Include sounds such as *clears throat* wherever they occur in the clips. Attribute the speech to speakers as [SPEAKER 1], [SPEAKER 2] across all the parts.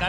[SPEAKER 1] The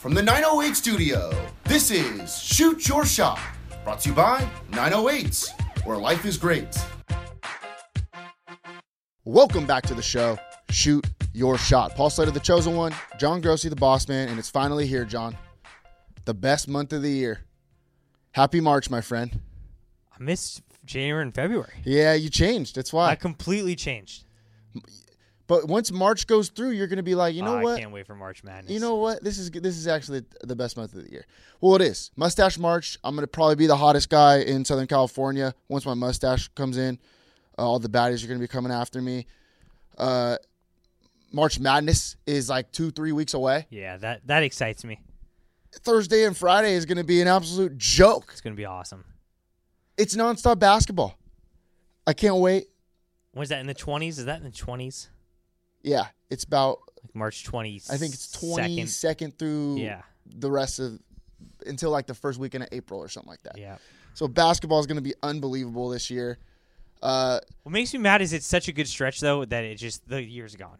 [SPEAKER 2] from the 908 studio, this is Shoot Your Shot, brought to you by 908, where life is great. Welcome back to the show, Shoot Your Shot. Paul Slater, the chosen one, John Grossi, the boss man, and it's finally here, John. The best month of the year. Happy March, my friend.
[SPEAKER 3] I missed January and February.
[SPEAKER 2] Yeah, you changed. That's
[SPEAKER 3] I
[SPEAKER 2] why.
[SPEAKER 3] completely changed.
[SPEAKER 2] But once March goes through, you're going to be like, you know
[SPEAKER 3] Oh,
[SPEAKER 2] what?
[SPEAKER 3] I can't wait for March Madness.
[SPEAKER 2] You know what? This is this is actually the best month of the year. Well, it is mustache March. I'm gonna probably be the hottest guy in Southern California once my mustache comes in. Uh, all the baddies are gonna be coming after me. Uh, March Madness is like two, three weeks away.
[SPEAKER 3] Yeah, that that excites me.
[SPEAKER 2] Thursday and Friday is gonna be an absolute joke.
[SPEAKER 3] It's gonna be awesome.
[SPEAKER 2] It's nonstop basketball. I can't wait.
[SPEAKER 3] When's that in the twenties? Is that in the twenties?
[SPEAKER 2] Yeah, it's about
[SPEAKER 3] Like March twenty.
[SPEAKER 2] I think it's 22nd through
[SPEAKER 3] Yeah.
[SPEAKER 2] the rest of until like the first weekend of April or something like that.
[SPEAKER 3] Yeah.
[SPEAKER 2] So basketball is going to be unbelievable this year. Uh,
[SPEAKER 3] What makes me mad is it's such a good stretch though that it just the year's gone.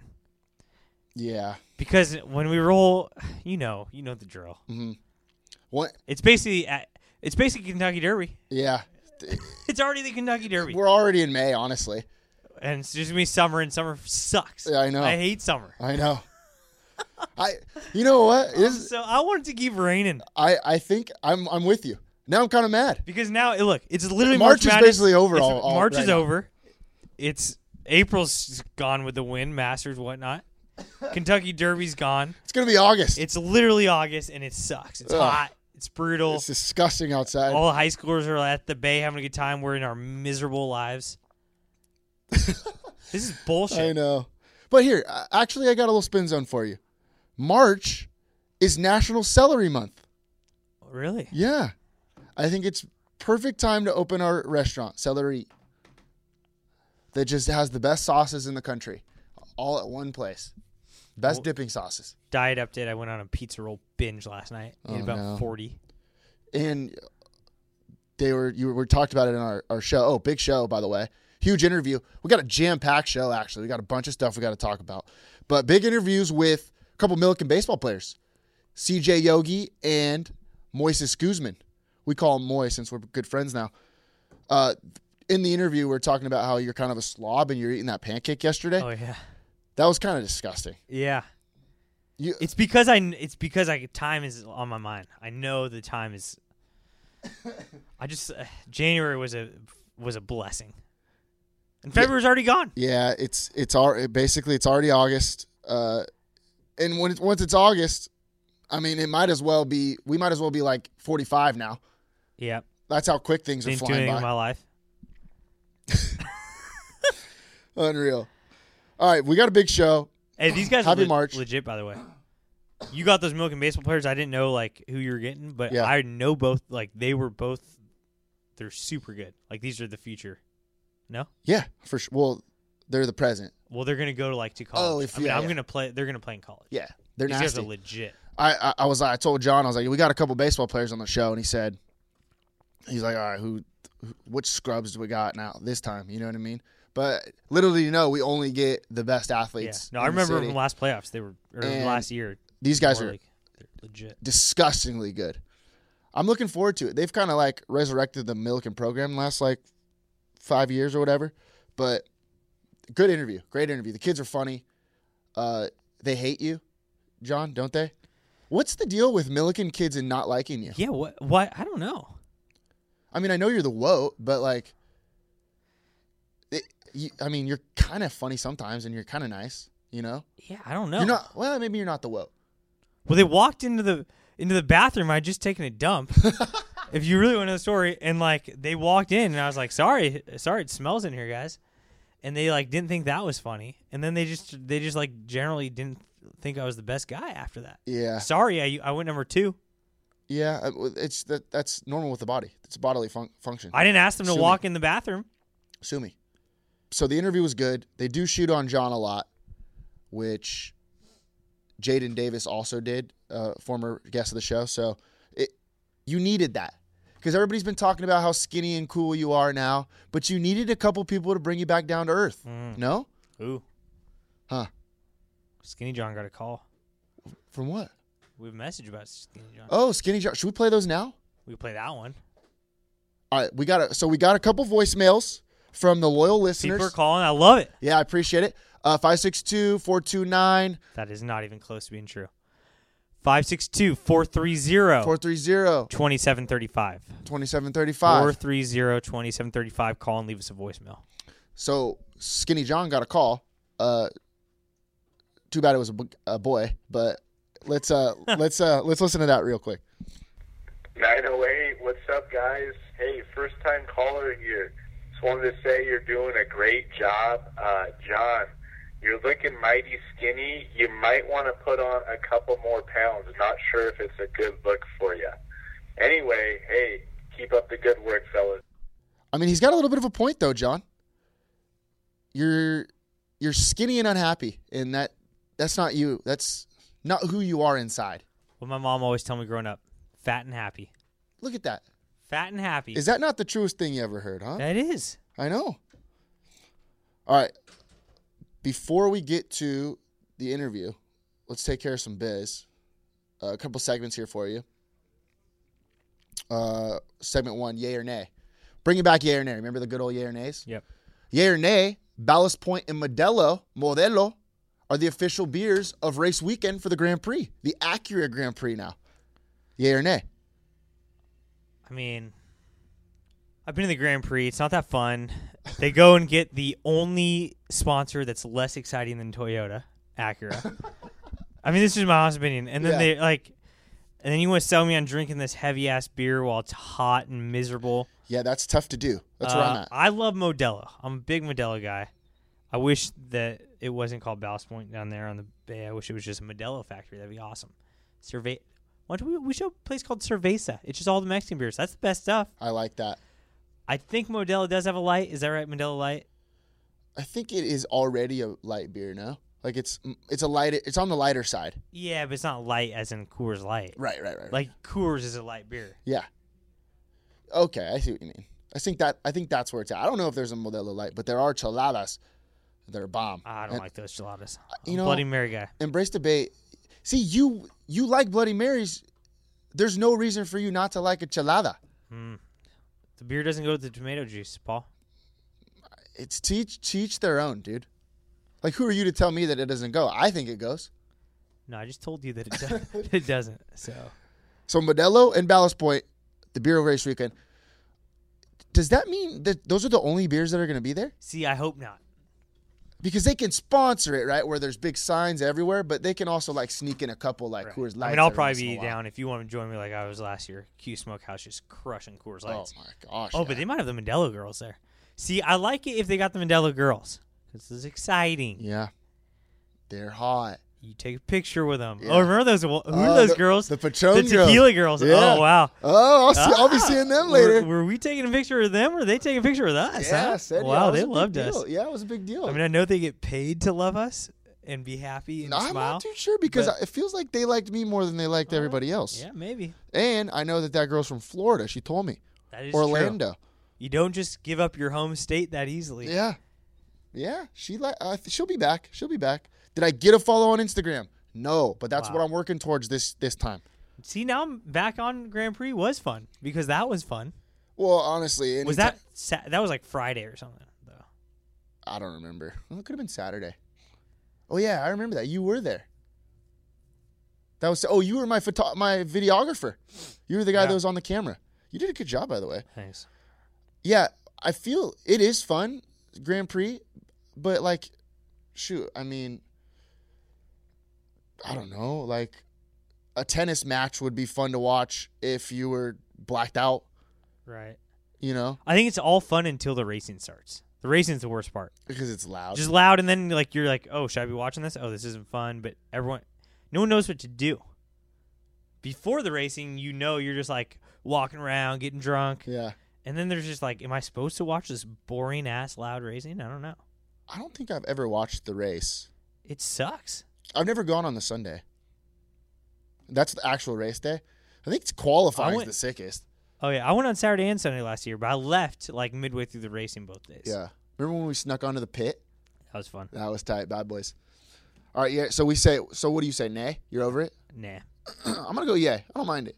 [SPEAKER 2] yeah.
[SPEAKER 3] Because when we roll, you know, you know the drill.
[SPEAKER 2] Mm-hmm. What?
[SPEAKER 3] It's basically at, it's basically Kentucky Derby.
[SPEAKER 2] Yeah.
[SPEAKER 3] It's already the Kentucky Derby,
[SPEAKER 2] We're already in May, honestly.
[SPEAKER 3] and it's just gonna be summer, and summer sucks.
[SPEAKER 2] Yeah, I know. Uh,
[SPEAKER 3] I hate summer.
[SPEAKER 2] I know. *laughs* I. You know what? It is-
[SPEAKER 3] So I want it to keep raining
[SPEAKER 2] I. I think I'm. I'm with you. Now I'm kind of mad.
[SPEAKER 3] because now it- look, it's literally
[SPEAKER 2] March
[SPEAKER 3] March,
[SPEAKER 2] is
[SPEAKER 3] Madness.
[SPEAKER 2] basically over
[SPEAKER 3] It's-
[SPEAKER 2] all- all
[SPEAKER 3] March
[SPEAKER 2] right
[SPEAKER 3] is
[SPEAKER 2] now.
[SPEAKER 3] over. It's April's gone with the wind,
[SPEAKER 2] *laughs*
[SPEAKER 3] Masters, whatnot. Kentucky Derby's gone.
[SPEAKER 2] It's gonna be August. It's,
[SPEAKER 3] It's literally August, and it sucks. It's
[SPEAKER 2] Ugh.
[SPEAKER 3] hot. It's brutal.
[SPEAKER 2] disgusting outside.
[SPEAKER 3] all the high schoolers are at the bay having a good time. We're in our miserable lives. this
[SPEAKER 2] *laughs*
[SPEAKER 3] is
[SPEAKER 2] I
[SPEAKER 3] bullshit.
[SPEAKER 2] know. But here, uh, actually, I got a little spin zone for you. March is National Celery Month.
[SPEAKER 3] Really?
[SPEAKER 2] Yeah. I think it's perfect time to open our restaurant, Celery. That just has the best sauces in the country. All at one place. Best dipping sauces.
[SPEAKER 3] Diet update. I went on a pizza roll binge last night. Ate
[SPEAKER 2] Oh,
[SPEAKER 3] about
[SPEAKER 2] no.
[SPEAKER 3] forty.
[SPEAKER 2] And they were you were talked about it in our, our show. Oh, big show, by the way. Huge interview. We got a jam-packed show, actually. We got a bunch of stuff we got to talk about. But big interviews with a couple Millikan baseball players. CJ Yogi and Moises Guzman. We call him Moy since we're good friends now. Uh, in the interview, we are talking about how you're kind of a slob and you're eating that pancake yesterday.
[SPEAKER 3] Oh yeah,
[SPEAKER 2] That was kind of disgusting.
[SPEAKER 3] yeah.
[SPEAKER 2] You,
[SPEAKER 3] It's because I. It's because I. Time is on my mind. I know the time
[SPEAKER 2] *coughs*
[SPEAKER 3] is. I just uh, January was a was a blessing, and February's already gone.
[SPEAKER 2] yeah, it's it's al- basically it's already August, uh, and when it, once it's August, I mean it might as well be we might as well be like 45 now.
[SPEAKER 3] Yeah,
[SPEAKER 2] That's how quick things are
[SPEAKER 3] didn't do
[SPEAKER 2] flying
[SPEAKER 3] anything
[SPEAKER 2] by.
[SPEAKER 3] in my life.
[SPEAKER 2] Unreal. All right, we got a big show. *coughs*
[SPEAKER 3] Hey, these guys
[SPEAKER 2] Happy
[SPEAKER 3] are le-
[SPEAKER 2] March.
[SPEAKER 3] legit, by the way. You got those milk and baseball players. I didn't know like who you were getting, but
[SPEAKER 2] Yeah.
[SPEAKER 3] I know both. Like they were both. They're super good. Like these are the future. No,
[SPEAKER 2] Yeah, for sure. Well, they're the present.
[SPEAKER 3] well they're gonna go to like to college.
[SPEAKER 2] Oh, if-
[SPEAKER 3] I mean,
[SPEAKER 2] yeah,
[SPEAKER 3] I'm
[SPEAKER 2] yeah.
[SPEAKER 3] gonna play. They're gonna play in college.
[SPEAKER 2] Yeah, they're
[SPEAKER 3] these guys
[SPEAKER 2] nasty.
[SPEAKER 3] are legit.
[SPEAKER 2] I, I I was like I told John I was like we got a couple baseball players on the show and he said he's like all right who, who which scrubs do we got now this time you know what I mean but little do you know we only get the best
[SPEAKER 3] Yeah.
[SPEAKER 2] athletes
[SPEAKER 3] No, I
[SPEAKER 2] in the
[SPEAKER 3] remember
[SPEAKER 2] city.
[SPEAKER 3] from last playoffs. They were or
[SPEAKER 2] And
[SPEAKER 3] last year.
[SPEAKER 2] these guys
[SPEAKER 3] more
[SPEAKER 2] are
[SPEAKER 3] like, they're legit.
[SPEAKER 2] disgustingly good I'm looking forward to it they've kind of like resurrected the Milliken program last like five years or whatever but good interview great interview the kids are funny uh they hate you John don't they what's the deal with Milliken kids and not liking you
[SPEAKER 3] Yeah. What? What? I don't know.
[SPEAKER 2] I mean, I know you're the woe, but like, it, you, I mean, you're kind of funny sometimes, and you're kind of nice. You know,
[SPEAKER 3] Yeah, I don't know.
[SPEAKER 2] you're not. Well, maybe you're not the woe.
[SPEAKER 3] well, they walked into the into the bathroom. I would just taken
[SPEAKER 2] *laughs*
[SPEAKER 3] a dump. if you really want to know the story, and like they walked in, and I was like, "Sorry, sorry, it smells in here, guys." And they like didn't think that was funny, and then they just they just like generally didn't think I was the best guy after that.
[SPEAKER 2] Yeah.
[SPEAKER 3] Sorry, I I went number two.
[SPEAKER 2] Yeah, uh, well, it's that that's normal with the body. It's a bodily fun- function.
[SPEAKER 3] I didn't ask them to
[SPEAKER 2] Sue me.
[SPEAKER 3] walk in the bathroom.
[SPEAKER 2] Sue me. So the interview was good. They do shoot on John a lot, which Jaden Davis also did, uh, former guest of the show. So it, you needed that because everybody's been talking about how skinny and cool you are now, but you needed a couple people to bring you back down to earth.
[SPEAKER 3] Mm.
[SPEAKER 2] No,
[SPEAKER 3] Ooh.
[SPEAKER 2] Huh.
[SPEAKER 3] Skinny John got a call.
[SPEAKER 2] from what?
[SPEAKER 3] We have a message about Skinny John.
[SPEAKER 2] Oh, skinny. John. Should we play those now?
[SPEAKER 3] We play that one.
[SPEAKER 2] All right, we got a, so we got a couple voicemails from the loyal listeners.
[SPEAKER 3] People are calling. I love it.
[SPEAKER 2] Yeah, I appreciate it. Uh, 562-429-430.
[SPEAKER 3] That is not even close to being true. 562 430 2735.
[SPEAKER 2] 2735.
[SPEAKER 3] 430 2735. Call and leave us a voicemail.
[SPEAKER 2] So Skinny John got a call. Uh, too bad it was a, b- a boy, but let's uh let's uh let's listen to that real quick.
[SPEAKER 4] 908, what's up, guys? Hey, first time caller here. Just wanted to say you're doing a great job. Uh, John, you're looking mighty skinny. You might want to put on a couple more pounds. Not sure if it's a good look for you. Anyway, hey, keep up the good work, fellas.
[SPEAKER 2] I mean, he's got a little bit of a point though, John. You're you're skinny and unhappy, and that that's not you. That's not who you are inside.
[SPEAKER 3] What my mom always told me growing up fat and happy.
[SPEAKER 2] Look at that.
[SPEAKER 3] Fat and happy.
[SPEAKER 2] Is that not the truest thing you ever heard, huh?
[SPEAKER 3] that is.
[SPEAKER 2] I know. All right. Before we get to the interview, let's take care of some biz. Uh, a couple segments here for you. Uh, segment one, yay or nay. Bringing back yay or nay. Remember the good old yay or nays?
[SPEAKER 3] Yep.
[SPEAKER 2] Yay or nay, Ballast Point and Modelo, Modelo, are the official beers of race weekend for the Grand Prix, the Acura Grand Prix now. Yay or nay?
[SPEAKER 3] I mean, I've been to the Grand Prix. It's not that fun. They go and get the only sponsor that's less exciting than Toyota, Acura. I mean, this is my honest opinion. And then
[SPEAKER 2] Yeah.
[SPEAKER 3] they like, and then you want to sell me on drinking this heavy ass beer while it's hot and miserable.
[SPEAKER 2] Yeah, that's tough to do. That's where I'm
[SPEAKER 3] Uh,
[SPEAKER 2] at.
[SPEAKER 3] I love Modelo. I'm a big Modelo guy. I wish that it wasn't called Ballast Point down there on the bay. I wish it was just a Modelo factory. That'd be awesome. Cerve. Why don't we, we should have a place called Cerveza? It's just all the Mexican beers. That's the best stuff.
[SPEAKER 2] I like that.
[SPEAKER 3] I think Modelo does have a light. Is that right, Modelo light?
[SPEAKER 2] I think it is already a light beer now. Like it's it's a light it's on the lighter side.
[SPEAKER 3] Yeah, but it's not light as in Coors Light.
[SPEAKER 2] Right, right, right. Like
[SPEAKER 3] Like Coors is a light beer.
[SPEAKER 2] yeah. Okay, I see what you mean. I think that I think that's where it's at. I don't know if there's a Modelo light, but there are cheladas. They're bomb.
[SPEAKER 3] Ah, I don't
[SPEAKER 2] And Uh,
[SPEAKER 3] like those geladas.
[SPEAKER 2] you
[SPEAKER 3] I'm a
[SPEAKER 2] know-
[SPEAKER 3] Bloody Mary guy.
[SPEAKER 2] Embrace debate. See, you you like Bloody Marys. There's no reason for you not to like a chelada.
[SPEAKER 3] The beer doesn't go with the tomato juice, Paul.
[SPEAKER 2] It's teach teach their own, dude. Like who are you to tell me that it doesn't go? I think it goes.
[SPEAKER 3] No, I just told you that it
[SPEAKER 2] *laughs*
[SPEAKER 3] doesn't. *laughs* it doesn't. So
[SPEAKER 2] So Modelo and Ballast Point, the beer race weekend. Does that mean that those are the only beers that are going to be there?
[SPEAKER 3] see, I hope not.
[SPEAKER 2] Because they can sponsor it, right? Where there's big signs everywhere, but they can also like sneak in a couple like Coors Lights.
[SPEAKER 3] I mean, I'll
[SPEAKER 2] every
[SPEAKER 3] probably
[SPEAKER 2] once in
[SPEAKER 3] be
[SPEAKER 2] a while.
[SPEAKER 3] down if you want to join me like I was last year. Q Smokehouse just crushing Coors
[SPEAKER 2] Oh
[SPEAKER 3] Lights.
[SPEAKER 2] my gosh!
[SPEAKER 3] Oh, but they might have the Modelo girls there. See, I like it if they got the Modelo girls. This is exciting.
[SPEAKER 2] yeah, they're hot.
[SPEAKER 3] You take a picture with them.
[SPEAKER 2] Yeah.
[SPEAKER 3] Oh, remember those? Who are
[SPEAKER 2] Oh,
[SPEAKER 3] those
[SPEAKER 2] the-
[SPEAKER 3] girls?
[SPEAKER 2] the Patron
[SPEAKER 3] the
[SPEAKER 2] girls.
[SPEAKER 3] tequila girls.
[SPEAKER 2] Yeah.
[SPEAKER 3] Oh wow.
[SPEAKER 2] Oh, I'll, see, I'll be
[SPEAKER 3] Ah,
[SPEAKER 2] seeing them
[SPEAKER 3] were-
[SPEAKER 2] later.
[SPEAKER 3] Were, we taking a picture of them, or they taking a picture with us?
[SPEAKER 2] yeah,
[SPEAKER 3] huh?
[SPEAKER 2] said, yeah,
[SPEAKER 3] wow,
[SPEAKER 2] it was
[SPEAKER 3] they
[SPEAKER 2] a big
[SPEAKER 3] loved
[SPEAKER 2] deal.
[SPEAKER 3] us.
[SPEAKER 2] Yeah, it was a big deal.
[SPEAKER 3] I mean, I know they get paid to love us and be happy and
[SPEAKER 2] I'm
[SPEAKER 3] smile.
[SPEAKER 2] not too sure because
[SPEAKER 3] but-
[SPEAKER 2] it feels like they liked me more than they liked everybody else.
[SPEAKER 3] yeah, maybe.
[SPEAKER 2] And I know that that girl's from Florida. She told me
[SPEAKER 3] That is true.
[SPEAKER 2] Orlando.
[SPEAKER 3] You don't just give up your home state that easily.
[SPEAKER 2] Yeah, yeah. She like uh, she'll be back. She'll be back. Did I get a follow on Instagram? No, but that's what I'm working towards this this time.
[SPEAKER 3] See, now I'm back on Grand Prix was fun because that was fun.
[SPEAKER 2] Well, honestly,
[SPEAKER 3] Was
[SPEAKER 2] anytime-
[SPEAKER 3] that sa- that was like Friday or something though?
[SPEAKER 2] I don't remember. Well, it could have been Saturday. Oh yeah, I remember that. You were there. That was oh you were my photo- my videographer. You were the guy
[SPEAKER 3] Yeah.
[SPEAKER 2] that was on the camera. You did a good job, by the way.
[SPEAKER 3] Thanks.
[SPEAKER 2] Yeah, I feel it is fun Grand Prix, but like, shoot, I mean, I don't know. Like, a tennis match would be fun to watch if you were blacked out.
[SPEAKER 3] Right.
[SPEAKER 2] You know,
[SPEAKER 3] I think it's all fun until the racing starts. The racing's the worst part.
[SPEAKER 2] because it's loud.
[SPEAKER 3] Just loud, and then like you're like, oh, should I be watching this? Oh, this isn't fun. But everyone, no one knows what to do. before the racing, you know you're just like walking around, getting drunk.
[SPEAKER 2] Yeah.
[SPEAKER 3] And then there's just like, am I supposed to watch this boring ass loud racing? I don't know.
[SPEAKER 2] I don't think I've ever watched the race.
[SPEAKER 3] It sucks.
[SPEAKER 2] I've never gone on the Sunday. That's the actual race day. I think it's qualifying
[SPEAKER 3] went-
[SPEAKER 2] the sickest.
[SPEAKER 3] Oh yeah, I went on Saturday and Sunday last year, but I left like midway through the racing both days.
[SPEAKER 2] Yeah. Remember when we snuck onto the pit?
[SPEAKER 3] that was fun.
[SPEAKER 2] That was tight, bad boys. All right, yeah. So we say. So what do you say? Nay, you're over it.
[SPEAKER 3] Nah,
[SPEAKER 2] I'm gonna go yay. I don't mind it.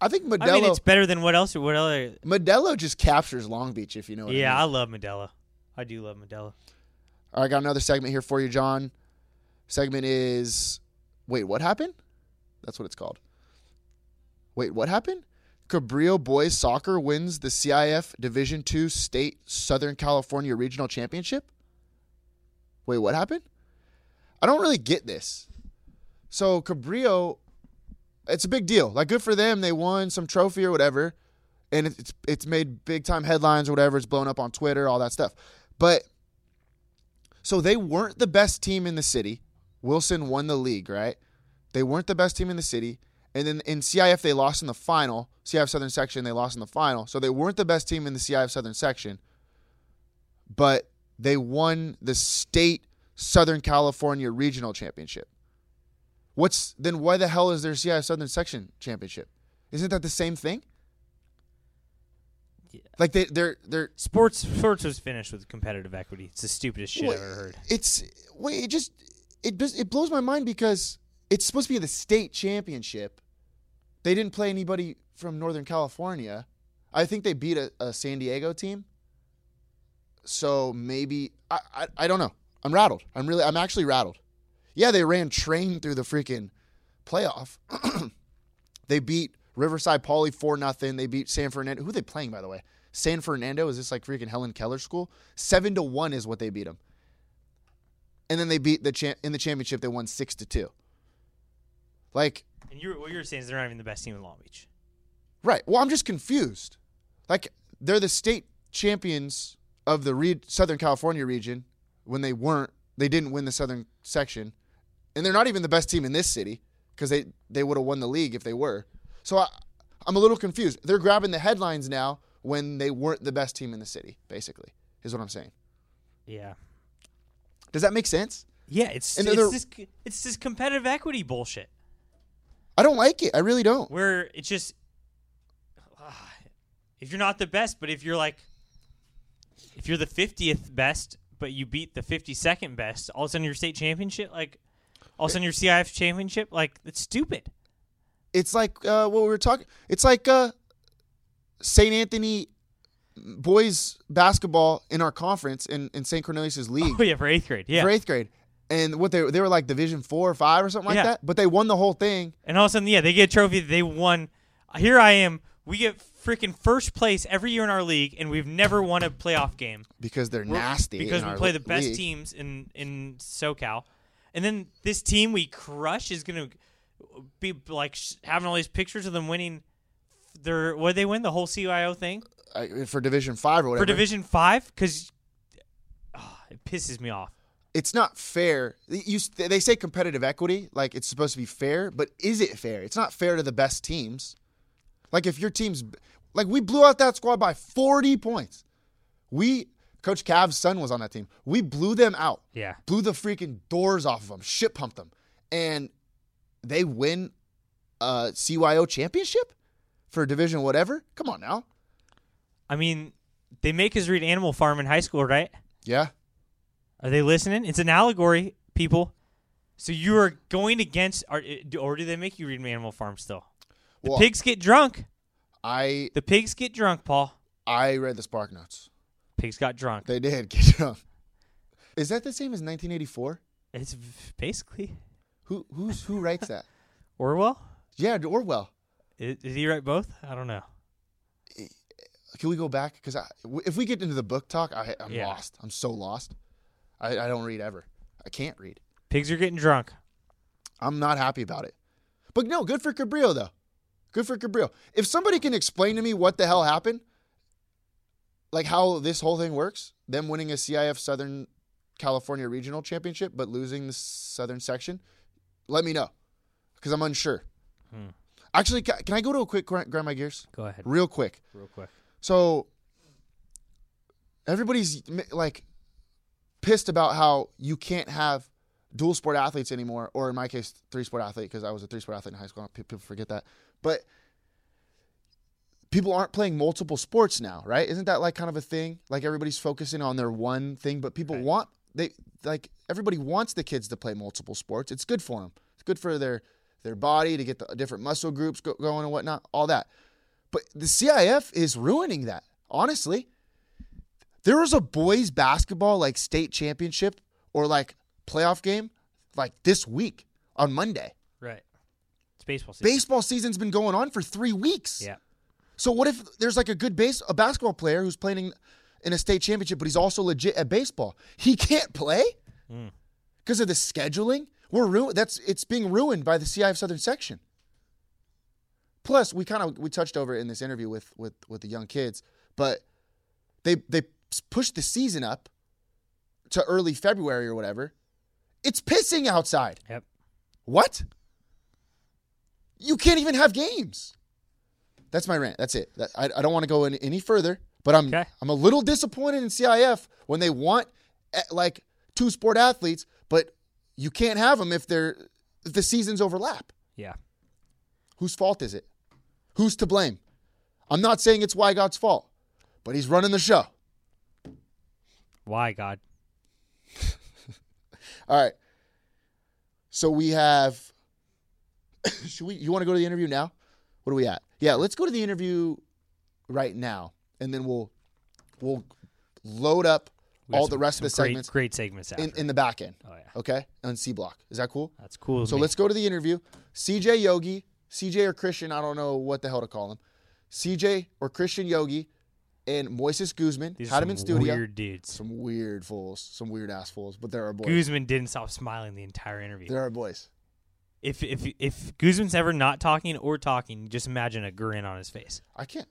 [SPEAKER 2] I think Modelo.
[SPEAKER 3] I mean it's better than what else? What other?
[SPEAKER 2] Modelo just captures Long Beach, if you know what
[SPEAKER 3] Yeah,
[SPEAKER 2] I
[SPEAKER 3] I
[SPEAKER 2] mean.
[SPEAKER 3] love Modelo. I do love Modelo.
[SPEAKER 2] All right, I got another segment here for you, John. Segment is wait, what happened? That's what it's called. Wait, what happened? Cabrillo boys soccer wins the CIF Division Two State Southern California Regional Championship. Wait, what happened? I don't really get this. So Cabrillo, it's a big deal. Like, good for them. They won some trophy or whatever, and it- it's it's made big time headlines or whatever. It's blown up on Twitter, all that stuff. But so they weren't the best team in the city. Wilson won the league, right? They weren't the best team in the city. And then in CIF, they lost in the final. CIF Southern Section, they lost in the final. So they weren't the best team in the CIF Southern Section, but they won the state Southern California Regional Championship. What's then why the hell is there CIF Southern Section Championship? Isn't that the same thing? Like they they're they're
[SPEAKER 3] Sports sports was finished with competitive equity. It's the stupidest shit
[SPEAKER 2] Well,
[SPEAKER 3] I've ever heard.
[SPEAKER 2] It's wait, it just it does it blows my mind because it's supposed to be the state championship. They didn't play anybody from Northern California. I think they beat a, a San Diego team. So maybe I, I I don't know. I'm rattled. I'm really I'm actually rattled. Yeah, they ran train through the freaking playoff. *clears throat* they beat Riverside Poly four nothing. They beat San Fernando. Who are they playing by the way? San Fernando is this like freaking Helen Keller school? Seven to one is what they beat them and then they beat the cha- in the championship. They won six to two. Like,
[SPEAKER 3] And you, what you're saying is they're not even the best team in Long Beach.
[SPEAKER 2] right? Well, I'm just confused. Like, they're the state champions of the re- Southern California region when they weren't. They didn't win the Southern section, and they're not even the best team in this city because they they would have won the league if they were. So I, I'm a little confused. They're grabbing the headlines now when they weren't the best team in the city. Basically, is what I'm saying.
[SPEAKER 3] Yeah.
[SPEAKER 2] Does that make sense?
[SPEAKER 3] Yeah, it's
[SPEAKER 2] And
[SPEAKER 3] it's
[SPEAKER 2] they're-
[SPEAKER 3] this it's this competitive equity bullshit
[SPEAKER 2] I don't like it. I really don't.
[SPEAKER 3] where it's just *sighs* ah, if you're not the best, but if you're like if you're the fiftieth best, but you beat the fifty second best, all of a sudden your state championship, like all of a sudden your CIF championship, like it's stupid. *laughs*
[SPEAKER 2] it's like uh, what we were talking. It's like uh, St. Anthony boys basketball in our conference in, in St. Cornelius's league
[SPEAKER 3] Oh yeah, for eighth grade, yeah.
[SPEAKER 2] for eighth grade, and what they they were like Division four or five or something like
[SPEAKER 3] Yeah.
[SPEAKER 2] that. But they won the whole thing.
[SPEAKER 3] And all of a sudden, yeah, they get a trophy. that They won. Here I am. We get freaking first place every year in our league, and we've never won a playoff game.
[SPEAKER 2] Because they're nasty. in
[SPEAKER 3] because we
[SPEAKER 2] our
[SPEAKER 3] play the best
[SPEAKER 2] league.
[SPEAKER 3] teams in in SoCal, and then this team we crush is gonna be like sh- having all these pictures of them winning their what did they win the whole CIO thing
[SPEAKER 2] Uh, for Division five or whatever.
[SPEAKER 3] for Division Five because it pisses me off.
[SPEAKER 2] it's not fair. You they say competitive equity, like it's supposed to be fair, but is it fair? It's not fair to the best teams. Like if your team's like we blew out that squad by 40 points. We Coach Cav's son was on that team. We blew them out.
[SPEAKER 3] Yeah.
[SPEAKER 2] Blew the freaking doors off of them. Shit pumped them. And they win a CYO championship for division whatever. Come on now.
[SPEAKER 3] I mean, they make us read Animal Farm in high school, right?
[SPEAKER 2] Yeah.
[SPEAKER 3] Are they listening? It's an allegory, people. So you are going against, or, or do they make you read Animal Farm still? The
[SPEAKER 2] Well,
[SPEAKER 3] pigs get drunk.
[SPEAKER 2] I
[SPEAKER 3] The pigs get drunk, Paul.
[SPEAKER 2] I read the Spark Notes.
[SPEAKER 3] Pigs got drunk.
[SPEAKER 2] They did *laughs* get drunk. Is that the same as 1984?
[SPEAKER 3] It's v- basically
[SPEAKER 2] Who who's who writes that? *laughs*
[SPEAKER 3] Orwell.
[SPEAKER 2] Yeah, Orwell.
[SPEAKER 3] I- Did he write both? I don't know.
[SPEAKER 2] Can we go back? Because if we get into the book talk, I, I'm
[SPEAKER 3] Yeah.
[SPEAKER 2] lost. I'm so lost. I, I don't read ever. I can't read.
[SPEAKER 3] Pigs are getting drunk.
[SPEAKER 2] I'm not happy about it. But no, good for Cabrillo though. Good for Cabrillo. If somebody can explain to me what the hell happened, like how this whole thing works, them winning a CIF Southern California Regional Championship but losing the Southern Section, let me know because I'm unsure. Actually, ca- can I go to a quick grind, grind my gears?
[SPEAKER 3] Go ahead.
[SPEAKER 2] Real quick.
[SPEAKER 3] Real quick.
[SPEAKER 2] So everybody's m- like pissed about how you can't have dual sport athletes anymore, or in my case, three sport athlete because I was a three sport athlete in high school. Pe- People forget that, but people aren't playing multiple sports now, right? Isn't that like kind of a thing? Like everybody's focusing on their one thing, but people want they like everybody wants the kids to play multiple sports. It's good for them. It's good for their their body to get the different muscle groups go- going and whatnot, all that. But the CIF is ruining that. Honestly, there was a boys basketball like state championship or like playoff game like this week on Monday.
[SPEAKER 3] Right. It's baseball season.
[SPEAKER 2] Baseball season's been going on for 3 weeks.
[SPEAKER 3] yeah.
[SPEAKER 2] So what if there's like a good base a basketball player who's playing in- in a state championship, but he's also legit at baseball. He can't play because of the scheduling. We're ruined. That's it's being ruined by the CIF Southern section. Plus, we kind of we touched over it in this interview with with with the young kids, but they they pushed the season up to early February or whatever. It's pissing outside.
[SPEAKER 3] Yep.
[SPEAKER 2] What? You can't even have games. That's my rant. That's it. That- I, I don't want to go in any further, but I'm
[SPEAKER 3] Okay.
[SPEAKER 2] I'm a little disappointed in CIF when they want eh, like two sport athletes, but you can't have them if they're if the seasons overlap.
[SPEAKER 3] Yeah.
[SPEAKER 2] Whose fault is it? Who's to blame? I'm not saying it's Wygott's fault, but he's running the show.
[SPEAKER 3] Why God?
[SPEAKER 2] All right. So we have. *coughs* should we? You want to go to the interview now? What are we at? Yeah, let's go to the interview right now, and then we'll we'll load up
[SPEAKER 3] We got
[SPEAKER 2] all
[SPEAKER 3] some-
[SPEAKER 2] the rest of
[SPEAKER 3] some
[SPEAKER 2] the
[SPEAKER 3] great,
[SPEAKER 2] segments
[SPEAKER 3] Great segments. After.
[SPEAKER 2] in, in the back end.
[SPEAKER 3] oh yeah.
[SPEAKER 2] Okay, on C block. Is that cool?
[SPEAKER 3] That's cool. with
[SPEAKER 2] So
[SPEAKER 3] me.
[SPEAKER 2] let's go to the interview. CJ Yogi, CJ or Christian, I don't know what the hell to call him. CJ or Christian Yogi and Moises Guzman
[SPEAKER 3] These are
[SPEAKER 2] had him in
[SPEAKER 3] some
[SPEAKER 2] studio.
[SPEAKER 3] Weird dudes.
[SPEAKER 2] Some weird fools, some weird ass fools, but there are boys.
[SPEAKER 3] Guzman didn't stop smiling the entire interview.
[SPEAKER 2] There are boys.
[SPEAKER 3] If if if Guzman's ever not talking or talking, just imagine a grin on his face.
[SPEAKER 2] I can't.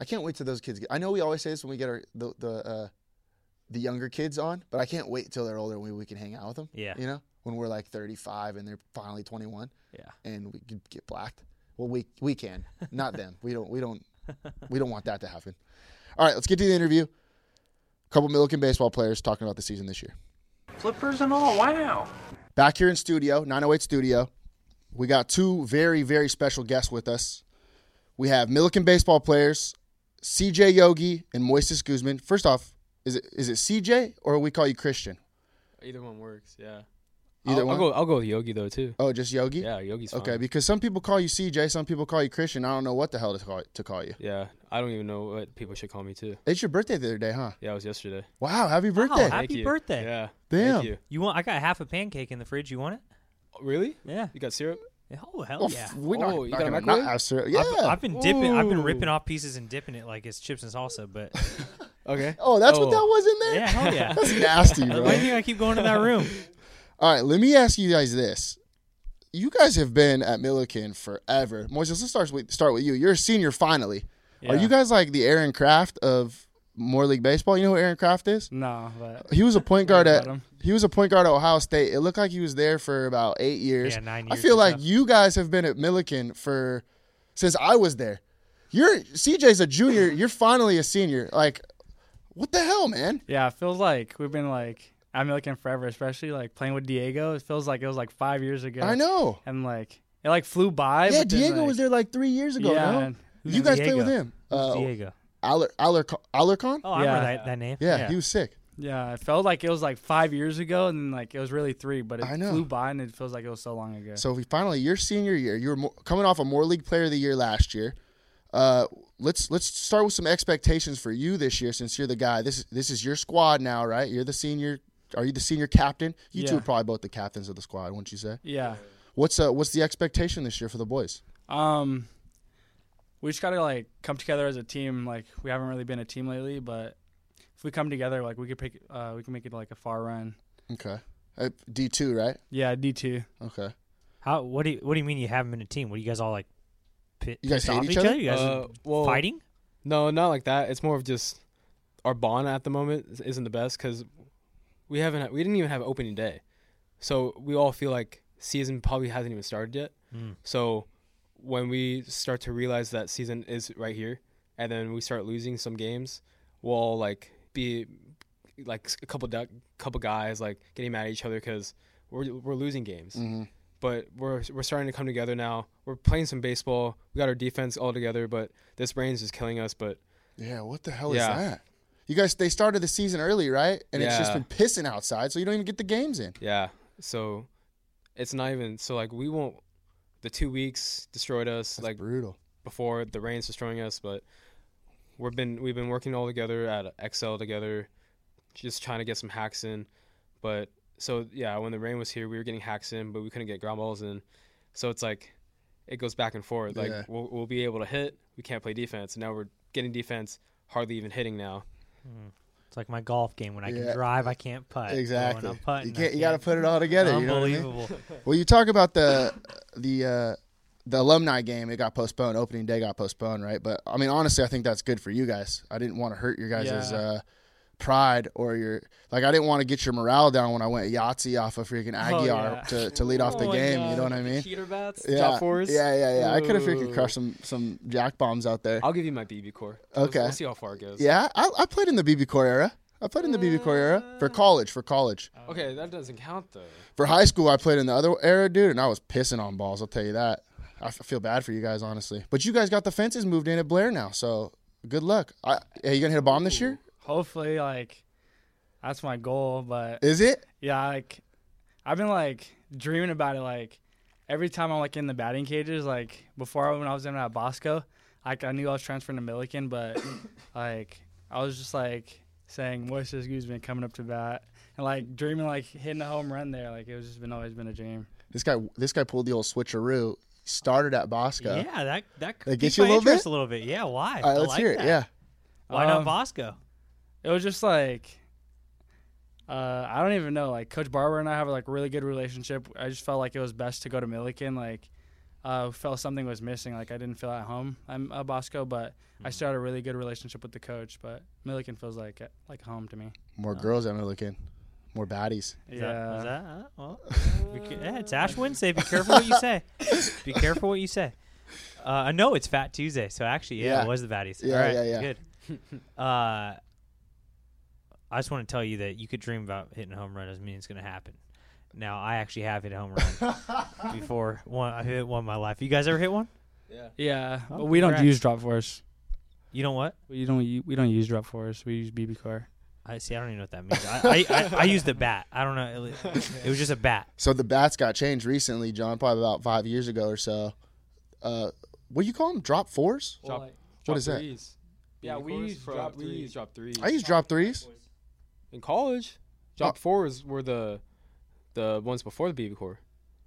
[SPEAKER 2] I can't wait till those kids get. I know we always say this when we get our the the uh, the younger kids on, but I can't wait till they're older and we, we can hang out with them.
[SPEAKER 3] Yeah.
[SPEAKER 2] You know, when we're like 35 and they're finally 21
[SPEAKER 3] Yeah.
[SPEAKER 2] and we could get blacked. Well, we we can, not them. We don't we don't we don't want that to happen. All right, let's get to the interview. A couple Milliken baseball players talking about the season this year.
[SPEAKER 5] Flippers and all. Wow.
[SPEAKER 2] Back here in studio, 908 studio, we got two very, very special guests with us. We have Milliken baseball players, CJ Yogi and Moises Guzman. First off, is it is it CJ or we call you Christian?
[SPEAKER 6] Either one works, yeah.
[SPEAKER 2] Either
[SPEAKER 6] I'll,
[SPEAKER 2] one.
[SPEAKER 6] I'll go. I'll go with Yogi though too.
[SPEAKER 2] Oh, just Yogi.
[SPEAKER 6] Yeah, Yogi's fine.
[SPEAKER 2] Okay, because some people call you CJ, some people call you Christian. I don't know what the hell to call, to call you.
[SPEAKER 6] Yeah, I don't even know what people should call me too.
[SPEAKER 2] It's your birthday the other day, huh?
[SPEAKER 6] Yeah, it was yesterday.
[SPEAKER 2] Wow, happy birthday!
[SPEAKER 3] Oh, happy-
[SPEAKER 6] Thank you.
[SPEAKER 3] birthday.
[SPEAKER 6] Yeah.
[SPEAKER 2] Damn.
[SPEAKER 6] Thank you.
[SPEAKER 3] You want? I got half a pancake in the fridge. You want it?
[SPEAKER 6] Oh, Really?
[SPEAKER 3] Yeah.
[SPEAKER 6] You got syrup?
[SPEAKER 3] Oh hell
[SPEAKER 2] Oh,
[SPEAKER 3] yeah.
[SPEAKER 2] We're not,
[SPEAKER 6] Oh, you
[SPEAKER 2] not
[SPEAKER 6] got a
[SPEAKER 2] gonna not
[SPEAKER 6] microwave?
[SPEAKER 2] have syrup. Yeah.
[SPEAKER 3] I've been dipping. I've been
[SPEAKER 6] Ooh.
[SPEAKER 3] ripping off pieces and dipping it like it's chips and salsa.
[SPEAKER 2] *laughs*
[SPEAKER 3] But
[SPEAKER 6] Okay.
[SPEAKER 2] oh, that's what
[SPEAKER 6] Oh.
[SPEAKER 2] that was in there.
[SPEAKER 3] yeah, hell yeah.
[SPEAKER 2] That's nasty, bro.
[SPEAKER 3] Why do you think I keep going to that room?
[SPEAKER 2] All right, let me ask you guys this. You guys have been at Milliken forever. Moises, let's start with, start with you. You're a senior finally. Are you guys like the Aaron Kraft of more league baseball? You know who Aaron Kraft is?
[SPEAKER 5] *laughs* No, but
[SPEAKER 2] He was a point guard
[SPEAKER 5] Mm, about
[SPEAKER 2] at
[SPEAKER 5] him.
[SPEAKER 2] he was a point guard at Ohio State. It looked like he was there for about eight years.
[SPEAKER 3] Yeah, nine
[SPEAKER 2] I
[SPEAKER 3] years
[SPEAKER 2] feel
[SPEAKER 3] or
[SPEAKER 2] like
[SPEAKER 3] so.
[SPEAKER 2] you guys have been at Milliken for since I was there. You're CJ's a junior. You're finally a senior. Like, what the hell, man?
[SPEAKER 5] yeah, it feels like we've been like I'm looking forever, especially like playing with Diego. It feels like it was like five years ago.
[SPEAKER 2] I know.
[SPEAKER 5] And like it like flew by.
[SPEAKER 2] Yeah,
[SPEAKER 5] but then,
[SPEAKER 2] Diego
[SPEAKER 5] like-
[SPEAKER 2] was there like three years ago.
[SPEAKER 5] Yeah,
[SPEAKER 2] no?
[SPEAKER 5] man.
[SPEAKER 2] You guys play
[SPEAKER 3] Diego?
[SPEAKER 2] with him. Uh,
[SPEAKER 3] Diego.
[SPEAKER 2] Aller, Aller, Alarcon?
[SPEAKER 3] Oh, I remember
[SPEAKER 5] yeah.
[SPEAKER 3] that, that name.
[SPEAKER 2] yeah, he was sick.
[SPEAKER 5] Yeah, it felt like it was like five years ago, and like it was really three, but it
[SPEAKER 2] I know.
[SPEAKER 5] flew by, and it feels like it was so long ago.
[SPEAKER 2] So we finally your senior year, you were mo- coming off a more league player of the year last year. Uh, let's let's start with some expectations for you this year, since you're the guy. This this is your squad now, right? You're the senior. Are you the senior captain? You two
[SPEAKER 5] Yeah.
[SPEAKER 2] are probably both the captains of the squad, wouldn't you say?
[SPEAKER 5] yeah.
[SPEAKER 2] What's uh, what's the expectation this year for the boys?
[SPEAKER 5] Um, we just gotta like come together as a team. Like we haven't really been a team lately, but if we come together, like we could pick, uh, we can make it like a far run.
[SPEAKER 2] Okay, uh, D two, right?
[SPEAKER 5] Yeah, D two.
[SPEAKER 2] Okay,
[SPEAKER 3] How? What do you? What do you mean you haven't been a team? What do you guys all like? Pit,
[SPEAKER 2] You guys
[SPEAKER 3] pissed
[SPEAKER 2] hate
[SPEAKER 3] off
[SPEAKER 2] each
[SPEAKER 3] each
[SPEAKER 2] other?
[SPEAKER 3] other? You guys
[SPEAKER 6] Uh, well,
[SPEAKER 3] fighting?
[SPEAKER 6] No, not like that. It's more of just our bond at the moment is- isn't the best because we haven't ha- we didn't even have opening day, so we all feel like season probably hasn't even started yet. So when we start to realize that season is right here, and then we start losing some games, we'll like be like a couple duck, couple guys like getting mad at each other because we're we're losing games. But we're we're starting to come together now. We're playing some baseball. We got our defense all together, but this rain's just killing us. But
[SPEAKER 2] Yeah, what the hell
[SPEAKER 6] Yeah.
[SPEAKER 2] is that? You guys, they started the season early, right? And it's just
[SPEAKER 6] Yeah.
[SPEAKER 2] been pissing outside, so you don't even get the games in.
[SPEAKER 6] Yeah. So it's not even so like we won't the two weeks destroyed us like
[SPEAKER 2] Brutal.
[SPEAKER 6] before the rain's destroying us, but we've been we've been working all together at Excel together, just trying to get some hacks in. But so yeah, when the rain was here, we were getting hacks in, but we couldn't get ground balls in. So it's like it goes back and forth. Like
[SPEAKER 2] Yeah.
[SPEAKER 6] we'll we'll be able to hit, we can't play defense. Now we're getting defense, hardly even hitting now.
[SPEAKER 3] It's like my golf game. When I
[SPEAKER 2] Yeah.
[SPEAKER 3] can drive, I can't putt. But
[SPEAKER 2] Exactly.
[SPEAKER 3] When I'm putting,
[SPEAKER 2] you
[SPEAKER 3] I
[SPEAKER 2] can't. You
[SPEAKER 3] can't.
[SPEAKER 2] got to put it all together. you know what I mean?
[SPEAKER 3] Unbelievable.
[SPEAKER 2] Well, you talk about the the uh, the alumni game. It got postponed. Opening day got postponed, right? But I mean, honestly, I think that's good for you guys. I didn't want to hurt your guys'
[SPEAKER 5] Yeah.
[SPEAKER 2] uh, pride or your like. I didn't want to get your morale down when I went Yahtzee off of freaking Aguiar
[SPEAKER 5] yeah.
[SPEAKER 2] to, to lead off the game.
[SPEAKER 6] uh,
[SPEAKER 2] You know what I mean?
[SPEAKER 6] bats,
[SPEAKER 2] Yeah, yeah, yeah, yeah. I could have freaking
[SPEAKER 6] Ooh.
[SPEAKER 2] crushed some some jack bombs out there.
[SPEAKER 6] I'll give you my BB core.
[SPEAKER 2] Okay.
[SPEAKER 6] Let's, let's see how far it goes.
[SPEAKER 2] Yeah, I, I played in the BB core era. I played in the BB core era
[SPEAKER 3] Mm.
[SPEAKER 2] for college. For college,
[SPEAKER 6] Okay, that doesn't count though.
[SPEAKER 2] for high school, I played in the other era, dude, and I was pissing on balls. I'll tell you that. I f- feel bad for you guys, honestly. But you guys got the fences moved in at Blair now, so good luck. I, are you gonna hit a bomb this year?
[SPEAKER 5] *laughs* Hopefully, like that's my goal. But
[SPEAKER 2] Is it?
[SPEAKER 5] yeah, like I've been like dreaming about it. Like every time I'm like in the batting cages, like before when I was in at Bosco, like I knew I was transferring to Milliken, but like I was just like saying Moises Guzman coming up to bat and like dreaming like hitting a home run there. Like it was just been always been a dream.
[SPEAKER 2] This guy, this guy pulled the old switcheroo. Started at Bosco.
[SPEAKER 3] yeah, that that
[SPEAKER 2] That
[SPEAKER 3] could
[SPEAKER 2] gets
[SPEAKER 3] gets
[SPEAKER 2] you a
[SPEAKER 3] my
[SPEAKER 2] little bit?
[SPEAKER 3] interest a little bit. Yeah, why?
[SPEAKER 2] All right,
[SPEAKER 3] I
[SPEAKER 2] let's
[SPEAKER 3] like
[SPEAKER 2] hear it.
[SPEAKER 3] that.
[SPEAKER 2] Yeah.
[SPEAKER 3] Why
[SPEAKER 5] Um,
[SPEAKER 3] not Bosco?
[SPEAKER 5] It was just like uh, I don't even know. Like Coach Barber and I have like a really good relationship. I just felt like it was best to go to Milliken. Like uh, felt something was missing. Like I didn't feel at home. I'm a Bosco, but
[SPEAKER 6] Mm.
[SPEAKER 5] I still had a really good relationship with the coach. But Milliken feels like like home to me.
[SPEAKER 2] More
[SPEAKER 6] Uh.
[SPEAKER 2] girls I'm looking. More baddies.
[SPEAKER 5] yeah.
[SPEAKER 3] Is That, is that, uh,
[SPEAKER 2] *laughs*
[SPEAKER 3] well, be ca- yeah, it's Ash Wednesday. Be careful what you say. Be careful what you say. Uh, no, it's Fat Tuesday. So actually, yeah,
[SPEAKER 2] Yeah.
[SPEAKER 3] it was the fatties.
[SPEAKER 2] Yeah,
[SPEAKER 3] All right,
[SPEAKER 2] yeah, yeah. *laughs*
[SPEAKER 3] Good. Uh, I just want to tell you that you could dream about hitting a home run. Doesn't mean it's going to happen. Now, I actually have hit a home
[SPEAKER 2] *laughs*
[SPEAKER 3] run before. One, I hit one in my life. You guys ever hit one? Oh,
[SPEAKER 5] yeah, but we don't
[SPEAKER 3] congrats.
[SPEAKER 5] use drop force.
[SPEAKER 3] You know what?
[SPEAKER 5] We don't u- we don't use drop force. We use BB car.
[SPEAKER 3] I see. I don't even know what that means. I I, I, I used a bat. I don't know. It, it was just a bat.
[SPEAKER 2] So the bats got changed recently, John, probably about five years ago or so. Uh, what do you call them? Drop fours?
[SPEAKER 6] Drop,
[SPEAKER 2] What is that?
[SPEAKER 6] that? Yeah, we use drop. We use drop threes.
[SPEAKER 2] I Uh. use drop threes.
[SPEAKER 6] in college. Drop fours were the the ones before the BB core.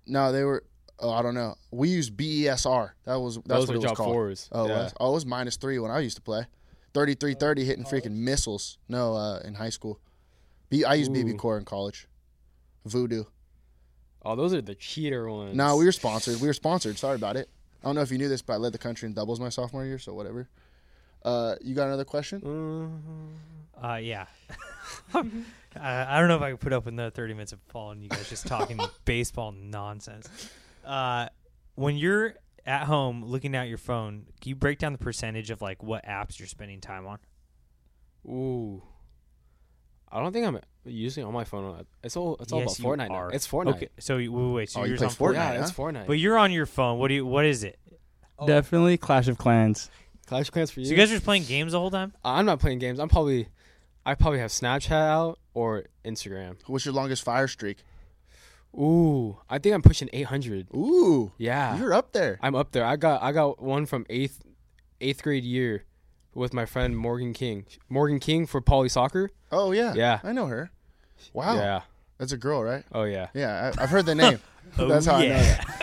[SPEAKER 2] No, they were. Oh, I don't know. We used BESR. That was that's
[SPEAKER 6] Those
[SPEAKER 2] what
[SPEAKER 6] were
[SPEAKER 2] it was
[SPEAKER 6] job
[SPEAKER 2] called.
[SPEAKER 6] fours.
[SPEAKER 2] Oh, it
[SPEAKER 6] Yeah.
[SPEAKER 2] was? Oh, it was minus three when I used to play. Thirty-three, thirty, hitting freaking missiles. No, uh, in high school, B- I used BB
[SPEAKER 6] Ooh.
[SPEAKER 2] Core in college. Voodoo.
[SPEAKER 6] Oh, those are the cheater ones.
[SPEAKER 2] No, we were sponsored. We were sponsored. Sorry about it. I don't know if you knew this, but I led the country in doubles my sophomore year, so whatever. Uh, you got another question?
[SPEAKER 6] Mm.
[SPEAKER 3] Uh, yeah. *laughs* I, I don't know if I could put up with another 30 minutes of Paul and you guys just talking baseball nonsense. Uh, when you're at home looking at your phone, can you break down the percentage of like what apps you're spending time on?
[SPEAKER 6] Ooh. I don't think I'm usually on my phone. a lot. It's all it's all
[SPEAKER 3] Yes, you
[SPEAKER 6] about Fortnite. now.
[SPEAKER 3] are.
[SPEAKER 6] It's Fortnite.
[SPEAKER 3] Okay, so you, wait, wait, so
[SPEAKER 2] Oh, you
[SPEAKER 3] you're
[SPEAKER 2] play
[SPEAKER 3] just on Fortnite,
[SPEAKER 6] Yeah,
[SPEAKER 2] Fortnite,
[SPEAKER 6] it's
[SPEAKER 2] huh?
[SPEAKER 6] Fortnite.
[SPEAKER 3] but you're on your phone. What do you? What is it?
[SPEAKER 5] Definitely Clash of Clans.
[SPEAKER 6] Clash of Clans for you.
[SPEAKER 3] So you guys are just playing games the whole time?
[SPEAKER 6] I'm not playing games. I'm probably I probably have Snapchat out or Instagram.
[SPEAKER 2] What's your longest fire streak?
[SPEAKER 6] Ooh, I think I'm pushing 800.
[SPEAKER 2] Ooh,
[SPEAKER 6] Yeah.
[SPEAKER 2] you're up there.
[SPEAKER 6] I'm up there. I got I got one from eighth eighth grade year with my friend Morgan King. Morgan King for Poly Soccer.
[SPEAKER 2] Oh yeah,
[SPEAKER 6] Yeah.
[SPEAKER 2] I know her. Wow,
[SPEAKER 6] Yeah.
[SPEAKER 2] that's a girl, right?
[SPEAKER 6] Oh yeah.
[SPEAKER 2] Yeah, I, I've heard the
[SPEAKER 6] *laughs*
[SPEAKER 2] name.
[SPEAKER 6] Oh,
[SPEAKER 2] that's how I know.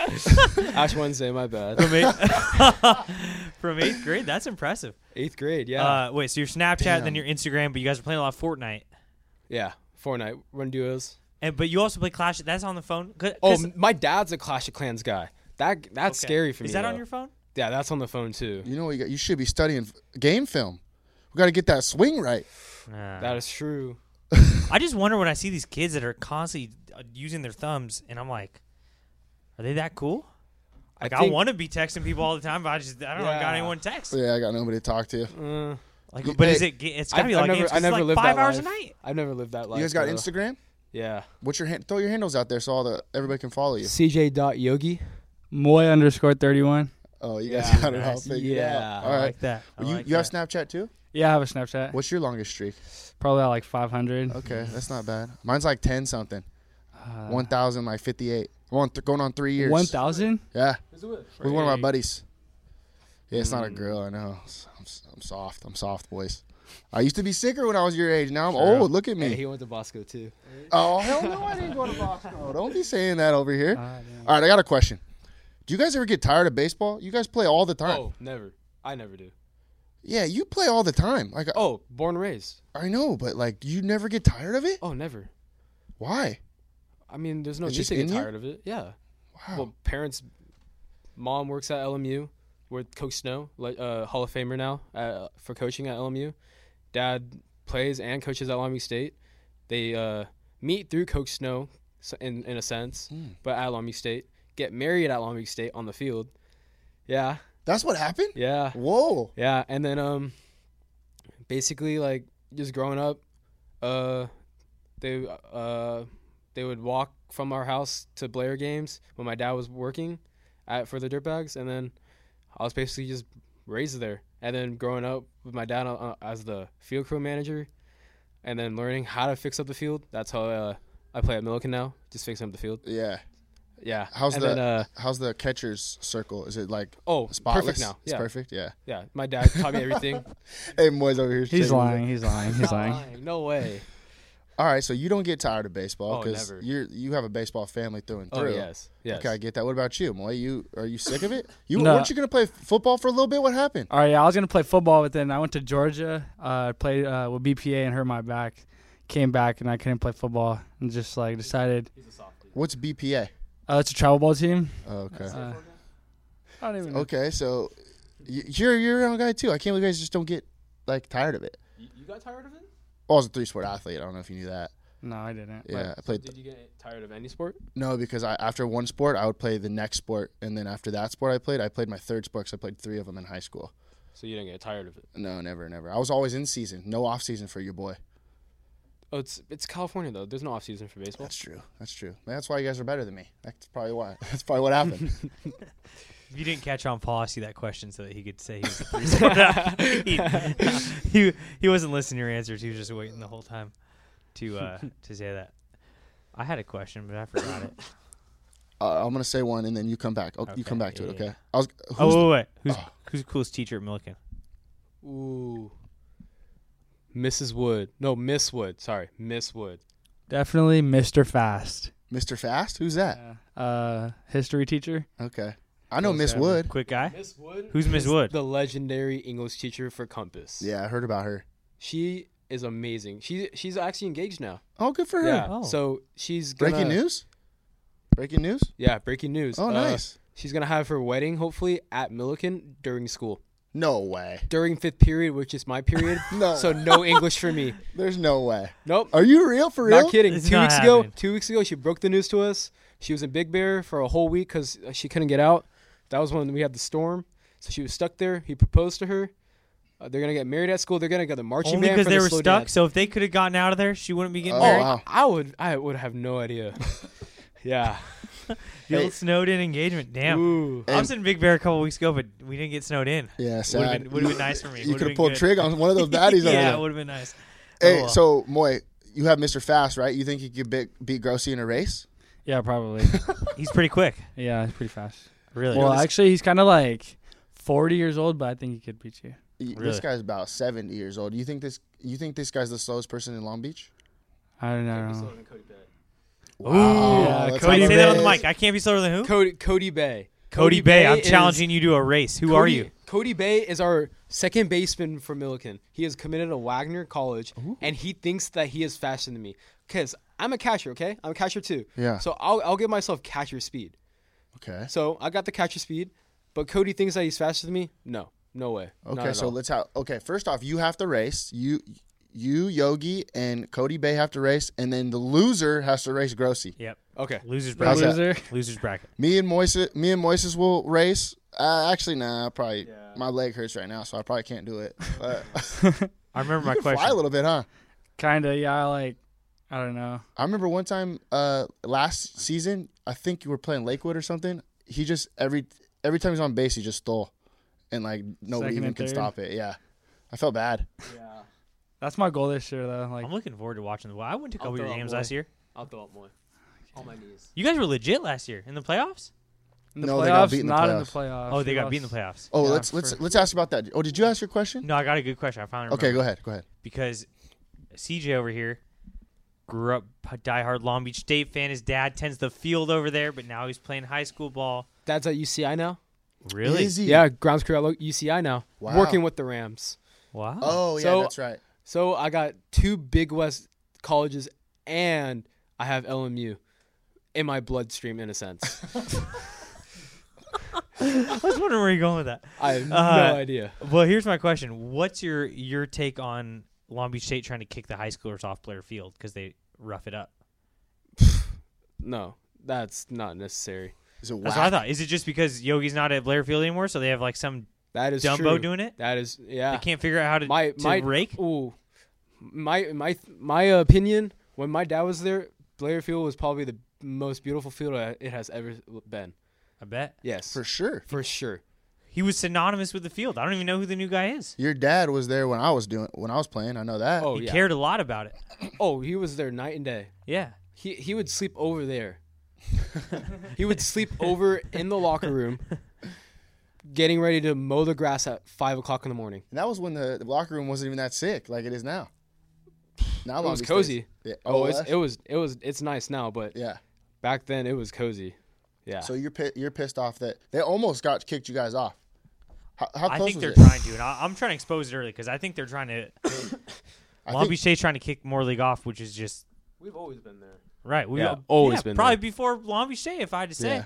[SPEAKER 3] Oh, yeah.
[SPEAKER 6] Ash Wednesday. My
[SPEAKER 3] *laughs*
[SPEAKER 6] bad.
[SPEAKER 3] From *laughs*
[SPEAKER 6] *laughs*
[SPEAKER 3] eighth, from eighth grade, that's impressive.
[SPEAKER 6] Eighth grade. Yeah.
[SPEAKER 3] Uh, wait, so your Snapchat, then your Instagram, but you guys are playing a lot of Fortnite.
[SPEAKER 6] yeah. Fortnite. Run duos.
[SPEAKER 3] And but you also play Clash. That's on the phone. C-
[SPEAKER 6] Oh,
[SPEAKER 3] 'cause-
[SPEAKER 6] m- my dad's a Clash of Clans guy. That that's
[SPEAKER 3] okay.
[SPEAKER 6] scary for me.
[SPEAKER 3] Is that on
[SPEAKER 6] though.
[SPEAKER 3] your phone?
[SPEAKER 6] Yeah, that's on the phone too.
[SPEAKER 2] You know what you got? You should be studying f- game film. We got to get that swing right.
[SPEAKER 6] That is true.
[SPEAKER 3] I just wonder when I see these kids that are constantly uh, using their thumbs, and I'm like, are they that cool? Like
[SPEAKER 6] I
[SPEAKER 3] I,
[SPEAKER 6] think-
[SPEAKER 3] want to be texting people all the time, but I just I don't know, I got
[SPEAKER 6] Yeah.
[SPEAKER 3] anyone to text.
[SPEAKER 2] Yeah, I got nobody to talk to.
[SPEAKER 3] Like,
[SPEAKER 2] You-
[SPEAKER 3] but is
[SPEAKER 2] hey,
[SPEAKER 3] it? ga- It's gotta
[SPEAKER 6] I-
[SPEAKER 3] be
[SPEAKER 6] I
[SPEAKER 3] like
[SPEAKER 6] never,
[SPEAKER 3] games.
[SPEAKER 6] I
[SPEAKER 3] 'cause
[SPEAKER 6] never
[SPEAKER 3] it's like
[SPEAKER 6] lived
[SPEAKER 3] five
[SPEAKER 6] that
[SPEAKER 3] hours
[SPEAKER 6] life.
[SPEAKER 3] a night.
[SPEAKER 6] I've never lived that life.
[SPEAKER 2] You guys got
[SPEAKER 6] bro.
[SPEAKER 2] Instagram?
[SPEAKER 6] Yeah.
[SPEAKER 2] What's your hand? Throw your handles out there so all the everybody can follow you.
[SPEAKER 6] CJ.yogi.
[SPEAKER 5] Moy underscore thirty one.
[SPEAKER 2] Oh, you guys
[SPEAKER 6] Yeah,
[SPEAKER 2] got it all
[SPEAKER 6] nice.
[SPEAKER 2] figured
[SPEAKER 6] Yeah,
[SPEAKER 2] out.
[SPEAKER 6] I
[SPEAKER 2] All
[SPEAKER 3] I
[SPEAKER 2] right.
[SPEAKER 3] like that. I
[SPEAKER 2] you
[SPEAKER 3] like
[SPEAKER 2] you have
[SPEAKER 3] that.
[SPEAKER 2] Snapchat too?
[SPEAKER 5] Yeah, I have a Snapchat.
[SPEAKER 2] What's your longest streak?
[SPEAKER 5] Probably at like five hundred.
[SPEAKER 2] Okay, that's not bad. Mine's like ten something. One thousand like fifty eight. One th- going on three years.
[SPEAKER 5] One thousand.
[SPEAKER 2] Yeah, with one of my buddies. Yeah, it's not a girl. I know. I'm, I'm soft. I'm soft, boys. I used to be sicker when I was your age. Now I'm old. Look at me.
[SPEAKER 6] Hey, he went to Bosco too.
[SPEAKER 2] Oh hell no, I didn't go to
[SPEAKER 5] *laughs*
[SPEAKER 2] Bosco. Don't be saying that over
[SPEAKER 5] Ah,
[SPEAKER 2] here. all right, I got a question. Do you guys ever get tired of baseball? You guys play all the time.
[SPEAKER 6] Oh, never. I never do.
[SPEAKER 2] Yeah, you play all the time. Like oh,
[SPEAKER 6] Oh, born and raised.
[SPEAKER 2] I know, but like you never get tired of it.
[SPEAKER 6] Oh, never.
[SPEAKER 2] Why?
[SPEAKER 6] I mean, there's no
[SPEAKER 2] It's
[SPEAKER 6] need
[SPEAKER 2] just
[SPEAKER 6] to get
[SPEAKER 2] in you?
[SPEAKER 6] tired of it. Yeah.
[SPEAKER 2] Wow.
[SPEAKER 6] Well, parents, mom works at LMU with Coach Snow, like uh, Hall of Famer now uh, for coaching at LMU. Dad plays and coaches at Long State. They uh, meet through Coach Snow so- in in a sense, but at Long State get married at Long State on the field. Yeah,
[SPEAKER 2] That's what happened.
[SPEAKER 6] yeah.
[SPEAKER 2] Whoa.
[SPEAKER 6] Yeah, and then um, basically like just growing up, uh, they uh they would walk from our house to Blair games when my dad was working at for the Dirtbags, and then I was basically just raised there. And then growing up with my dad uh, as the field crew manager, and then learning how to fix up the field. That's how uh, I play at Milliken now, just fixing up the field.
[SPEAKER 2] Yeah.
[SPEAKER 6] Yeah.
[SPEAKER 2] How's
[SPEAKER 6] and
[SPEAKER 2] the
[SPEAKER 6] Then, uh,
[SPEAKER 2] how's the catcher's circle? Is it like
[SPEAKER 6] oh,
[SPEAKER 2] spotless?
[SPEAKER 6] perfect now.
[SPEAKER 2] It's
[SPEAKER 6] Yeah,
[SPEAKER 2] perfect. Yeah.
[SPEAKER 6] yeah. My dad taught
[SPEAKER 2] *laughs*
[SPEAKER 6] me everything.
[SPEAKER 2] Hey, boys over here.
[SPEAKER 5] He's
[SPEAKER 2] checking it out.
[SPEAKER 5] lying. He's lying. He's
[SPEAKER 6] Not
[SPEAKER 5] lying.
[SPEAKER 6] lying, No way.
[SPEAKER 2] All right, so you don't get tired of baseball
[SPEAKER 6] Oh,
[SPEAKER 2] because
[SPEAKER 6] never.
[SPEAKER 2] you you have a baseball family through and
[SPEAKER 6] Oh
[SPEAKER 2] through.
[SPEAKER 6] yes, yes.
[SPEAKER 2] Okay, I get that. What about you, Moy? You are you sick of it?
[SPEAKER 5] *laughs*
[SPEAKER 2] You
[SPEAKER 5] No.
[SPEAKER 2] weren't you gonna play f- football for a little bit? What happened?
[SPEAKER 5] All right, yeah, I was gonna play football, but then I went to Georgia. Uh, played uh, with BPA and hurt my back. Came back and I couldn't play football, and just like decided
[SPEAKER 2] What's BPA?
[SPEAKER 5] uh, it's a travel ball team.
[SPEAKER 2] Oh, okay,
[SPEAKER 5] I
[SPEAKER 6] Oh.
[SPEAKER 5] don't even know.
[SPEAKER 2] okay. So y- you're you're a young guy too. I can't believe you guys just don't get like tired of it.
[SPEAKER 6] You got tired of it?
[SPEAKER 2] I was a three sport athlete. I don't know if you knew that.
[SPEAKER 5] No, I didn't.
[SPEAKER 2] Yeah, I played.
[SPEAKER 6] Did you get tired of any sport?
[SPEAKER 2] no, because I after one sport I would play the next sport, and then after that sport I played, I played my third sport. 'cause I played three of them in high school.
[SPEAKER 6] So you didn't get tired of it.
[SPEAKER 2] No, never, never. I was always in season. No off season for your boy.
[SPEAKER 6] Oh, it's it's California though. There's no off season for baseball.
[SPEAKER 2] That's true. That's true. That's why you guys are better than me. That's probably why. *laughs* That's probably what happened.
[SPEAKER 3] If you didn't catch on, Paul asked you that question so that he could say he
[SPEAKER 6] *laughs*
[SPEAKER 3] was a three sport. *laughs* he, he he wasn't listening to your answers. He was just waiting the whole time to
[SPEAKER 6] *laughs*
[SPEAKER 3] uh, to say that. I had a question, but I forgot it.
[SPEAKER 2] uh, I'm gonna say one, and then you come back. Oh, You
[SPEAKER 3] Okay,
[SPEAKER 2] come back to
[SPEAKER 3] yeah,
[SPEAKER 2] it.
[SPEAKER 3] yeah.
[SPEAKER 2] Okay. I was. Who's
[SPEAKER 3] oh wait, wait, wait. who's who's the coolest teacher at Milliken?
[SPEAKER 6] Ooh. Mrs. Wood. No, Miss Wood. Sorry, Miss Wood.
[SPEAKER 5] Definitely Mr. Fast,
[SPEAKER 2] Mr. Fast? Who's that?
[SPEAKER 5] uh, history teacher.
[SPEAKER 2] Okay. I know Miss Wood.
[SPEAKER 3] Quick guy.
[SPEAKER 6] Miss Wood.
[SPEAKER 3] Who's Miss Wood?
[SPEAKER 6] The legendary English teacher for Compass.
[SPEAKER 2] Yeah, I heard about her.
[SPEAKER 6] She is amazing. She she's actually engaged now.
[SPEAKER 2] Oh, good for her.
[SPEAKER 6] Yeah.
[SPEAKER 3] Oh.
[SPEAKER 6] So she's gonna,
[SPEAKER 2] Breaking news. Breaking news.
[SPEAKER 6] Yeah, breaking news.
[SPEAKER 2] Oh,
[SPEAKER 6] Uh,
[SPEAKER 2] nice.
[SPEAKER 6] She's gonna have her wedding hopefully at Milliken during school.
[SPEAKER 2] No way.
[SPEAKER 6] During fifth period, which is my
[SPEAKER 5] *laughs*
[SPEAKER 6] period.
[SPEAKER 2] No.
[SPEAKER 6] So no English for me.
[SPEAKER 2] There's no way.
[SPEAKER 6] Nope.
[SPEAKER 2] Are you real for real?
[SPEAKER 6] Not kidding.
[SPEAKER 3] It's
[SPEAKER 6] two
[SPEAKER 3] not
[SPEAKER 6] weeks ago,
[SPEAKER 3] happening.
[SPEAKER 6] two weeks ago, she broke the news to us. She was in Big Bear for a whole week because she couldn't get out. That was when we had the storm, so she was stuck there. He proposed to her. Uh, they're gonna get married at school. They're gonna go the marching
[SPEAKER 3] Only
[SPEAKER 6] band
[SPEAKER 3] because
[SPEAKER 6] for
[SPEAKER 3] they
[SPEAKER 6] the
[SPEAKER 3] were
[SPEAKER 6] slow
[SPEAKER 3] stuck.
[SPEAKER 6] dance.
[SPEAKER 3] So if they could have gotten out of there, she wouldn't be getting
[SPEAKER 2] Oh,
[SPEAKER 3] married.
[SPEAKER 2] wow.
[SPEAKER 6] I would, I would have
[SPEAKER 5] *laughs*
[SPEAKER 6] no idea. yeah.
[SPEAKER 3] The old snowed in engagement. Damn.
[SPEAKER 6] Ooh.
[SPEAKER 3] I was in Big Bear a couple weeks ago, but we didn't get snowed in.
[SPEAKER 2] Yeah,
[SPEAKER 3] Would have
[SPEAKER 2] sad.
[SPEAKER 3] been, would've been nice for me.
[SPEAKER 2] you
[SPEAKER 3] Would've
[SPEAKER 2] could
[SPEAKER 3] been
[SPEAKER 2] have pulled
[SPEAKER 3] good.
[SPEAKER 2] trigger on one of
[SPEAKER 3] *laughs*
[SPEAKER 2] those baddies over
[SPEAKER 3] yeah,
[SPEAKER 2] there.
[SPEAKER 3] it would have been nice.
[SPEAKER 2] Hey,
[SPEAKER 3] Oh, well.
[SPEAKER 2] so Moy, you have Mr. Fast, right? You think you could beat, beat Grossi in a race?
[SPEAKER 5] Yeah,
[SPEAKER 6] *laughs*
[SPEAKER 5] probably.
[SPEAKER 3] he's pretty quick. *laughs*
[SPEAKER 5] yeah, he's pretty fast.
[SPEAKER 3] Really.
[SPEAKER 5] Well, actually, he's kind of like forty years old, but I think he could beat you.
[SPEAKER 2] Y- This
[SPEAKER 3] Really?
[SPEAKER 2] guy's about 70 years old. You think this? You think this guy's the slowest person in Long Beach?
[SPEAKER 5] I don't know.
[SPEAKER 2] Wow. Oh, That's how
[SPEAKER 3] Cody,
[SPEAKER 2] the
[SPEAKER 3] say that on the
[SPEAKER 2] race-
[SPEAKER 3] mic. I can't be slower than who? Cody,
[SPEAKER 6] Cody, Cody Bay.
[SPEAKER 3] Bay. I'm
[SPEAKER 6] is-
[SPEAKER 3] challenging you to a race. Who are
[SPEAKER 6] Cody-
[SPEAKER 3] you?
[SPEAKER 6] Cody Bay is our second baseman for Milliken. He is committed to Wagner College, and he thinks that he is faster than me because I'm a catcher. Okay, I'm a catcher too.
[SPEAKER 2] Yeah.
[SPEAKER 6] So I'll I'll give myself catcher speed.
[SPEAKER 2] Okay.
[SPEAKER 6] So I got the catcher speed, but Cody thinks that he's faster than me. No, no way. Not
[SPEAKER 2] Okay,
[SPEAKER 6] at
[SPEAKER 2] so
[SPEAKER 6] all.
[SPEAKER 2] let's have. Okay, first off, you have to race. You, you Yogi and Cody Bay have to race, and then the loser has to race Grossi.
[SPEAKER 3] Yep.
[SPEAKER 6] Okay.
[SPEAKER 3] Losers
[SPEAKER 2] How's
[SPEAKER 3] bracket.
[SPEAKER 2] that?
[SPEAKER 5] Loser.
[SPEAKER 3] Losers bracket.
[SPEAKER 2] Me and Moises, me and Moises will race. Uh, actually, nah, I probably my leg hurts right now, so I probably can't do it.
[SPEAKER 5] *laughs*
[SPEAKER 2] But *laughs*
[SPEAKER 3] I remember my
[SPEAKER 2] you can fly a
[SPEAKER 3] question.
[SPEAKER 2] little bit, huh?
[SPEAKER 5] Kinda, yeah. Like, I don't know.
[SPEAKER 2] I remember one time uh, last season, I think you were playing Lakewood or something. He just every every time he's on base, he just stole, and like nobody
[SPEAKER 5] Second
[SPEAKER 2] even
[SPEAKER 5] and
[SPEAKER 2] can
[SPEAKER 5] third.
[SPEAKER 2] stop it. Yeah, I felt bad.
[SPEAKER 5] That's my goal this year, though. Like,
[SPEAKER 3] I'm looking forward to watching the. Well, I went to a
[SPEAKER 7] I'll
[SPEAKER 3] couple of your
[SPEAKER 7] throw up
[SPEAKER 3] games
[SPEAKER 7] away.
[SPEAKER 3] last year.
[SPEAKER 7] I'll throw up more. On my knees.
[SPEAKER 3] You guys were legit last year in the playoffs.
[SPEAKER 5] in the
[SPEAKER 2] No,
[SPEAKER 5] playoffs,
[SPEAKER 2] they got beat in the
[SPEAKER 5] not in the playoffs.
[SPEAKER 3] Oh, they
[SPEAKER 5] We
[SPEAKER 3] got beat in the
[SPEAKER 5] lost-
[SPEAKER 3] playoffs.
[SPEAKER 2] Oh,
[SPEAKER 5] Yeah,
[SPEAKER 2] let's let's
[SPEAKER 5] for-
[SPEAKER 2] let's ask about that. Oh, did you ask your question?
[SPEAKER 3] No, I got a good question. I finally
[SPEAKER 2] Okay,
[SPEAKER 3] remembered.
[SPEAKER 2] go ahead. Go ahead.
[SPEAKER 3] Because CJ over here grew up a diehard Long Beach State fan. His dad tends the field over there, but now he's playing high school ball.
[SPEAKER 6] Dad's at UCI now.
[SPEAKER 3] Really?
[SPEAKER 2] Is he?
[SPEAKER 6] Yeah, grounds crew at lo- UCI now.
[SPEAKER 2] Wow.
[SPEAKER 6] Working with the Rams.
[SPEAKER 3] Wow.
[SPEAKER 2] Oh, yeah,
[SPEAKER 6] So-
[SPEAKER 2] that's right.
[SPEAKER 6] So I got two Big West colleges, and I have LMU in my bloodstream, in a sense.
[SPEAKER 3] *laughs* I was wondering where you're going with that. *laughs*
[SPEAKER 6] I have
[SPEAKER 3] Uh,
[SPEAKER 6] no idea.
[SPEAKER 3] Well, here's my question: What's your your take on Long Beach State trying to kick the high schoolers off player field because they rough it up?
[SPEAKER 6] No, that's not necessary.
[SPEAKER 2] Is it whack?
[SPEAKER 3] That's what I thought. Is it just because Yogi's not at Blair Field anymore, so they have like some
[SPEAKER 6] That is
[SPEAKER 3] Dumbo
[SPEAKER 6] true.
[SPEAKER 3] doing it?
[SPEAKER 6] That is yeah.
[SPEAKER 3] they can't figure out how to,
[SPEAKER 6] my
[SPEAKER 3] to
[SPEAKER 6] my
[SPEAKER 3] rake?
[SPEAKER 6] Ooh, my my my opinion. When my dad was there, Blair Field was probably the most beautiful field it has ever been.
[SPEAKER 3] I bet
[SPEAKER 6] Yes,
[SPEAKER 2] for sure.
[SPEAKER 6] for sure.
[SPEAKER 3] he was synonymous with the field. I don't even know who the new guy is.
[SPEAKER 2] Your dad was there when I was doing when I was playing. I know that.
[SPEAKER 6] Oh
[SPEAKER 3] He
[SPEAKER 6] yeah.
[SPEAKER 3] cared a lot about it.
[SPEAKER 6] Oh, he was there night and day.
[SPEAKER 3] Yeah,
[SPEAKER 6] He he would sleep over *laughs* there. he would sleep over in the locker room, getting ready to mow the grass at five o'clock in the morning.
[SPEAKER 2] And that was when the, the locker room wasn't even that sick like it is now. Now
[SPEAKER 6] It was cozy.
[SPEAKER 2] Yeah.
[SPEAKER 6] Oh, it's,
[SPEAKER 2] that's-
[SPEAKER 6] it was it was it's nice now, but
[SPEAKER 2] yeah.
[SPEAKER 6] back then it was cozy. Yeah.
[SPEAKER 2] So you're pi- you're pissed off that they almost got kicked you guys off. How, how
[SPEAKER 3] I
[SPEAKER 2] close
[SPEAKER 3] think
[SPEAKER 2] was
[SPEAKER 3] they're
[SPEAKER 2] it?
[SPEAKER 3] trying to, and I, I'm trying to expose it early because I think they're
[SPEAKER 2] *coughs*
[SPEAKER 3] trying to.
[SPEAKER 2] I
[SPEAKER 3] Long
[SPEAKER 2] think-
[SPEAKER 3] Beach State's trying to kick more league off, which is just
[SPEAKER 6] We've always been there.
[SPEAKER 3] right. We
[SPEAKER 6] Yeah, always been
[SPEAKER 3] probably
[SPEAKER 6] there.
[SPEAKER 3] before Long Beach State, if I had to say.
[SPEAKER 2] Yeah.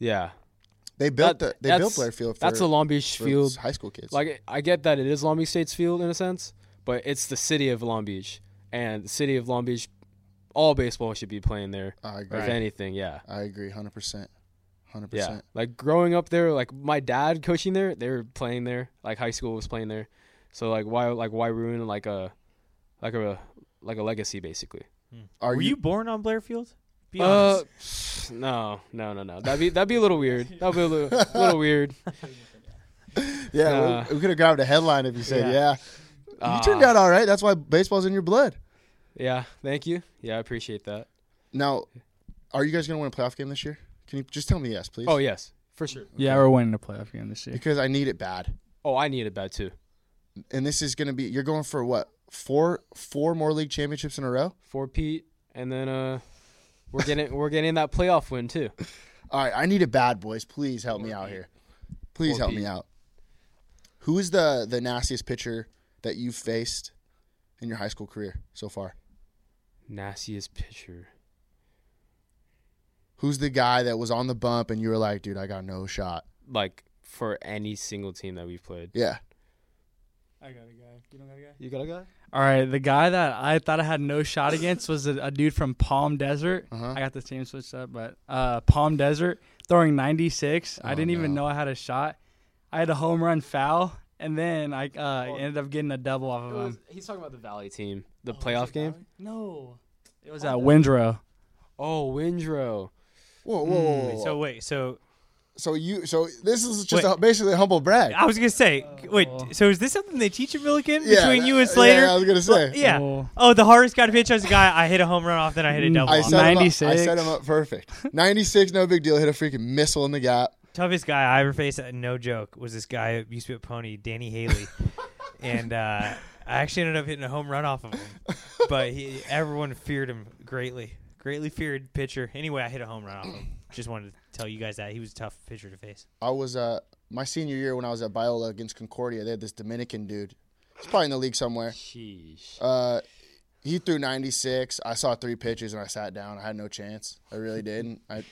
[SPEAKER 6] Yeah.
[SPEAKER 2] they built the,
[SPEAKER 6] That-
[SPEAKER 2] they
[SPEAKER 6] that's-
[SPEAKER 2] built Blair Field. For,
[SPEAKER 6] that's a Long Beach
[SPEAKER 2] for
[SPEAKER 6] field.
[SPEAKER 2] High school kids.
[SPEAKER 6] Like I get that it is Long Beach State's field in a sense, but it's the city of Long Beach, and the city of Long Beach, all baseball should be playing there.
[SPEAKER 2] I
[SPEAKER 6] Or
[SPEAKER 2] agree.
[SPEAKER 6] If anything, yeah,
[SPEAKER 2] I agree, hundred percent, hundred
[SPEAKER 6] yeah.
[SPEAKER 2] percent.
[SPEAKER 6] Like growing up there, like my dad coaching there, they were playing there. Like high school was playing there, so like why like why ruin like a like a like a legacy basically?
[SPEAKER 2] Are
[SPEAKER 3] Were you born on Blair Field? Be
[SPEAKER 6] Uh, no, no, no, no. That'd be that'd be a little weird. That'd be a little, little weird.
[SPEAKER 2] Yeah,
[SPEAKER 6] nah.
[SPEAKER 2] we, we could have grabbed a headline if you said yeah.
[SPEAKER 6] Ah.
[SPEAKER 2] you turned out all right. That's why baseball's in your blood.
[SPEAKER 6] Yeah, thank you. Yeah, I appreciate that.
[SPEAKER 2] Now, are you guys gonna win a playoff game this year? Can you just tell me yes, please?
[SPEAKER 6] Oh yes, for sure.
[SPEAKER 5] Yeah, we're winning the playoff game this year.
[SPEAKER 2] because I need it bad.
[SPEAKER 6] Oh, I need a bad too.
[SPEAKER 2] And this is gonna be you're going for what four four more league championships in a row.
[SPEAKER 6] four Pete, and then uh, we're getting *laughs* we're getting that playoff win too.
[SPEAKER 2] All right, I need it bad, boys. Please help me out here. Please
[SPEAKER 6] Poor
[SPEAKER 2] help me
[SPEAKER 6] Pete.
[SPEAKER 2] out. Who is the the nastiest pitcher that you've faced in your high school career so far?
[SPEAKER 6] Nastiest pitcher.
[SPEAKER 2] Who's the guy that was on the bump and you were like, dude, I got no shot?
[SPEAKER 6] Like for any single team that we've played.
[SPEAKER 2] Yeah.
[SPEAKER 5] I got a guy. You don't got a guy?
[SPEAKER 6] You got a guy?
[SPEAKER 5] All right, the guy that I thought I had no shot against was a, a dude from Palm Desert.
[SPEAKER 2] Uh-huh.
[SPEAKER 5] I got the team switched up, but uh, Palm Desert throwing 96. I didn't
[SPEAKER 6] Oh,
[SPEAKER 5] even know I had a shot. I had a home run foul, and then I uh, ended up getting a double off of him.
[SPEAKER 6] he's talking about the Valley team, the playoff game.
[SPEAKER 5] no, it was at Windrow.
[SPEAKER 6] Oh, Windrow.
[SPEAKER 2] Whoa, whoa, whoa, whoa. Mm.
[SPEAKER 3] honest. So
[SPEAKER 2] So,
[SPEAKER 3] wait, so
[SPEAKER 2] so you, so this is just
[SPEAKER 3] Wait.
[SPEAKER 2] a, basically a humble brag.
[SPEAKER 3] I was gonna say, wait. So is this something they teach at Milliken
[SPEAKER 2] Yeah,
[SPEAKER 3] between you and
[SPEAKER 2] yeah,
[SPEAKER 3] Slater?
[SPEAKER 2] I was gonna say.
[SPEAKER 3] yeah.
[SPEAKER 5] Oh.
[SPEAKER 3] Oh, Mm. the hardest guy to pitch as a guy. I hit a home run off, then I hit a double.
[SPEAKER 2] I
[SPEAKER 3] off.
[SPEAKER 2] set, him up, I
[SPEAKER 5] 96.
[SPEAKER 2] set him up perfect. 96, no big deal. Hit a freaking missile in the gap.
[SPEAKER 3] Toughest guy I ever faced, uh, no joke, was this guy who used to be at Pony,
[SPEAKER 2] *laughs*
[SPEAKER 3] Danny Haley, and uh, I actually ended up hitting a home run off of him. But he, everyone feared him greatly, greatly feared pitcher. Anyway, I hit a home run off him.
[SPEAKER 2] *clears throat*
[SPEAKER 3] Just wanted to tell you guys that he was a tough pitcher to face.
[SPEAKER 2] I was uh my senior year when I was at Biola against Concordia. They had this Dominican dude. He's probably in the league somewhere.
[SPEAKER 6] Sheesh.
[SPEAKER 2] Uh, he threw 96. I saw three pitches and I sat down. I had no chance. I really didn't. I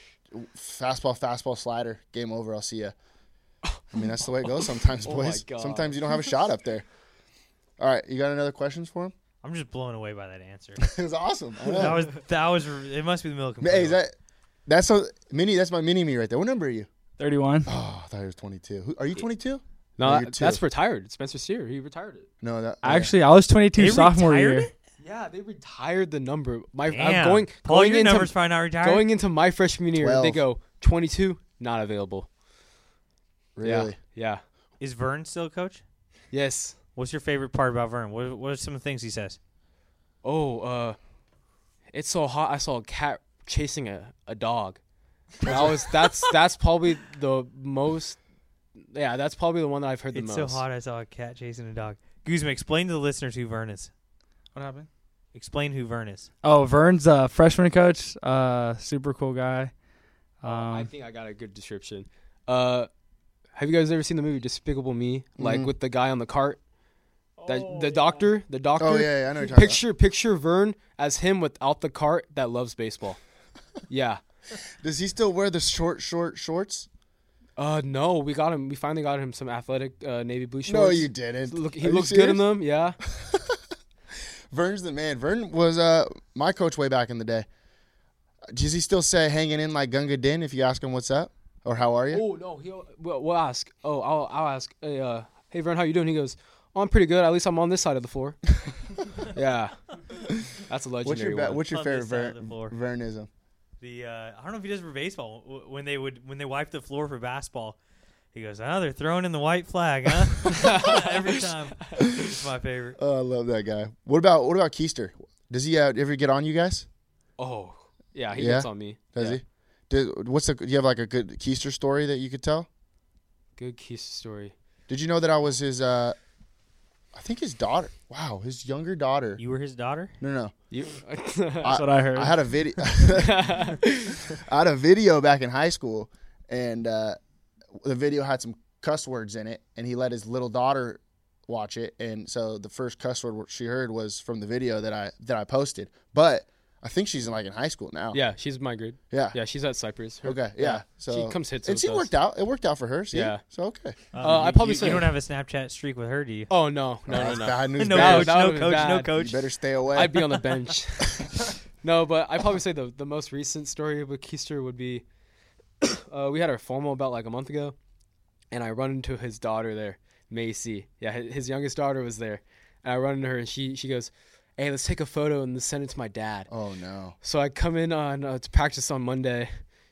[SPEAKER 2] fastball, fastball, slider. Game over. I'll see ya. I mean, that's the way it goes *laughs* sometimes,
[SPEAKER 6] my
[SPEAKER 2] boys.
[SPEAKER 6] God.
[SPEAKER 2] sometimes you don't have a shot up there. All right, you got another questions for him?
[SPEAKER 3] I'm just blown away by that answer.
[SPEAKER 2] *laughs* It was awesome. I know.
[SPEAKER 3] that was that was it. Must be the milk.
[SPEAKER 2] hey, is that That's a mini. That's my mini me right there. What number are you?
[SPEAKER 5] 31.
[SPEAKER 2] Oh, I thought he was 22. Who, are you 22?
[SPEAKER 6] No,
[SPEAKER 2] Oh,
[SPEAKER 6] that-
[SPEAKER 2] you're two.
[SPEAKER 6] that's retired. Spencer Sear, he retired it.
[SPEAKER 2] No, that
[SPEAKER 5] Actually, I was 22
[SPEAKER 3] They
[SPEAKER 5] sophomore
[SPEAKER 3] retired
[SPEAKER 5] year.
[SPEAKER 3] it?
[SPEAKER 6] Yeah, they retired the number. My
[SPEAKER 3] Damn.
[SPEAKER 6] I'm going
[SPEAKER 3] Paul,
[SPEAKER 6] going
[SPEAKER 3] your
[SPEAKER 6] into
[SPEAKER 3] number's probably not retired.
[SPEAKER 6] going into my freshman year. They
[SPEAKER 2] 12.
[SPEAKER 6] go 22, not available. Yeah,
[SPEAKER 2] really.
[SPEAKER 6] yeah,
[SPEAKER 3] Is Vern still a coach?
[SPEAKER 6] yes.
[SPEAKER 3] What's your favorite part about Vern? What, what are some of the things he says?
[SPEAKER 6] Oh, uh, it's so hot. I saw a cat chasing a, a dog. That was that's *laughs* that's probably the most. Yeah, that's probably the one that I've heard the
[SPEAKER 3] It's
[SPEAKER 6] most.
[SPEAKER 3] so hot I saw a cat chasing a dog. Guzman, explain to the listeners who Vern is.
[SPEAKER 5] What happened?
[SPEAKER 3] Explain who Vern is.
[SPEAKER 5] Oh, Vern's a freshman coach. Uh, super cool guy.
[SPEAKER 6] I
[SPEAKER 5] Um,
[SPEAKER 6] think I got a good description. Uh, have you guys ever seen the movie Despicable Me? Like
[SPEAKER 2] Mm-hmm.
[SPEAKER 6] with the guy on the cart, that the doctor, the doctor.
[SPEAKER 2] Oh yeah, yeah I know. What you're talking
[SPEAKER 6] Picture picture Vern as him without the cart that loves baseball.
[SPEAKER 2] *laughs*
[SPEAKER 6] yeah.
[SPEAKER 2] about. Does he still wear the short, short shorts?
[SPEAKER 6] Uh no, we got him. We finally got him some athletic uh, navy blue shorts.
[SPEAKER 2] No, you didn't.
[SPEAKER 6] Look,
[SPEAKER 2] Are
[SPEAKER 6] he
[SPEAKER 2] you
[SPEAKER 6] looks good in
[SPEAKER 2] serious? *laughs*
[SPEAKER 6] them. Yeah.
[SPEAKER 2] Vern's the man. Vern was uh my coach way back in the day. Does he still say hanging in like Gunga Din if you ask him what's up or how are you?
[SPEAKER 6] Oh no, he'll we'll, we'll ask. Oh, I'll I'll ask. Hey, uh, hey Vern, how you doing? He goes, oh, I'm pretty good. At least I'm on this side of the floor. *laughs* yeah, that's a legendary
[SPEAKER 2] what's your ba-
[SPEAKER 6] one.
[SPEAKER 2] what's your
[SPEAKER 3] On this
[SPEAKER 2] favorite
[SPEAKER 3] side of the
[SPEAKER 2] Vern-
[SPEAKER 3] floor.
[SPEAKER 2] Vernism?
[SPEAKER 3] The uh, I don't know if he does for baseball. W- When they would when they wipe the floor for basketball, he goes, "Ah, they're throwing in the white flag, huh?" *laughs* Every time. It's my favorite.
[SPEAKER 2] Oh, I love that guy. What about what about Keister? Does he uh, ever get on you guys?
[SPEAKER 6] oh yeah, he
[SPEAKER 2] Yeah?
[SPEAKER 6] gets on me.
[SPEAKER 2] Does
[SPEAKER 6] Yeah.
[SPEAKER 2] he? Did, what's the? Do you have like a good Keister story that you could tell?
[SPEAKER 6] Good kiss story.
[SPEAKER 2] Did you know that I was his? uh I think his daughter. Wow, his younger daughter.
[SPEAKER 3] You were his daughter.
[SPEAKER 2] no, no.
[SPEAKER 6] You, *laughs*
[SPEAKER 5] that's what I heard.
[SPEAKER 2] I had a video. *laughs* I had a video back in high school, and uh, the video had some cuss words in it, and he let his little daughter watch it, and so the first cuss word she heard was from the video that I that I posted. But I think she's in, like in high school now.
[SPEAKER 6] yeah, she's my grade.
[SPEAKER 2] Yeah.
[SPEAKER 6] yeah, she's at Cypress. Her-
[SPEAKER 2] Okay. Yeah. So
[SPEAKER 6] she comes hits
[SPEAKER 2] and
[SPEAKER 6] with
[SPEAKER 2] she
[SPEAKER 6] us.
[SPEAKER 2] worked out. It worked out for her. See?
[SPEAKER 6] Yeah.
[SPEAKER 2] So okay.
[SPEAKER 6] Uh, I
[SPEAKER 3] You- you,
[SPEAKER 6] probably say-
[SPEAKER 3] you don't have a Snapchat streak with her, do you?
[SPEAKER 6] Oh no, no, no,
[SPEAKER 2] That's
[SPEAKER 6] no.
[SPEAKER 2] bad news.
[SPEAKER 3] no,
[SPEAKER 2] bears.
[SPEAKER 3] coach,
[SPEAKER 6] that
[SPEAKER 3] no
[SPEAKER 6] would've been
[SPEAKER 3] coach, no
[SPEAKER 6] bad.
[SPEAKER 3] coach,
[SPEAKER 2] You better stay away. *laughs*
[SPEAKER 6] I'd be on the bench. *laughs* no, but I probably say the the most recent story with Keister would be *coughs* uh, we had our formal about like a month ago, and I run into his daughter there, Macy. Yeah, hi- his youngest daughter was there, and I run into her, and she she goes, "Hey, let's take a photo and send it to my dad."
[SPEAKER 2] oh no.
[SPEAKER 6] So I come in on uh, to practice on Monday.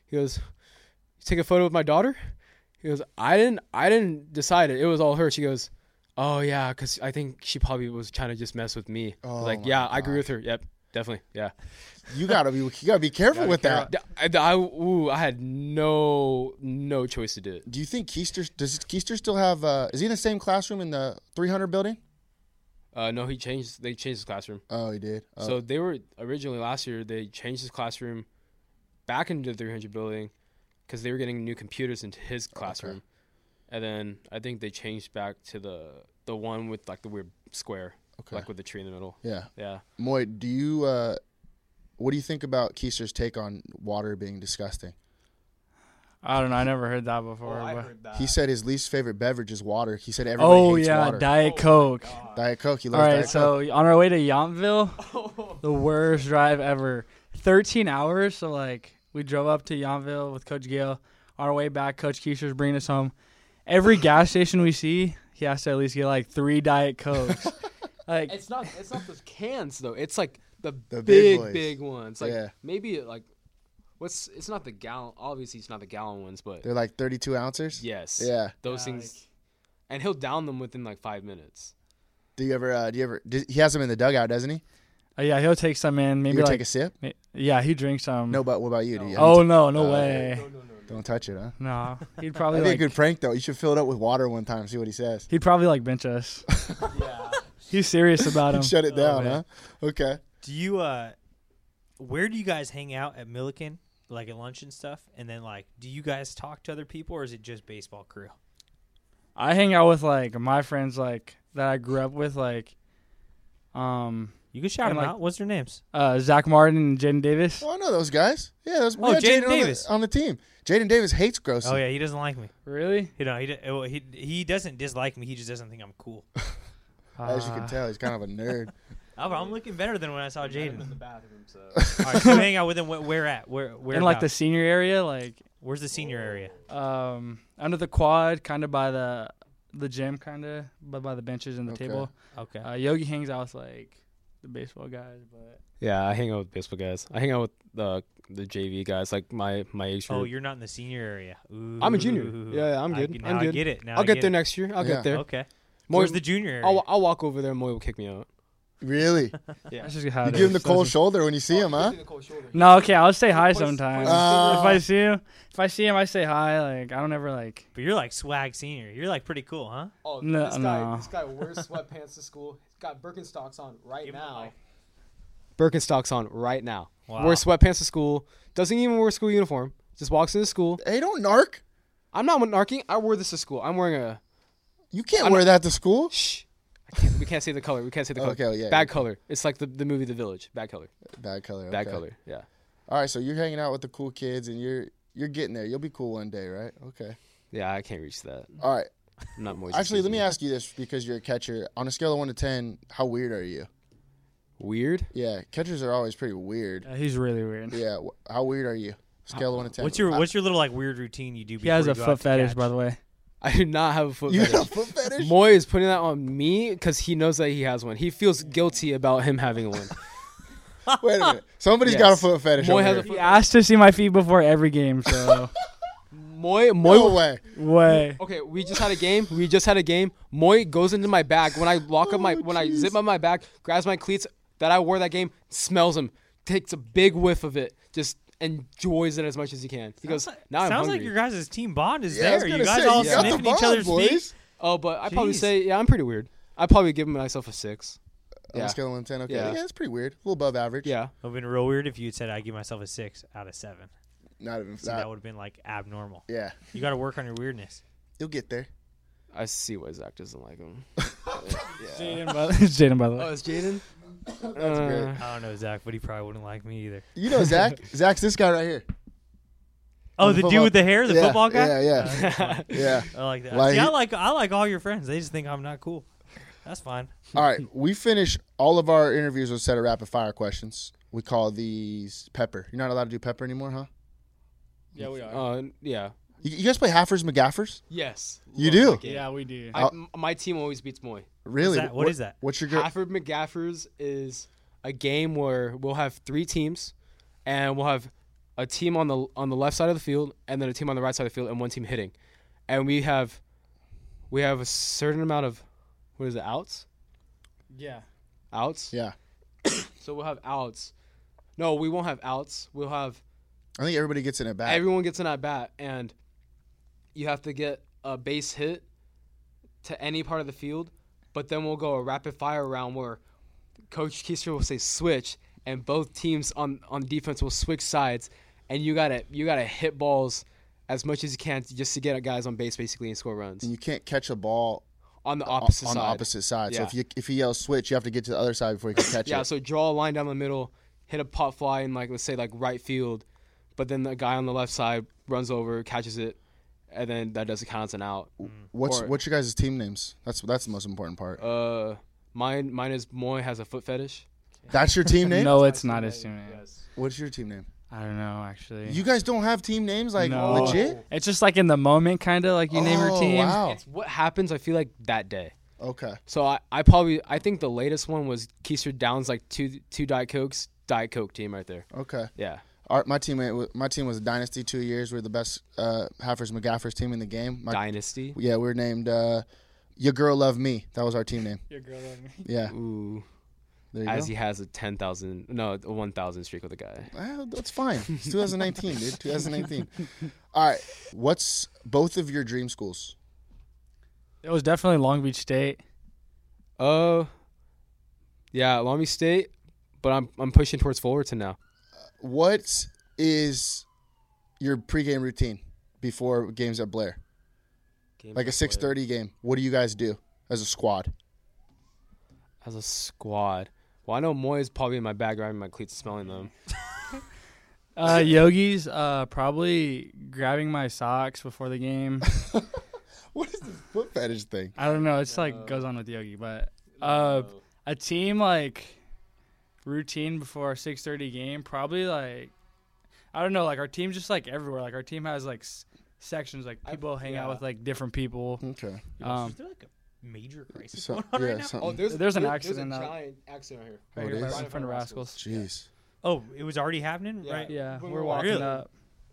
[SPEAKER 6] He goes, you "Take a photo with my daughter." He goes, "I didn't. I didn't decide it. It was all her." She goes, "Oh yeah, because I think she probably was trying to just mess with me." I was
[SPEAKER 2] Oh,
[SPEAKER 6] like,
[SPEAKER 2] my
[SPEAKER 6] yeah, I agree with her. Yep, definitely. Yeah.
[SPEAKER 2] You gotta be. You gotta be careful with that.
[SPEAKER 6] D- I, I- ooh, I had no no choice to do it.
[SPEAKER 2] Do you think Keister does Keister still have? Uh, is he in the same classroom in the 300 building?
[SPEAKER 6] Uh, no, he changed. They changed his classroom.
[SPEAKER 2] Oh, he did. Oh.
[SPEAKER 6] So they were originally last year. They changed his classroom back into the 300 building because they were getting new computers into his classroom, and then I think they changed back to the the one with like the weird square, like with the tree in the middle.
[SPEAKER 2] yeah,
[SPEAKER 6] Yeah.
[SPEAKER 2] Moy, do you? Uh, what do you think about Keister's take on water being disgusting?
[SPEAKER 5] I don't know. I never heard that before. but-
[SPEAKER 2] he said his least favorite beverage is water. He said everybody
[SPEAKER 5] oh
[SPEAKER 2] hates
[SPEAKER 5] yeah,
[SPEAKER 2] water.
[SPEAKER 5] Diet Coke.
[SPEAKER 2] Diet Coke. He
[SPEAKER 5] All
[SPEAKER 2] loves
[SPEAKER 5] right,
[SPEAKER 2] Diet Coke.
[SPEAKER 5] so on our way to
[SPEAKER 3] *laughs*
[SPEAKER 5] Yountville,
[SPEAKER 3] Oh.
[SPEAKER 5] the worst drive ever. 13 hours. So like we drove up to Yountville with Coach Gale. On our way back, Coach Keisher's bringing us home.
[SPEAKER 3] *laughs*
[SPEAKER 5] Every gas station we see, he has to at least get like three Diet
[SPEAKER 3] *laughs*
[SPEAKER 5] Cokes. like
[SPEAKER 6] It's not. It's not those cans though. It's like the,
[SPEAKER 2] The big
[SPEAKER 6] big
[SPEAKER 2] boys.
[SPEAKER 6] big, ones. Like
[SPEAKER 2] Yeah.
[SPEAKER 6] maybe like what's? It's not the gallon. Obviously, it's not the gallon ones, but
[SPEAKER 2] They're like 32 ounces.
[SPEAKER 6] yes.
[SPEAKER 2] Yeah.
[SPEAKER 6] Those things. And he'll down them within like five minutes.
[SPEAKER 2] Do you ever? Uh, do you ever? d he has them in the dugout, doesn't he?
[SPEAKER 5] uh, yeah, he'll take some in.
[SPEAKER 2] You
[SPEAKER 5] Maybe
[SPEAKER 2] ever
[SPEAKER 5] like
[SPEAKER 2] take a sip.
[SPEAKER 5] ma- yeah, he drinks some.
[SPEAKER 2] No, but what about you? Do you
[SPEAKER 5] Oh no, no way.
[SPEAKER 2] don't touch it, huh?
[SPEAKER 5] No, he'd probably
[SPEAKER 2] That'd be a
[SPEAKER 5] like
[SPEAKER 2] good prank though. You should fill it up with water one time. See what he says.
[SPEAKER 5] he'd probably like bench
[SPEAKER 6] *laughs*
[SPEAKER 5] us. *laughs* He's serious about him.
[SPEAKER 2] Shut it down, huh? Okay.
[SPEAKER 3] Do you? uh Where do you guys hang out at Milliken? Like at lunch and stuff, and then like, do you guys talk to other people, or is it just baseball crew?
[SPEAKER 5] I hang out with like my friends like that I grew up with like um
[SPEAKER 3] You can shout
[SPEAKER 5] And,
[SPEAKER 3] them
[SPEAKER 5] like-
[SPEAKER 3] out. What's their names?
[SPEAKER 5] uh Zach Martin and Jaden Davis.
[SPEAKER 2] Oh, I know those guys. Yeah, those. we
[SPEAKER 3] Oh,
[SPEAKER 2] got
[SPEAKER 3] Jaden
[SPEAKER 2] on the-
[SPEAKER 3] Davis.
[SPEAKER 2] on the, team. Jaden Davis hates Gross.
[SPEAKER 3] Oh yeah, he doesn't like me.
[SPEAKER 5] Really?
[SPEAKER 3] You know, he d- well, he he doesn't dislike me. He just doesn't think I'm cool.
[SPEAKER 2] As you can tell, he's kind of a nerd. *laughs*
[SPEAKER 3] Albert, I'm looking better than when I saw Jaden.
[SPEAKER 6] in the bathroom, so
[SPEAKER 3] All right, so
[SPEAKER 6] *laughs*
[SPEAKER 3] you hang out with him. Where, where at? Where? Where?
[SPEAKER 5] in like the senior area, like
[SPEAKER 3] Where's the
[SPEAKER 6] Oh.
[SPEAKER 3] senior area?
[SPEAKER 5] um, under the quad, kind of by the the gym, kind of, but by the benches and the
[SPEAKER 2] Okay.
[SPEAKER 5] table.
[SPEAKER 3] Okay.
[SPEAKER 5] Uh, Yogi hangs out with like the baseball guys, but
[SPEAKER 6] yeah, I hang out with baseball guys. I hang out with the the JV guys, like my my age
[SPEAKER 3] oh,
[SPEAKER 6] group.
[SPEAKER 3] you're not in the senior area. Ooh.
[SPEAKER 6] I'm a junior. Yeah, yeah, I'm
[SPEAKER 3] I
[SPEAKER 6] good.
[SPEAKER 3] get-
[SPEAKER 6] I'm
[SPEAKER 3] now I
[SPEAKER 6] good.
[SPEAKER 3] get it. Now
[SPEAKER 6] I'll
[SPEAKER 3] I
[SPEAKER 6] get,
[SPEAKER 3] get
[SPEAKER 6] there
[SPEAKER 3] it.
[SPEAKER 6] next year. I'll
[SPEAKER 2] Yeah.
[SPEAKER 6] get there.
[SPEAKER 3] Okay.
[SPEAKER 6] Moi-
[SPEAKER 3] Where's the junior area?
[SPEAKER 6] I'll, I'll walk over there. and Moy will kick me out.
[SPEAKER 2] Really?
[SPEAKER 5] that's just how
[SPEAKER 2] You
[SPEAKER 5] it
[SPEAKER 2] give him the
[SPEAKER 5] is.
[SPEAKER 2] cold shoulder when you see him, huh?
[SPEAKER 5] No, okay, I'll say hi sometimes.
[SPEAKER 2] Uh,
[SPEAKER 5] if I see him, if I see him, I say hi. Like I don't ever like.
[SPEAKER 3] But you're like swag senior. You're like pretty cool, huh?
[SPEAKER 6] Oh,
[SPEAKER 5] No, no.
[SPEAKER 6] guy wears sweatpants to school. He's got Birkenstocks on right now. Birkenstocks on right now.
[SPEAKER 3] Wow.
[SPEAKER 6] Wears sweatpants to school. Doesn't even wear school uniform. Just walks into school.
[SPEAKER 2] Hey, don't narc.
[SPEAKER 6] I'm not narking. I wore this to school. I'm wearing a.
[SPEAKER 2] You can't wear that to school.
[SPEAKER 6] Shh. I can't, we can't say the color.
[SPEAKER 2] *laughs*
[SPEAKER 6] We can't say the color.
[SPEAKER 2] Okay, yeah,
[SPEAKER 6] Bad
[SPEAKER 2] yeah.
[SPEAKER 6] color. It's like the, the movie The Village. Bad color.
[SPEAKER 2] Bad color.
[SPEAKER 6] Bad
[SPEAKER 2] okay.
[SPEAKER 6] color. Yeah.
[SPEAKER 2] All right, so you're hanging out with the cool kids, and you're you're getting there. You'll be cool one day, right? Okay.
[SPEAKER 6] Yeah, I can't reach that.
[SPEAKER 2] All right.
[SPEAKER 6] I'm not Moises.
[SPEAKER 2] Actually, let me
[SPEAKER 6] Keaton.
[SPEAKER 2] ask you this because you're a catcher. On a scale of one to ten, how weird are you?
[SPEAKER 6] Weird.
[SPEAKER 2] Yeah, catchers are always pretty weird.
[SPEAKER 5] Yeah, he's really weird.
[SPEAKER 2] Yeah. wh- How weird are you? Scale of one to ten.
[SPEAKER 3] What's your What's your little like weird routine you do?
[SPEAKER 5] He has a foot fetish, by the way.
[SPEAKER 6] I do not have a foot
[SPEAKER 2] You got a
[SPEAKER 6] fetish.
[SPEAKER 2] foot fetish?
[SPEAKER 6] Moy is putting that on me because he knows that he has one. He feels guilty about him
[SPEAKER 2] *laughs*
[SPEAKER 6] having one.
[SPEAKER 2] Wait a
[SPEAKER 3] *laughs*
[SPEAKER 2] minute. Somebody's got a
[SPEAKER 6] Yes.
[SPEAKER 2] foot fetish.
[SPEAKER 6] Moy
[SPEAKER 2] over
[SPEAKER 6] has
[SPEAKER 2] here.
[SPEAKER 6] a
[SPEAKER 5] He
[SPEAKER 6] foot.
[SPEAKER 5] asked to see my feet before every game, so *laughs*
[SPEAKER 6] Moy, Moy.
[SPEAKER 2] No way.
[SPEAKER 5] way.
[SPEAKER 6] Okay, we just had a game. We just had a game. Moy goes into my bag when I lock up my
[SPEAKER 3] Oh,
[SPEAKER 6] when I zip up my bag, grabs my cleats that I wore that game, smells them, takes a big whiff of it, just enjoys it as much as he can. He goes, now I'm
[SPEAKER 3] Sounds
[SPEAKER 6] hungry.
[SPEAKER 3] like your guys' team bond is
[SPEAKER 2] Yeah, I was
[SPEAKER 3] there. You
[SPEAKER 2] gonna
[SPEAKER 3] guys
[SPEAKER 2] say,
[SPEAKER 3] all
[SPEAKER 2] you got the
[SPEAKER 3] sniffing
[SPEAKER 2] bond,
[SPEAKER 3] each other's
[SPEAKER 2] boys.
[SPEAKER 3] feet.
[SPEAKER 6] oh, but I probably
[SPEAKER 3] Jeez.
[SPEAKER 6] say yeah, I'm pretty weird. I probably give him like myself a six.
[SPEAKER 2] On
[SPEAKER 6] Yeah.
[SPEAKER 2] a scale of one to ten, okay. Yeah.
[SPEAKER 6] Yeah.
[SPEAKER 2] that's pretty weird. A little above average.
[SPEAKER 6] Yeah,
[SPEAKER 3] It would have been real weird if you had said I give myself a six out of seven.
[SPEAKER 2] Not even
[SPEAKER 3] So that
[SPEAKER 2] that.
[SPEAKER 3] would have been like abnormal.
[SPEAKER 2] Yeah.
[SPEAKER 3] You got to work on your weirdness.
[SPEAKER 2] You'll get there.
[SPEAKER 6] I see why Zach doesn't like him.
[SPEAKER 5] Jaden, by, *laughs* Oh, Jaden, by the way.
[SPEAKER 6] it's Jaden. That's
[SPEAKER 3] Uh.
[SPEAKER 2] great.
[SPEAKER 3] I don't know Zach, but he probably wouldn't like me either.
[SPEAKER 2] You know
[SPEAKER 3] *laughs*
[SPEAKER 2] Zach. Zach's this guy right here.
[SPEAKER 3] Oh,
[SPEAKER 2] the
[SPEAKER 3] the dude
[SPEAKER 2] football-
[SPEAKER 3] with the hair, the
[SPEAKER 2] yeah,
[SPEAKER 3] football guy. Uh.
[SPEAKER 2] Yeah, yeah,
[SPEAKER 6] *laughs*
[SPEAKER 2] yeah.
[SPEAKER 3] I like that.
[SPEAKER 2] Like-
[SPEAKER 3] See, I like I like all your friends. They just think I'm not cool. That's fine.
[SPEAKER 2] All right, we finish all of our interviews with a set of rapid fire questions. We call these pepper. You're not allowed to do pepper anymore, huh?
[SPEAKER 5] Yeah, we are.
[SPEAKER 6] Uh, yeah.
[SPEAKER 2] You, you guys play Halfers McGaffers?
[SPEAKER 6] Yes.
[SPEAKER 2] You do?
[SPEAKER 5] Yeah, we do. Uh,
[SPEAKER 6] I, m- my team always beats Moy.
[SPEAKER 2] Really?
[SPEAKER 3] that? What is that?
[SPEAKER 2] What's your girl?
[SPEAKER 6] Halford McGaffers is a game where we'll have three teams, and we'll have a team on the on the left side of the field, and then a team on the right side of the field, and one team hitting, and we have we have a certain amount of what is it outs
[SPEAKER 5] Yeah.
[SPEAKER 6] outs.
[SPEAKER 2] Yeah,
[SPEAKER 6] So we'll have outs. No, we won't have outs. We'll have
[SPEAKER 2] I think everybody gets in at bat.
[SPEAKER 6] everyone gets an at bat, and you have to get a base hit to any part of the field. But then we'll go a rapid fire round where Coach Keister will say switch, and both teams on on defense will switch sides, and you gotta you gotta hit balls as much as you can to- just to get guys on base basically and score runs
[SPEAKER 2] and you can't catch a ball
[SPEAKER 6] on the
[SPEAKER 2] o-
[SPEAKER 6] opposite
[SPEAKER 2] on
[SPEAKER 6] side.
[SPEAKER 2] the opposite side. So
[SPEAKER 6] Yeah.
[SPEAKER 2] if you if he yells switch, you have to get to the other side before you can catch
[SPEAKER 6] Yeah,
[SPEAKER 2] it.
[SPEAKER 6] so draw a line down the middle, hit a pop fly in like let's say like right field, but then the guy on the left side runs over, catches it, and then that doesn't count as an out.
[SPEAKER 2] what's
[SPEAKER 6] or-
[SPEAKER 2] what's your guys' team names? That's that's the most important part.
[SPEAKER 6] Uh, mine mine is Moy has a foot fetish.
[SPEAKER 2] that's your
[SPEAKER 6] *laughs*
[SPEAKER 2] team name.
[SPEAKER 5] No, it's not his team name.
[SPEAKER 2] What's your team name?
[SPEAKER 5] I don't know actually.
[SPEAKER 2] You guys don't have team names like
[SPEAKER 5] No.
[SPEAKER 2] legit.
[SPEAKER 5] it's just like in the moment, kind of like you name your
[SPEAKER 2] Oh,
[SPEAKER 5] team.
[SPEAKER 2] Wow.
[SPEAKER 6] It's what happens. I feel like that day.
[SPEAKER 2] Okay.
[SPEAKER 6] So I, I probably I think the latest one was Keister Downs like two two Diet Cokes Diet Coke team right there.
[SPEAKER 2] Okay.
[SPEAKER 6] Yeah.
[SPEAKER 2] Our, my teammate, wa- my team was a dynasty two years. We are the best uh, Halfers McGaffers team in the game. My,
[SPEAKER 6] Dynasty.
[SPEAKER 2] yeah, we were named uh, Your Girl Love Me. That was our team name.
[SPEAKER 5] Your girl on me.
[SPEAKER 2] Yeah,
[SPEAKER 6] Ooh.
[SPEAKER 2] there you
[SPEAKER 6] As
[SPEAKER 2] go.
[SPEAKER 6] he has a ten thousand no a one thousand streak with a guy.
[SPEAKER 2] Well, that's fine. It's 2019, dude. 2019. All right. What's both of your dream schools?
[SPEAKER 5] It was definitely Long Beach State.
[SPEAKER 6] Oh. yeah, Long Beach State, but I'm I'm pushing towards Fullerton now.
[SPEAKER 2] What is your pregame routine before games at Blair? Like a 6:30 game. What do you guys do as a squad?
[SPEAKER 6] as a squad. Well, I know Moy is probably in my bag grabbing my cleats and smelling them.
[SPEAKER 5] Uh, Yogi's uh, probably grabbing my socks before the *laughs* game.
[SPEAKER 2] What is this foot fetish thing?
[SPEAKER 5] I don't know. It's like goes on with Yogi, but uh, a team like routine before our 6:30 game. Probably like I don't know, like our team's just like everywhere. Like our team has like s- sections, like people hang out
[SPEAKER 6] yeah.
[SPEAKER 5] with like different people.
[SPEAKER 2] Okay.
[SPEAKER 5] Um,
[SPEAKER 3] Is there like a major crisis
[SPEAKER 2] So,
[SPEAKER 3] going on
[SPEAKER 2] yeah,
[SPEAKER 3] right now?
[SPEAKER 2] something.
[SPEAKER 6] there's,
[SPEAKER 5] There's an there- there's a accident out-
[SPEAKER 6] giant accident here.
[SPEAKER 2] Oh, it is?
[SPEAKER 5] right in front of Rascals.
[SPEAKER 2] Jeez.
[SPEAKER 3] Oh, it was already happening,
[SPEAKER 6] Yeah.
[SPEAKER 3] right?
[SPEAKER 5] Yeah,
[SPEAKER 6] When
[SPEAKER 5] we're
[SPEAKER 6] we
[SPEAKER 5] walking
[SPEAKER 3] walked-
[SPEAKER 5] up.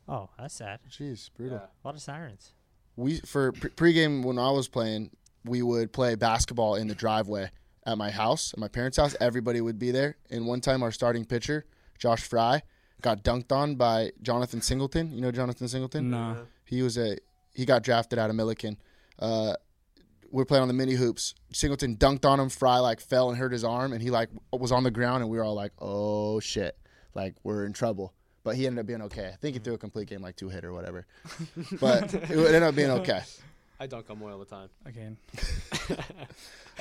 [SPEAKER 3] Oh, that's sad.
[SPEAKER 2] Jeez. Brutal.
[SPEAKER 6] Yeah.
[SPEAKER 3] A lot of sirens.
[SPEAKER 2] we for pre- pregame when I was playing, we would play basketball in the driveway at my house, at my parents' house. Everybody would be there. And one time, our starting pitcher, Josh Fry, got dunked on by Jonathan Singleton. You know Jonathan Singleton?
[SPEAKER 5] No.
[SPEAKER 2] He was a he got drafted out of Milliken. Uh, we're playing on the mini hoops. Singleton dunked on him. Fry like fell and hurt his arm, and he like was on the ground, and we were all like, "Oh shit, like we're in trouble." But he ended up being okay. I think he threw a complete game, like two hit or whatever. But it ended up being okay.
[SPEAKER 6] I dunk on Moy all the time.
[SPEAKER 5] Okay.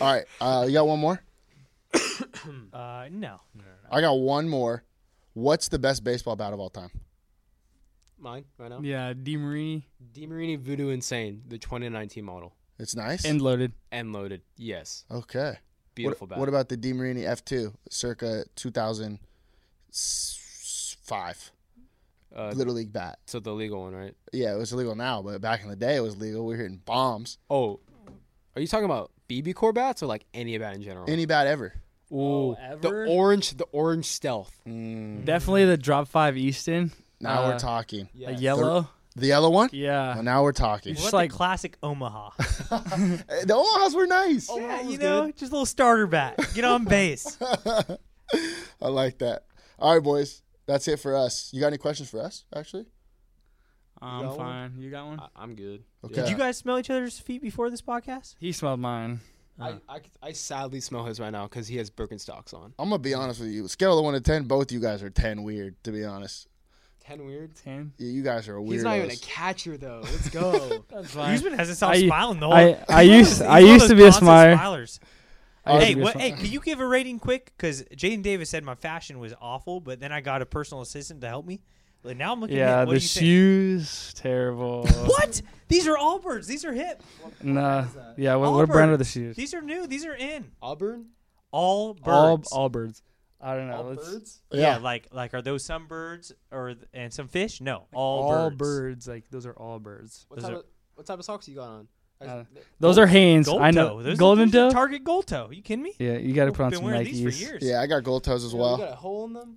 [SPEAKER 2] All right, uh, you got one more.
[SPEAKER 3] Uh, no.
[SPEAKER 2] I got one more. What's the best baseball bat of all time?
[SPEAKER 6] Mine right now.
[SPEAKER 5] Yeah, Di Marini
[SPEAKER 6] DeMarini Voodoo Insane, the 2019 model,
[SPEAKER 2] It's nice.
[SPEAKER 5] end loaded.
[SPEAKER 6] and loaded. Yes,
[SPEAKER 2] okay.
[SPEAKER 6] beautiful
[SPEAKER 2] what,
[SPEAKER 6] bat.
[SPEAKER 2] What about the DeMarini F2, circa 2005
[SPEAKER 6] Uh,
[SPEAKER 2] Little League bat?
[SPEAKER 6] so the legal one, right?
[SPEAKER 2] Yeah, it was illegal now, but back in the day, it was legal. We were hitting bombs.
[SPEAKER 6] Oh, are you talking about BB core bats or like any bat in general?
[SPEAKER 2] Any bat ever?
[SPEAKER 6] Ooh,
[SPEAKER 3] Oh, ever?
[SPEAKER 6] the orange, the orange stealth.
[SPEAKER 2] Mm.
[SPEAKER 5] Definitely the drop five Easton.
[SPEAKER 2] Now we're
[SPEAKER 5] Uh,
[SPEAKER 2] talking.
[SPEAKER 6] Yeah.
[SPEAKER 5] A yellow.
[SPEAKER 2] The yellow one.
[SPEAKER 5] Yeah.
[SPEAKER 2] Well, now we're talking.
[SPEAKER 3] What
[SPEAKER 5] Just
[SPEAKER 3] about
[SPEAKER 5] like-
[SPEAKER 3] the classic *laughs* Omaha?
[SPEAKER 2] Eh, The Omaha's were nice.
[SPEAKER 3] yeah, you know, just a little starter bat. Get *laughs* on base.
[SPEAKER 2] I like that. All right, boys, that's it for us. You got any questions for us? Actually,
[SPEAKER 5] I'm fine. You got one?
[SPEAKER 3] Uh,
[SPEAKER 6] I, I'm good.
[SPEAKER 2] okay.
[SPEAKER 3] Did you guys smell each other's feet before this podcast?
[SPEAKER 5] he smelled mine.
[SPEAKER 6] I, I, I sadly smell his right now because he has Birkenstocks on.
[SPEAKER 2] I'm gonna be honest with you. Scale of one to ten, both you guys are ten weird. To be honest,
[SPEAKER 6] Ten weird.
[SPEAKER 5] Ten.
[SPEAKER 2] you you guys are weird.
[SPEAKER 6] He's not even a catcher though. Let's go.
[SPEAKER 5] That's
[SPEAKER 3] Usman has to stop
[SPEAKER 5] I-
[SPEAKER 3] smiling the whole.
[SPEAKER 5] I-
[SPEAKER 3] he's
[SPEAKER 5] I
[SPEAKER 3] one of
[SPEAKER 5] used-
[SPEAKER 3] those-
[SPEAKER 5] I
[SPEAKER 3] *laughs* he's one of
[SPEAKER 5] used
[SPEAKER 3] those
[SPEAKER 5] to be a
[SPEAKER 3] constant
[SPEAKER 5] smiler.
[SPEAKER 3] smilers.
[SPEAKER 5] I used
[SPEAKER 3] hey,
[SPEAKER 5] to be a
[SPEAKER 3] what,
[SPEAKER 5] smi-
[SPEAKER 3] hey, can you give a rating quick? Because Jaden Davis said my fashion was awful, but then I got a personal assistant to help me. Like, now I'm looking at
[SPEAKER 5] Yeah,
[SPEAKER 3] it. what
[SPEAKER 5] the
[SPEAKER 3] do you think?
[SPEAKER 5] shoes terrible.
[SPEAKER 3] What? These are Allbirds. These are hip.
[SPEAKER 5] Nah. Yeah, what,
[SPEAKER 3] All
[SPEAKER 5] what brand
[SPEAKER 3] birds.
[SPEAKER 5] are the shoes?
[SPEAKER 3] These are new. These are in.
[SPEAKER 6] Auburn.
[SPEAKER 3] All
[SPEAKER 5] All
[SPEAKER 3] birds.
[SPEAKER 5] all birds. I don't know. let's-
[SPEAKER 3] yeah. like like are those some birds or th- and some fish? No, all,
[SPEAKER 5] all birds.
[SPEAKER 3] birds.
[SPEAKER 5] Like those are all birds.
[SPEAKER 6] What
[SPEAKER 3] Those
[SPEAKER 6] type,
[SPEAKER 3] are-
[SPEAKER 6] of, what type of socks you got on? I-
[SPEAKER 5] Uh, Those are Hanes.
[SPEAKER 3] Gold
[SPEAKER 5] I know.
[SPEAKER 3] toe. Those are-
[SPEAKER 5] Golden
[SPEAKER 3] those are
[SPEAKER 5] toe.
[SPEAKER 3] Target gold toe. You kidding me?
[SPEAKER 5] yeah, you got to put
[SPEAKER 3] I've
[SPEAKER 5] on
[SPEAKER 3] been
[SPEAKER 5] some
[SPEAKER 3] wearing
[SPEAKER 5] Nikes.
[SPEAKER 3] these for years.
[SPEAKER 2] Yeah, I got gold toes as
[SPEAKER 6] You
[SPEAKER 2] well.
[SPEAKER 6] got a hole in them.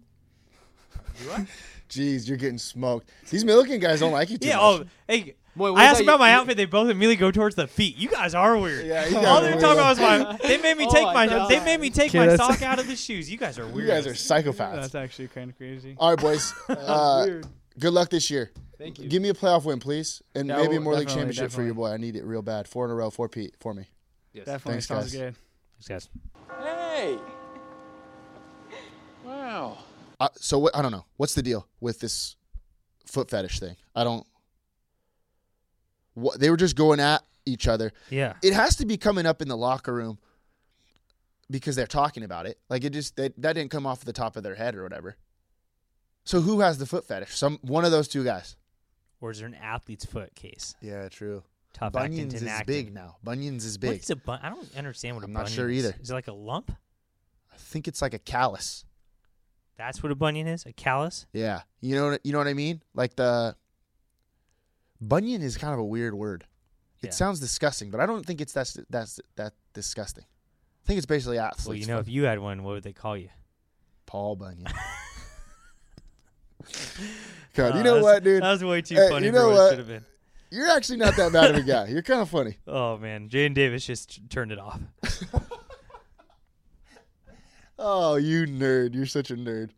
[SPEAKER 2] Jeez, you're getting smoked. These Milliken guys don't like you too
[SPEAKER 3] Yeah.
[SPEAKER 2] much.
[SPEAKER 3] Oh, hey.
[SPEAKER 6] Wait, what
[SPEAKER 3] I
[SPEAKER 6] is
[SPEAKER 3] asked
[SPEAKER 6] that
[SPEAKER 3] about
[SPEAKER 6] you-
[SPEAKER 3] my
[SPEAKER 6] you-
[SPEAKER 3] outfit. They both immediately go towards the feet. You guys are weird.
[SPEAKER 2] Yeah, you guys
[SPEAKER 3] All
[SPEAKER 2] are
[SPEAKER 3] they were
[SPEAKER 2] weird.
[SPEAKER 3] talking about was my. They made
[SPEAKER 2] *laughs*
[SPEAKER 3] me
[SPEAKER 6] Oh
[SPEAKER 3] take
[SPEAKER 6] my
[SPEAKER 3] my.
[SPEAKER 6] God.
[SPEAKER 3] They made me take
[SPEAKER 5] Okay,
[SPEAKER 3] my
[SPEAKER 5] that's-
[SPEAKER 3] sock out of the shoes. You guys are
[SPEAKER 6] oh,
[SPEAKER 2] you
[SPEAKER 3] weird.
[SPEAKER 2] guys are psychopaths.
[SPEAKER 5] That's actually kind of crazy.
[SPEAKER 2] All right,
[SPEAKER 6] *laughs*
[SPEAKER 2] boys. Uh,
[SPEAKER 6] Weird.
[SPEAKER 2] good luck this year.
[SPEAKER 6] Thank you.
[SPEAKER 2] Give me a playoff win, please, and
[SPEAKER 5] Yeah,
[SPEAKER 2] maybe a
[SPEAKER 5] well,
[SPEAKER 2] more league
[SPEAKER 5] definitely,
[SPEAKER 2] championship for your boy. I need it real bad. Four in a row, four Pete for me.
[SPEAKER 6] Yes.
[SPEAKER 5] Definitely
[SPEAKER 2] Thanks,
[SPEAKER 5] sounds
[SPEAKER 2] guys.
[SPEAKER 5] good.
[SPEAKER 3] guys.
[SPEAKER 8] Hey. Wow.
[SPEAKER 2] Uh, so what? I don't know. What's the deal with this foot fetish thing? I don't. What they were just going at each other.
[SPEAKER 3] Yeah.
[SPEAKER 2] it has to be coming up in the locker room because they're talking about it. Like it just that that didn't come off the top of their head or whatever. So who has the foot fetish? Some one of those two guys.
[SPEAKER 3] Or is there an athlete's foot case?
[SPEAKER 2] Yeah, true.
[SPEAKER 3] Tough
[SPEAKER 2] Bunions
[SPEAKER 3] actin
[SPEAKER 2] is
[SPEAKER 3] Uh, tenactin.
[SPEAKER 2] big now. Bunions is big.
[SPEAKER 3] What's a bun? I don't understand what a
[SPEAKER 2] I'm
[SPEAKER 3] bunion
[SPEAKER 2] not sure
[SPEAKER 3] is.
[SPEAKER 2] either.
[SPEAKER 3] Is it like a lump?
[SPEAKER 2] I think it's like a callus.
[SPEAKER 3] That's what a bunion is. A callus.
[SPEAKER 2] Yeah, you know you know what I mean. Like the bunion is kind of a weird word. It
[SPEAKER 3] Yeah.
[SPEAKER 2] sounds disgusting, but I don't think it's that's that's that disgusting. I think it's basically athlete's
[SPEAKER 3] Well, you know, if you had one, what would they call you?
[SPEAKER 2] Paul Bunyan. *laughs* God,
[SPEAKER 3] Oh,
[SPEAKER 2] you
[SPEAKER 3] that
[SPEAKER 2] know
[SPEAKER 3] was-
[SPEAKER 2] what, dude?
[SPEAKER 3] That was way too
[SPEAKER 2] Hey,
[SPEAKER 3] funny
[SPEAKER 2] you
[SPEAKER 3] for
[SPEAKER 2] know
[SPEAKER 3] what, it
[SPEAKER 2] what?
[SPEAKER 3] should have been.
[SPEAKER 2] You're actually not that bad of a guy. You're kind of funny.
[SPEAKER 3] Oh man, Jaden Davis just t- turned it off.
[SPEAKER 2] Oh, you nerd. You're such a nerd.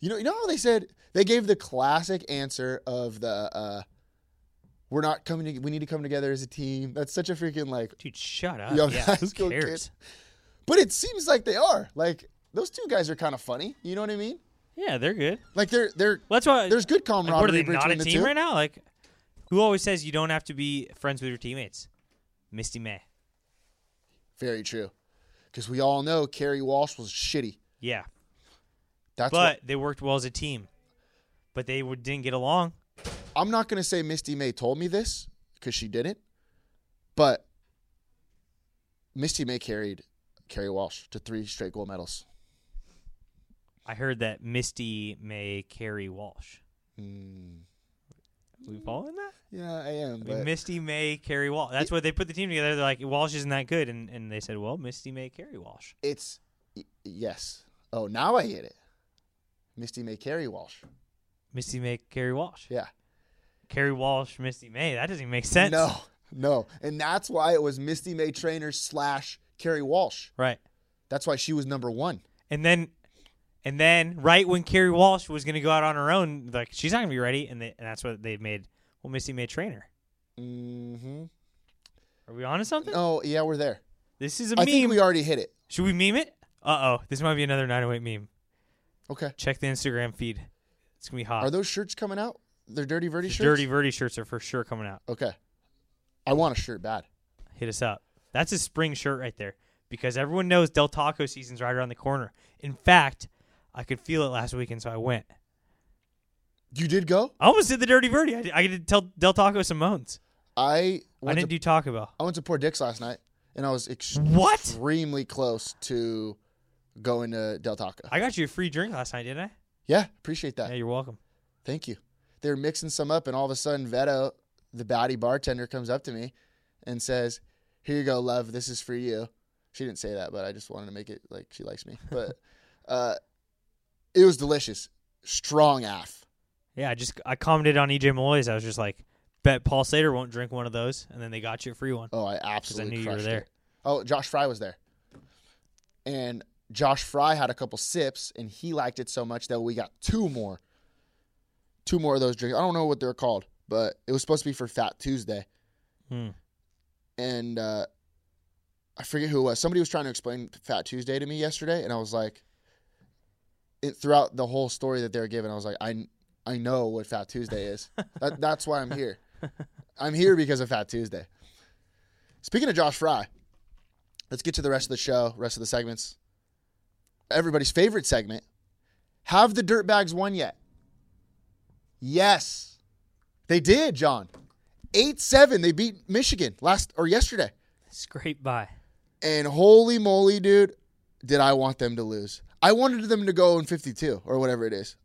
[SPEAKER 2] You know, you know how they said they gave the classic answer of the uh we're not coming to, we need to come together as a team. That's such a freaking like
[SPEAKER 3] Dude, shut up.
[SPEAKER 2] Yo, *laughs*
[SPEAKER 3] yeah,
[SPEAKER 2] that's
[SPEAKER 3] who
[SPEAKER 2] cool, kid.
[SPEAKER 3] cares?
[SPEAKER 2] but it seems like they are. Like those two guys are kind of funny. You know what I mean?
[SPEAKER 3] Yeah, they're good.
[SPEAKER 2] Like they're they're
[SPEAKER 3] Well, that's why
[SPEAKER 2] there's good
[SPEAKER 3] Like, what are
[SPEAKER 2] camaraderie
[SPEAKER 3] they not a
[SPEAKER 2] between the
[SPEAKER 3] team
[SPEAKER 2] two.
[SPEAKER 3] right now? Like, who always says you don't have to be friends with your teammates? Misty May.
[SPEAKER 2] Very true. Cuz we all know Kerry Walsh was shitty.
[SPEAKER 3] Yeah,
[SPEAKER 2] That's what,
[SPEAKER 3] but they worked well as a team. But they would, didn't get along.
[SPEAKER 2] I'm not going to say Misty May told me this because she didn't, but Misty May carried Kerry Walsh to three straight gold medals.
[SPEAKER 3] I heard that Misty may carry Walsh. Hmm. We following that?
[SPEAKER 2] Yeah, I am.
[SPEAKER 3] I mean,
[SPEAKER 2] but-
[SPEAKER 3] Misty May, Carrie Walsh. That's what they put the team together. They're like, Walsh isn't that good, and, and they said, well, Misty May, Carrie Walsh.
[SPEAKER 2] It's y- yes. Oh, now I get it. Misty May Carey Walsh.
[SPEAKER 3] Misty May, Carrie Walsh.
[SPEAKER 2] Yeah.
[SPEAKER 3] Carrie Walsh, Misty May. That doesn't even make sense.
[SPEAKER 2] No, no, and that's why it was Misty May Trainer slash Carrie Walsh.
[SPEAKER 3] Right.
[SPEAKER 2] That's why she was number one.
[SPEAKER 3] And then, and then, right when Carrie Walsh was going to go out on her own, like she's not going to be ready, and, they, and that's what they made. Well, Misty May trainer.
[SPEAKER 2] Mm-hmm.
[SPEAKER 3] Are we on to something?
[SPEAKER 2] Oh yeah, we're there.
[SPEAKER 3] This is a
[SPEAKER 2] I
[SPEAKER 3] meme.
[SPEAKER 2] think we already hit it.
[SPEAKER 3] Should we meme it? Uh oh, this might be another 908 meme.
[SPEAKER 2] Okay.
[SPEAKER 3] Check the Instagram feed. It's gonna be hot.
[SPEAKER 2] Are those shirts coming out? They're dirty verdi
[SPEAKER 3] Ah. The
[SPEAKER 2] shirts.
[SPEAKER 3] Dirty Verdi shirts are for sure coming out.
[SPEAKER 2] Okay. I want a shirt bad.
[SPEAKER 3] hit us up. That's a spring shirt right there because everyone knows Del Taco season's right around the corner. In fact, I could feel it last weekend, so I went.
[SPEAKER 2] You did go.
[SPEAKER 3] I almost did the Dirty Birdie. I did, I did tell Del Taco some moans.
[SPEAKER 2] I
[SPEAKER 3] I
[SPEAKER 2] went
[SPEAKER 3] didn't
[SPEAKER 2] to
[SPEAKER 3] do Taco Bell.
[SPEAKER 2] I went to Poor Dick's last night, and I was ex-
[SPEAKER 3] What?
[SPEAKER 2] extremely close to going to Del Taco.
[SPEAKER 3] I got you a free drink last night, didn't I?
[SPEAKER 2] yeah, appreciate that.
[SPEAKER 3] Yeah, you're welcome.
[SPEAKER 2] Thank you. They're mixing some up, and all of a sudden, Veto, the baddie bartender, comes up to me and says, "Here you go, love. This is for you." She didn't say that, but I just wanted to make it like she likes me.
[SPEAKER 3] *laughs*
[SPEAKER 2] But uh, it was delicious. Strong af.
[SPEAKER 3] Yeah, I just I commented on EJ E Malloy's. I was just like, bet Paul Sater won't drink one of those, and then they got you a free one.
[SPEAKER 2] Oh, I
[SPEAKER 3] Because I
[SPEAKER 2] absolutely
[SPEAKER 3] knew you were
[SPEAKER 2] crushed
[SPEAKER 3] there.
[SPEAKER 2] it. Oh, Josh Fry was there. And Josh Fry had a couple sips and he liked it so much that we got two more. Two more of those drinks. I don't know what they're called, but it was supposed to be for Fat Tuesday.
[SPEAKER 3] Hmm.
[SPEAKER 2] And uh, I forget who it was. Somebody was trying to explain Fat Tuesday to me yesterday, and I was like, it, throughout the whole story that they were giving, I was like, I, I know what Fat Tuesday is. that, that's why I'm
[SPEAKER 3] *laughs*
[SPEAKER 2] here. I'm here because of Fat Tuesday. Speaking of Josh Fry, let's get to the rest of the show, rest of the segments. Everybody's favorite segment. Have the Dirtbags won yet? Yes. They did, John. 8 7. They beat Michigan last or yesterday.
[SPEAKER 3] Scrape by.
[SPEAKER 2] And holy moly, dude, did I want them to lose. I wanted them to go in 52 or whatever it is.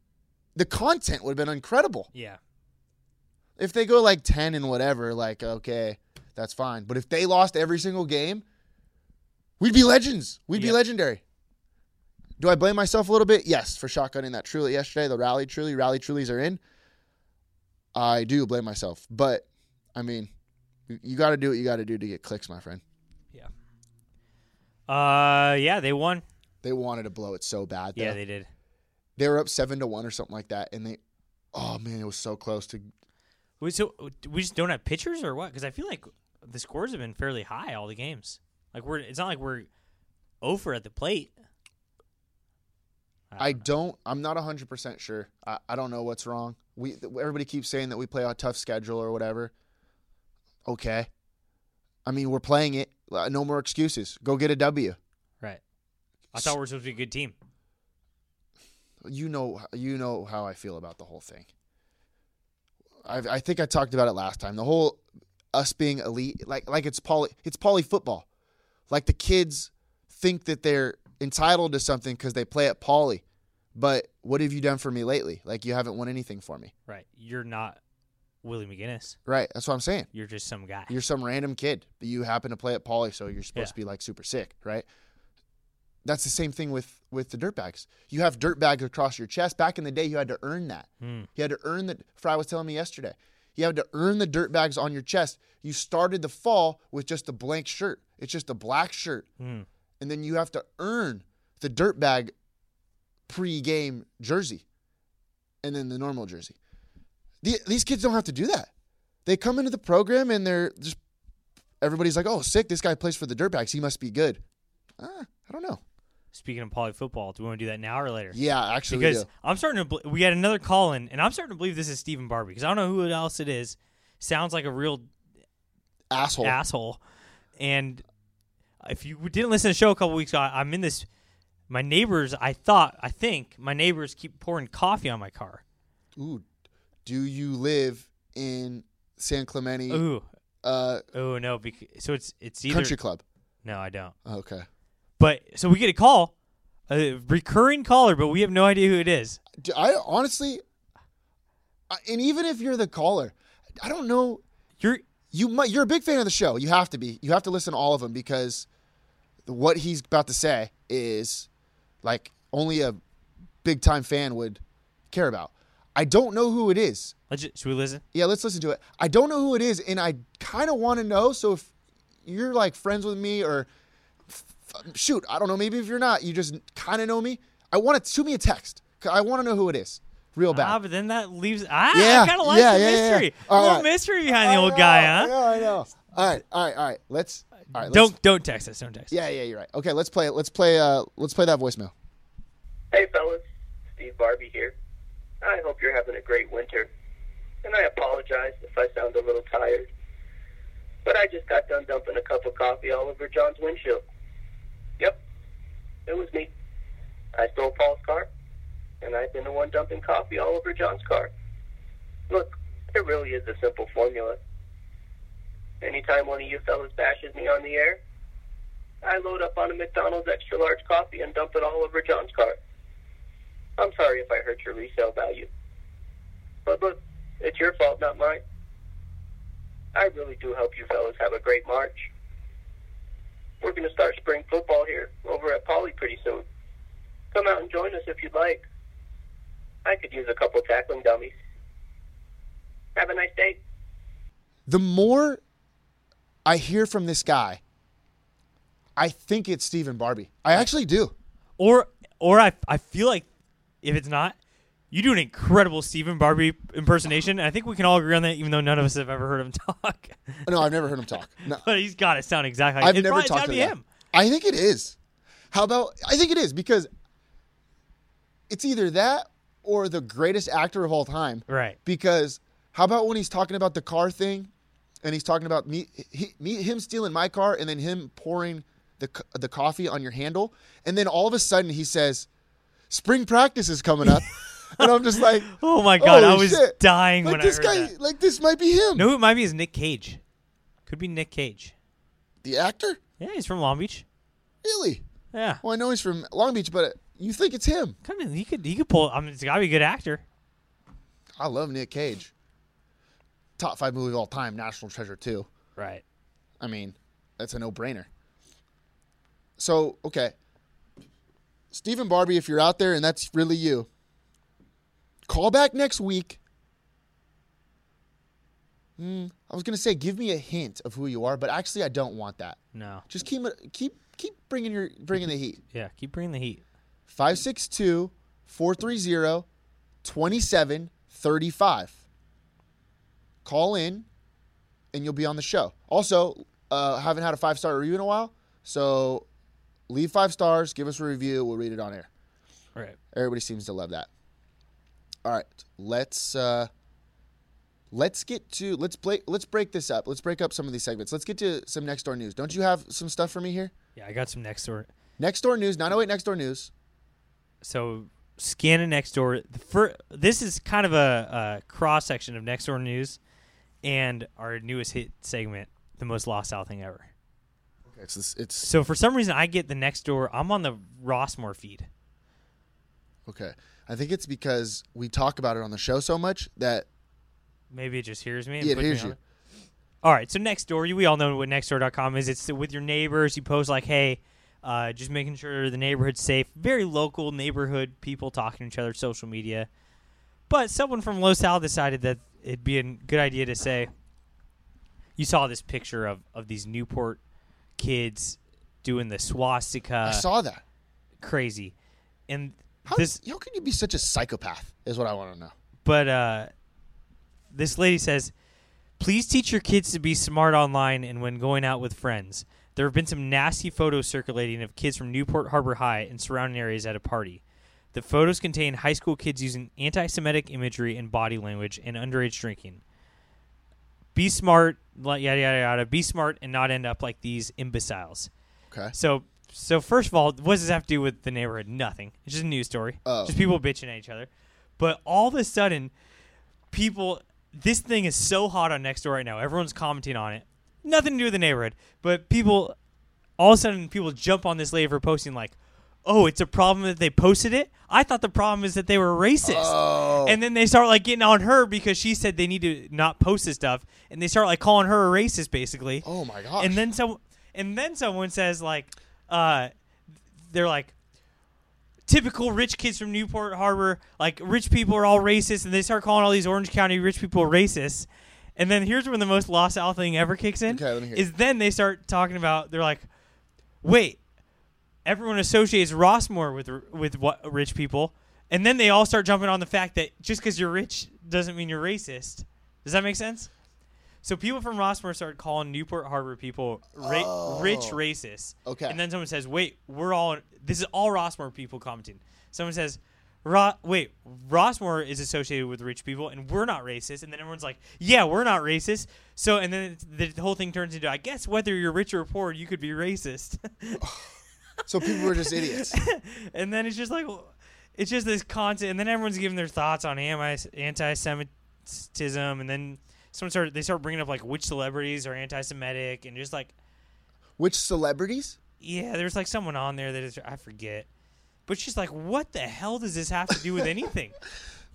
[SPEAKER 2] The content would have been incredible.
[SPEAKER 3] Yeah.
[SPEAKER 2] If they go like 10 and whatever, like, okay, that's fine. But if they lost every single game, we'd be legends. We'd be
[SPEAKER 3] Yeah.
[SPEAKER 2] legendary. Do I blame myself a little bit? Yes, for shotgunning that truly yesterday. The rally truly, rally trulies are in. I do blame myself. But, I mean, you- you got to do what you got to do to get clicks, my friend.
[SPEAKER 3] Uh, yeah, they won.
[SPEAKER 2] They wanted to blow it so bad.
[SPEAKER 3] Yeah,
[SPEAKER 2] though.
[SPEAKER 3] they did.
[SPEAKER 2] they were up seven to one or something like that, and they, oh man, it was so close to.
[SPEAKER 3] Wait, so uh, we just don't have pitchers or what? Because I feel like the scores have been fairly high all the games. Like we're it's not like we're over at the plate.
[SPEAKER 2] I don't. I'm not 100 percent sure. I, I don't know what's wrong. We th- everybody keeps saying that we play a tough schedule or whatever. Okay, I mean we're playing it. Uh, No more excuses. Go get a W.
[SPEAKER 3] Right. I thought we were supposed to be a good team.
[SPEAKER 2] You know, you know how I feel about the whole thing. I I think I talked about it last time. The whole us being elite, like like it's poly, it's poly football. Like the kids think that they're entitled to something because they play at poly. But what have you done for me lately? Like you haven't won anything for me.
[SPEAKER 3] Right. You're not Willie McGinnis.
[SPEAKER 2] Right. That's what I'm saying.
[SPEAKER 3] You're just some guy.
[SPEAKER 2] You're some random kid, but you happen to play at Poly, so you're supposed
[SPEAKER 3] Yeah.
[SPEAKER 2] to be like super sick, right? That's the same thing with with the dirtbags. You have dirtbags across your chest. Back in the day, you had to earn that. You had to earn that. Fry was telling me yesterday. You had to earn the dirtbags on your chest. You started the fall with just a blank shirt. It's just a black shirt,
[SPEAKER 3] Hmm.
[SPEAKER 2] and then you have to earn the dirtbag pre-game jersey, and then the normal jersey. The- these kids don't have to do that they come into the program and they're just everybody's like, "Oh, sick! This guy plays for the Dirtbags. He must be good." Ah, I don't know.
[SPEAKER 3] Speaking of poly football, do we want to do that now or later?
[SPEAKER 2] Yeah, actually, we
[SPEAKER 3] because
[SPEAKER 2] do.
[SPEAKER 3] I'm starting to bel- we had another call in, and I'm starting to believe this is Stephen Barbie because I don't know who else it is. Sounds like a real
[SPEAKER 2] asshole.
[SPEAKER 3] asshole. And if you didn't listen to the show a couple weeks ago, I- I'm in this. My neighbors, I thought, I think my neighbors keep pouring coffee on my car.
[SPEAKER 2] Ooh, do you live in San Clemente
[SPEAKER 3] Ooh,
[SPEAKER 2] uh,
[SPEAKER 3] oh no! Bec- so it's it's either
[SPEAKER 2] Country Club?
[SPEAKER 3] no, I don't.
[SPEAKER 2] Okay,
[SPEAKER 3] But so we get a call. a recurring caller, but we have no idea who it is.
[SPEAKER 2] D- I honestly, I- and even if you're the caller, I don't know.
[SPEAKER 3] You're
[SPEAKER 2] You might, you're a big fan of the show. You have to be. You have to listen to all of them because what he's about to say is like only a big time fan would care about. I don't know who it is.
[SPEAKER 3] let's ju- should we listen?
[SPEAKER 2] Yeah, let's listen to it. I don't know who it is, and I kind of want to know. So if you're like friends with me, or f- f- shoot, I don't know. Maybe if you're not, you just kind of know me. I want to shoot me a text. 'cause I want to know who it is, real bad.
[SPEAKER 3] Ah, but then that leaves. Ah,
[SPEAKER 2] Yeah,
[SPEAKER 3] I kind of like
[SPEAKER 2] yeah,
[SPEAKER 3] the
[SPEAKER 2] yeah, yeah, yeah.
[SPEAKER 3] mystery.
[SPEAKER 2] All
[SPEAKER 3] A little
[SPEAKER 2] right.
[SPEAKER 3] mystery behind the old guy,
[SPEAKER 2] I
[SPEAKER 3] huh?
[SPEAKER 2] know, I know. All right, all right, all right. Let's. All right, let's-
[SPEAKER 3] Don't don't text us. Don't text. us.
[SPEAKER 2] Yeah, yeah, you're right. Okay, let's play. Let's play. Uh, let's play that voicemail.
[SPEAKER 4] Hey, fellas. Steve Barbie here. I hope you're having a great winter. And I apologize if I sound a little tired. But I just got done dumping a cup of coffee all over John's windshield. Yep, it was me. I stole Paul's car, and I've been the one dumping coffee all over John's car. Look, it really is a simple formula. Anytime one of you fellas bashes me on the air, I load up on a McDonald's extra large coffee and dump it all over John's car. I'm sorry if I hurt your resale value. But look, it's your fault, not mine. I really do hope you fellas have a great March. We're going to start spring football here over at Poly pretty soon. Come out and join us if you'd like. I could use a couple tackling dummies. Have a nice day.
[SPEAKER 2] The more I hear from this guy, I think it's Stephen Barbie. I actually do.
[SPEAKER 3] Or or I I feel like if it's not, you do an incredible Stephen Barbie impersonation. And I think we can all agree on that, even though none of us have ever heard him *laughs* talk.
[SPEAKER 2] No, I've never heard him talk.
[SPEAKER 3] *laughs*
[SPEAKER 2] No,
[SPEAKER 3] but he's got to sound exactly. like
[SPEAKER 2] I've
[SPEAKER 3] it's
[SPEAKER 2] never
[SPEAKER 3] probably
[SPEAKER 2] talked
[SPEAKER 3] gotta
[SPEAKER 2] to
[SPEAKER 3] be
[SPEAKER 2] that.
[SPEAKER 3] him.
[SPEAKER 2] I think it is. How about? I think it is because it's either that or the greatest actor of all time.
[SPEAKER 3] Right.
[SPEAKER 2] Because how about when he's talking about the car thing, and he's talking about me, he, me, him stealing my car, and then him pouring the co- the coffee on your handle, and then all of a sudden he says, "Spring practice is coming
[SPEAKER 3] *laughs*
[SPEAKER 2] up," and I'm just like,
[SPEAKER 3] Oh my god, I
[SPEAKER 2] "Holy
[SPEAKER 3] was
[SPEAKER 2] shit."
[SPEAKER 3] dying
[SPEAKER 2] Like
[SPEAKER 3] when
[SPEAKER 2] this
[SPEAKER 3] I heard
[SPEAKER 2] guy,
[SPEAKER 3] that.
[SPEAKER 2] like this might be him,
[SPEAKER 3] No, it might be is Nick Cage. Could be Nick Cage.
[SPEAKER 2] the actor.
[SPEAKER 3] Yeah, he's from Long Beach.
[SPEAKER 2] Really?
[SPEAKER 3] Yeah,
[SPEAKER 2] Well, I know he's from Long Beach, but you think it's him?
[SPEAKER 3] Come in, he could he could pull. I mean, it's got to be a good actor.
[SPEAKER 2] I love Nick Cage. Top five movie of all time, National Treasure two.
[SPEAKER 3] Right.
[SPEAKER 2] I mean, that's a no brainer. So, okay. Stephen Barbie, if you're out there and that's really you, call back next week. Hmm, I was gonna say, give me a hint of who you are, but actually, I don't want that.
[SPEAKER 3] No.
[SPEAKER 2] Just keep it, keep keep bringing your bringing the heat.
[SPEAKER 3] Yeah. Keep bringing the heat.
[SPEAKER 2] 562 430 2735. Call in and you'll be on the show. Also, uh, haven't had a five star review in a while. So leave five stars, give us a review. We'll read it on air.
[SPEAKER 3] Right.
[SPEAKER 2] Everybody seems to love that. All right, let's uh, let's get to let's play let's break this up. Let's break up some of these segments. Let's get to some next door news. Don't you have some stuff for me here?
[SPEAKER 3] Yeah, I got some next door.
[SPEAKER 2] Next door news, 908 next door news.
[SPEAKER 3] So scanning next door. The fir- this is kind of a, a cross section of next door news and our newest hit segment, the most lost South thing ever.
[SPEAKER 2] Okay, so it's, it's
[SPEAKER 3] So for some reason, I get the next door. I'm on the Rossmore feed.
[SPEAKER 2] Okay. I think it's because we talk about it on the show so much that
[SPEAKER 3] Maybe it just hears me. And
[SPEAKER 2] yeah, it
[SPEAKER 3] puts me
[SPEAKER 2] hears
[SPEAKER 3] on
[SPEAKER 2] you.
[SPEAKER 3] it. All right, so Nextdoor, you- we all know what Nextdoor.com is. It's with your neighbors. You post like, hey, uh, just making sure the neighborhood's safe. Very local neighborhood people talking to each other, social media. But someone from Los Al decided that it'd be a good idea to say, you saw this picture of, of these Newport kids doing the swastika.
[SPEAKER 2] I saw that.
[SPEAKER 3] crazy. And
[SPEAKER 2] How,
[SPEAKER 3] this
[SPEAKER 2] how can you be such a psychopath? Is what I want to know.
[SPEAKER 3] but uh, this lady says, please teach your kids to be smart online and when going out with friends. There have been some nasty photos circulating of kids from Newport Harbor High and surrounding areas at a party. The photos contain high school kids using anti Semitic imagery and body language and underage drinking. Be smart, la- yada, yada, yada. Be smart and not end up like these imbeciles.
[SPEAKER 2] Okay.
[SPEAKER 3] So, so first of all, what does this have to do with the neighborhood? Nothing. It's just a news story.
[SPEAKER 2] Oh.
[SPEAKER 3] Just people bitching at each other. But all of a sudden, people, this thing is so hot on Nextdoor right now. Everyone's commenting on it. Nothing to do with the neighborhood, but people, all of a sudden, people jump on this lady for posting like, oh, it's a problem that they posted it. I thought the problem is that they were racist.
[SPEAKER 2] Oh.
[SPEAKER 3] And then they start like getting on her because she said they need to not post this stuff, and they start like calling her a racist basically.
[SPEAKER 2] Oh my gosh.
[SPEAKER 3] And then some, and then someone says like, uh, they're like, typical rich kids from Newport Harbor, like rich people are all racist, and they start calling all these Orange County rich people racist. And then here's when the most lost owl thing ever kicks in.
[SPEAKER 2] Okay, let me hear
[SPEAKER 3] is
[SPEAKER 2] it.
[SPEAKER 3] then they start talking about they're like, wait, everyone associates Rossmore with r- with what rich people, and then they all start jumping on the fact that just because you're rich doesn't mean you're racist. Does that make sense? So people from Rossmore started calling Newport Harbor people ra- rich racists.
[SPEAKER 2] Okay.
[SPEAKER 3] And then someone says, "Wait, we're all this is all Rossmore people commenting." Someone says, Ro- "Wait, Rossmore is associated with rich people, and we're not racist." And then everyone's like, "Yeah, we're not racist." So and then it's- the whole thing turns into, "I guess whether you're rich or poor, you could be racist." *laughs*
[SPEAKER 2] so people were just idiots.
[SPEAKER 3] and then it's just like it's just this constant and then everyone's giving their thoughts on anti- anti-semitism and then someone started they start bringing up like which celebrities are anti-semitic and just like
[SPEAKER 2] *laughs* Which celebrities?
[SPEAKER 3] yeah there's like someone on there that is i forget but she's like what the hell does this have to do with anything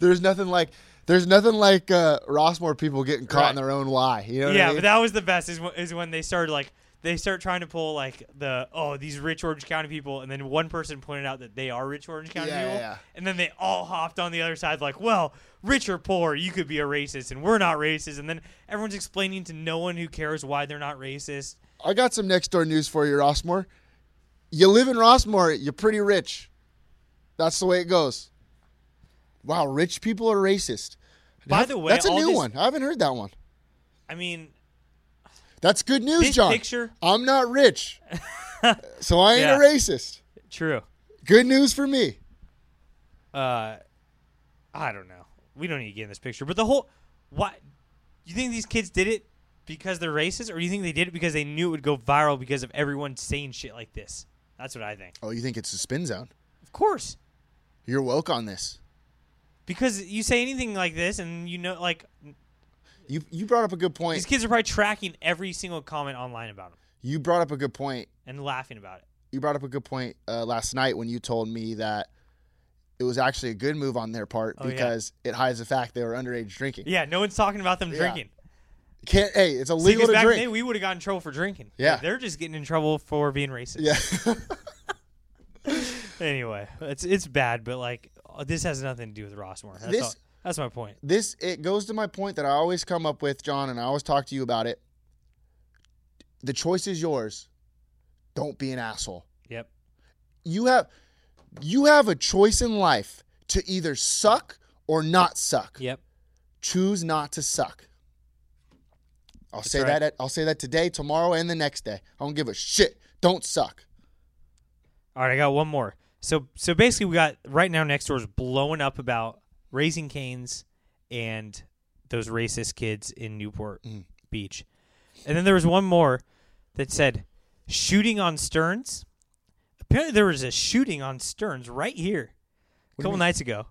[SPEAKER 2] There's nothing like there's nothing like uh, Rossmore people getting caught in their own lie. You know what I
[SPEAKER 3] yeah
[SPEAKER 2] mean?
[SPEAKER 3] but that was the best is, wh- is when they started like they start trying to pull like the oh these rich orange county people and then one person pointed out that they are rich orange county
[SPEAKER 2] Yeah,
[SPEAKER 3] people
[SPEAKER 2] yeah, yeah.
[SPEAKER 3] and then they all hopped on the other side like well rich or poor you could be a racist and we're not racist and then everyone's explaining to no one who cares why they're not racist
[SPEAKER 2] I got some next door news for you, Rossmore. You live in Rossmore, you're pretty rich. That's the way it goes. Wow, rich people are racist.
[SPEAKER 3] by the way
[SPEAKER 2] That's a
[SPEAKER 3] all
[SPEAKER 2] new
[SPEAKER 3] this-
[SPEAKER 2] one. I haven't heard that one.
[SPEAKER 3] i mean
[SPEAKER 2] That's good news,
[SPEAKER 3] This
[SPEAKER 2] John.
[SPEAKER 3] picture-
[SPEAKER 2] I'm not rich, so I ain't
[SPEAKER 3] Yeah.
[SPEAKER 2] a racist.
[SPEAKER 3] true
[SPEAKER 2] Good news for me.
[SPEAKER 3] uh i don't know we don't need to get in this picture but the whole what you think these kids did it because they're racist or you think they did it because they knew it would go viral because of everyone saying shit like this that's what i think
[SPEAKER 2] Oh, you think it's a spin zone?
[SPEAKER 3] of course
[SPEAKER 2] You're woke on this.
[SPEAKER 3] because you say anything like this and you know like
[SPEAKER 2] You you brought up a good
[SPEAKER 3] these
[SPEAKER 2] point.
[SPEAKER 3] kids are probably tracking every single comment online about them
[SPEAKER 2] You brought up a good point.
[SPEAKER 3] and laughing about it
[SPEAKER 2] You brought up a good point uh, last night when you told me that it was actually a good move on their part
[SPEAKER 3] Oh, yeah.
[SPEAKER 2] because it hides the fact they were underage drinking.
[SPEAKER 3] yeah no one's talking about them drinking
[SPEAKER 2] Can't hey, it's
[SPEAKER 3] See, 'cause
[SPEAKER 2] illegal to
[SPEAKER 3] back in
[SPEAKER 2] *laughs*
[SPEAKER 3] the
[SPEAKER 2] drink.
[SPEAKER 3] day, we would have gotten in trouble for drinking
[SPEAKER 2] Yeah.
[SPEAKER 3] they're just getting in trouble for being racist
[SPEAKER 2] yeah. *laughs*
[SPEAKER 3] anyway, it's it's bad, but like uh, this has nothing to do with Rossmore. That's
[SPEAKER 2] This-
[SPEAKER 3] all- that's my point.
[SPEAKER 2] this it goes to my point that I always come up with, John, and I always talk to you about it. The choice is yours. Don't be an asshole.
[SPEAKER 3] Yep.
[SPEAKER 2] You have you have a choice in life to either suck or not suck.
[SPEAKER 3] Yep.
[SPEAKER 2] Choose not to suck. I'll say
[SPEAKER 3] right.
[SPEAKER 2] that at, I'll say that today, tomorrow, and the next day. I don't give a shit. Don't suck.
[SPEAKER 3] All right, I got one more. So so basically, we got right now next door is blowing up about raising canes and those racist kids in Newport Beach, and then there was one more that said shooting on Stearns. Apparently, there was a shooting on Stearns right here a couple nights ago.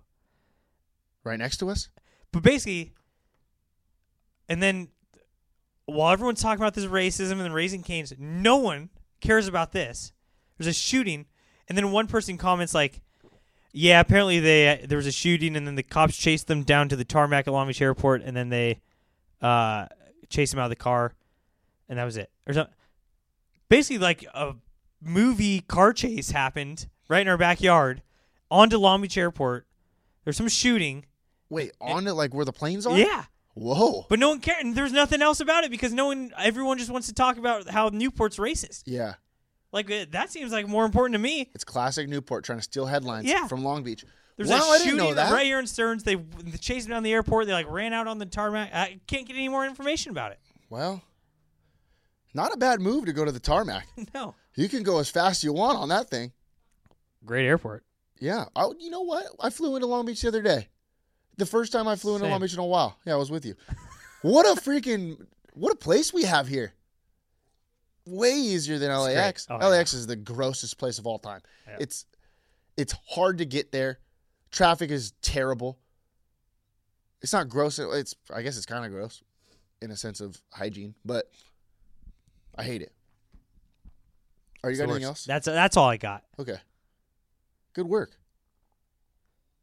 [SPEAKER 2] Right next to us?
[SPEAKER 3] But basically, and then while everyone's talking about this racism and raising canes, no one cares about this. There's a shooting, and then one person comments like, "Yeah, apparently they uh, there was a shooting, and then the cops chased them down to the tarmac at Long Beach Airport, and then they uh, chased them out of the car, and that was it." Or something. Basically, like a movie car chase happened right in our backyard onto Long Beach Airport. There's some shooting.
[SPEAKER 2] Wait, on it like where the planes are?
[SPEAKER 3] Yeah.
[SPEAKER 2] Whoa.
[SPEAKER 3] But no one cares. And there's nothing else about it because no one, everyone just wants to talk about how Newport's racist.
[SPEAKER 2] yeah.
[SPEAKER 3] Like uh, that seems like more important to me.
[SPEAKER 2] It's classic Newport trying to steal headlines
[SPEAKER 3] Yeah.
[SPEAKER 2] from Long Beach.
[SPEAKER 3] There's
[SPEAKER 2] wow,
[SPEAKER 3] a
[SPEAKER 2] I
[SPEAKER 3] shooting
[SPEAKER 2] didn't know that.
[SPEAKER 3] right here in Stearns. They, they chased him down the airport. They like ran out on the tarmac. I can't get any more information about it. *laughs*
[SPEAKER 2] Well, not a bad move to go to the tarmac.
[SPEAKER 3] No.
[SPEAKER 2] you can go as fast as you want on that thing.
[SPEAKER 3] Great airport.
[SPEAKER 2] Yeah. I, you know what? I flew into Long Beach the other day. The first time I flew into
[SPEAKER 3] Same.
[SPEAKER 2] Long Beach in a while. Yeah, I was with you. what a freaking what a place we have here. Way easier than LAX.
[SPEAKER 3] Oh, yeah.
[SPEAKER 2] LAX is the grossest place of all time. It's it's hard to get there. Traffic is terrible. It's not gross. It's I guess it's kind of gross in a sense of hygiene, but I hate it. Are you got anything else?
[SPEAKER 3] That's that's all I got.
[SPEAKER 2] okay. Good work.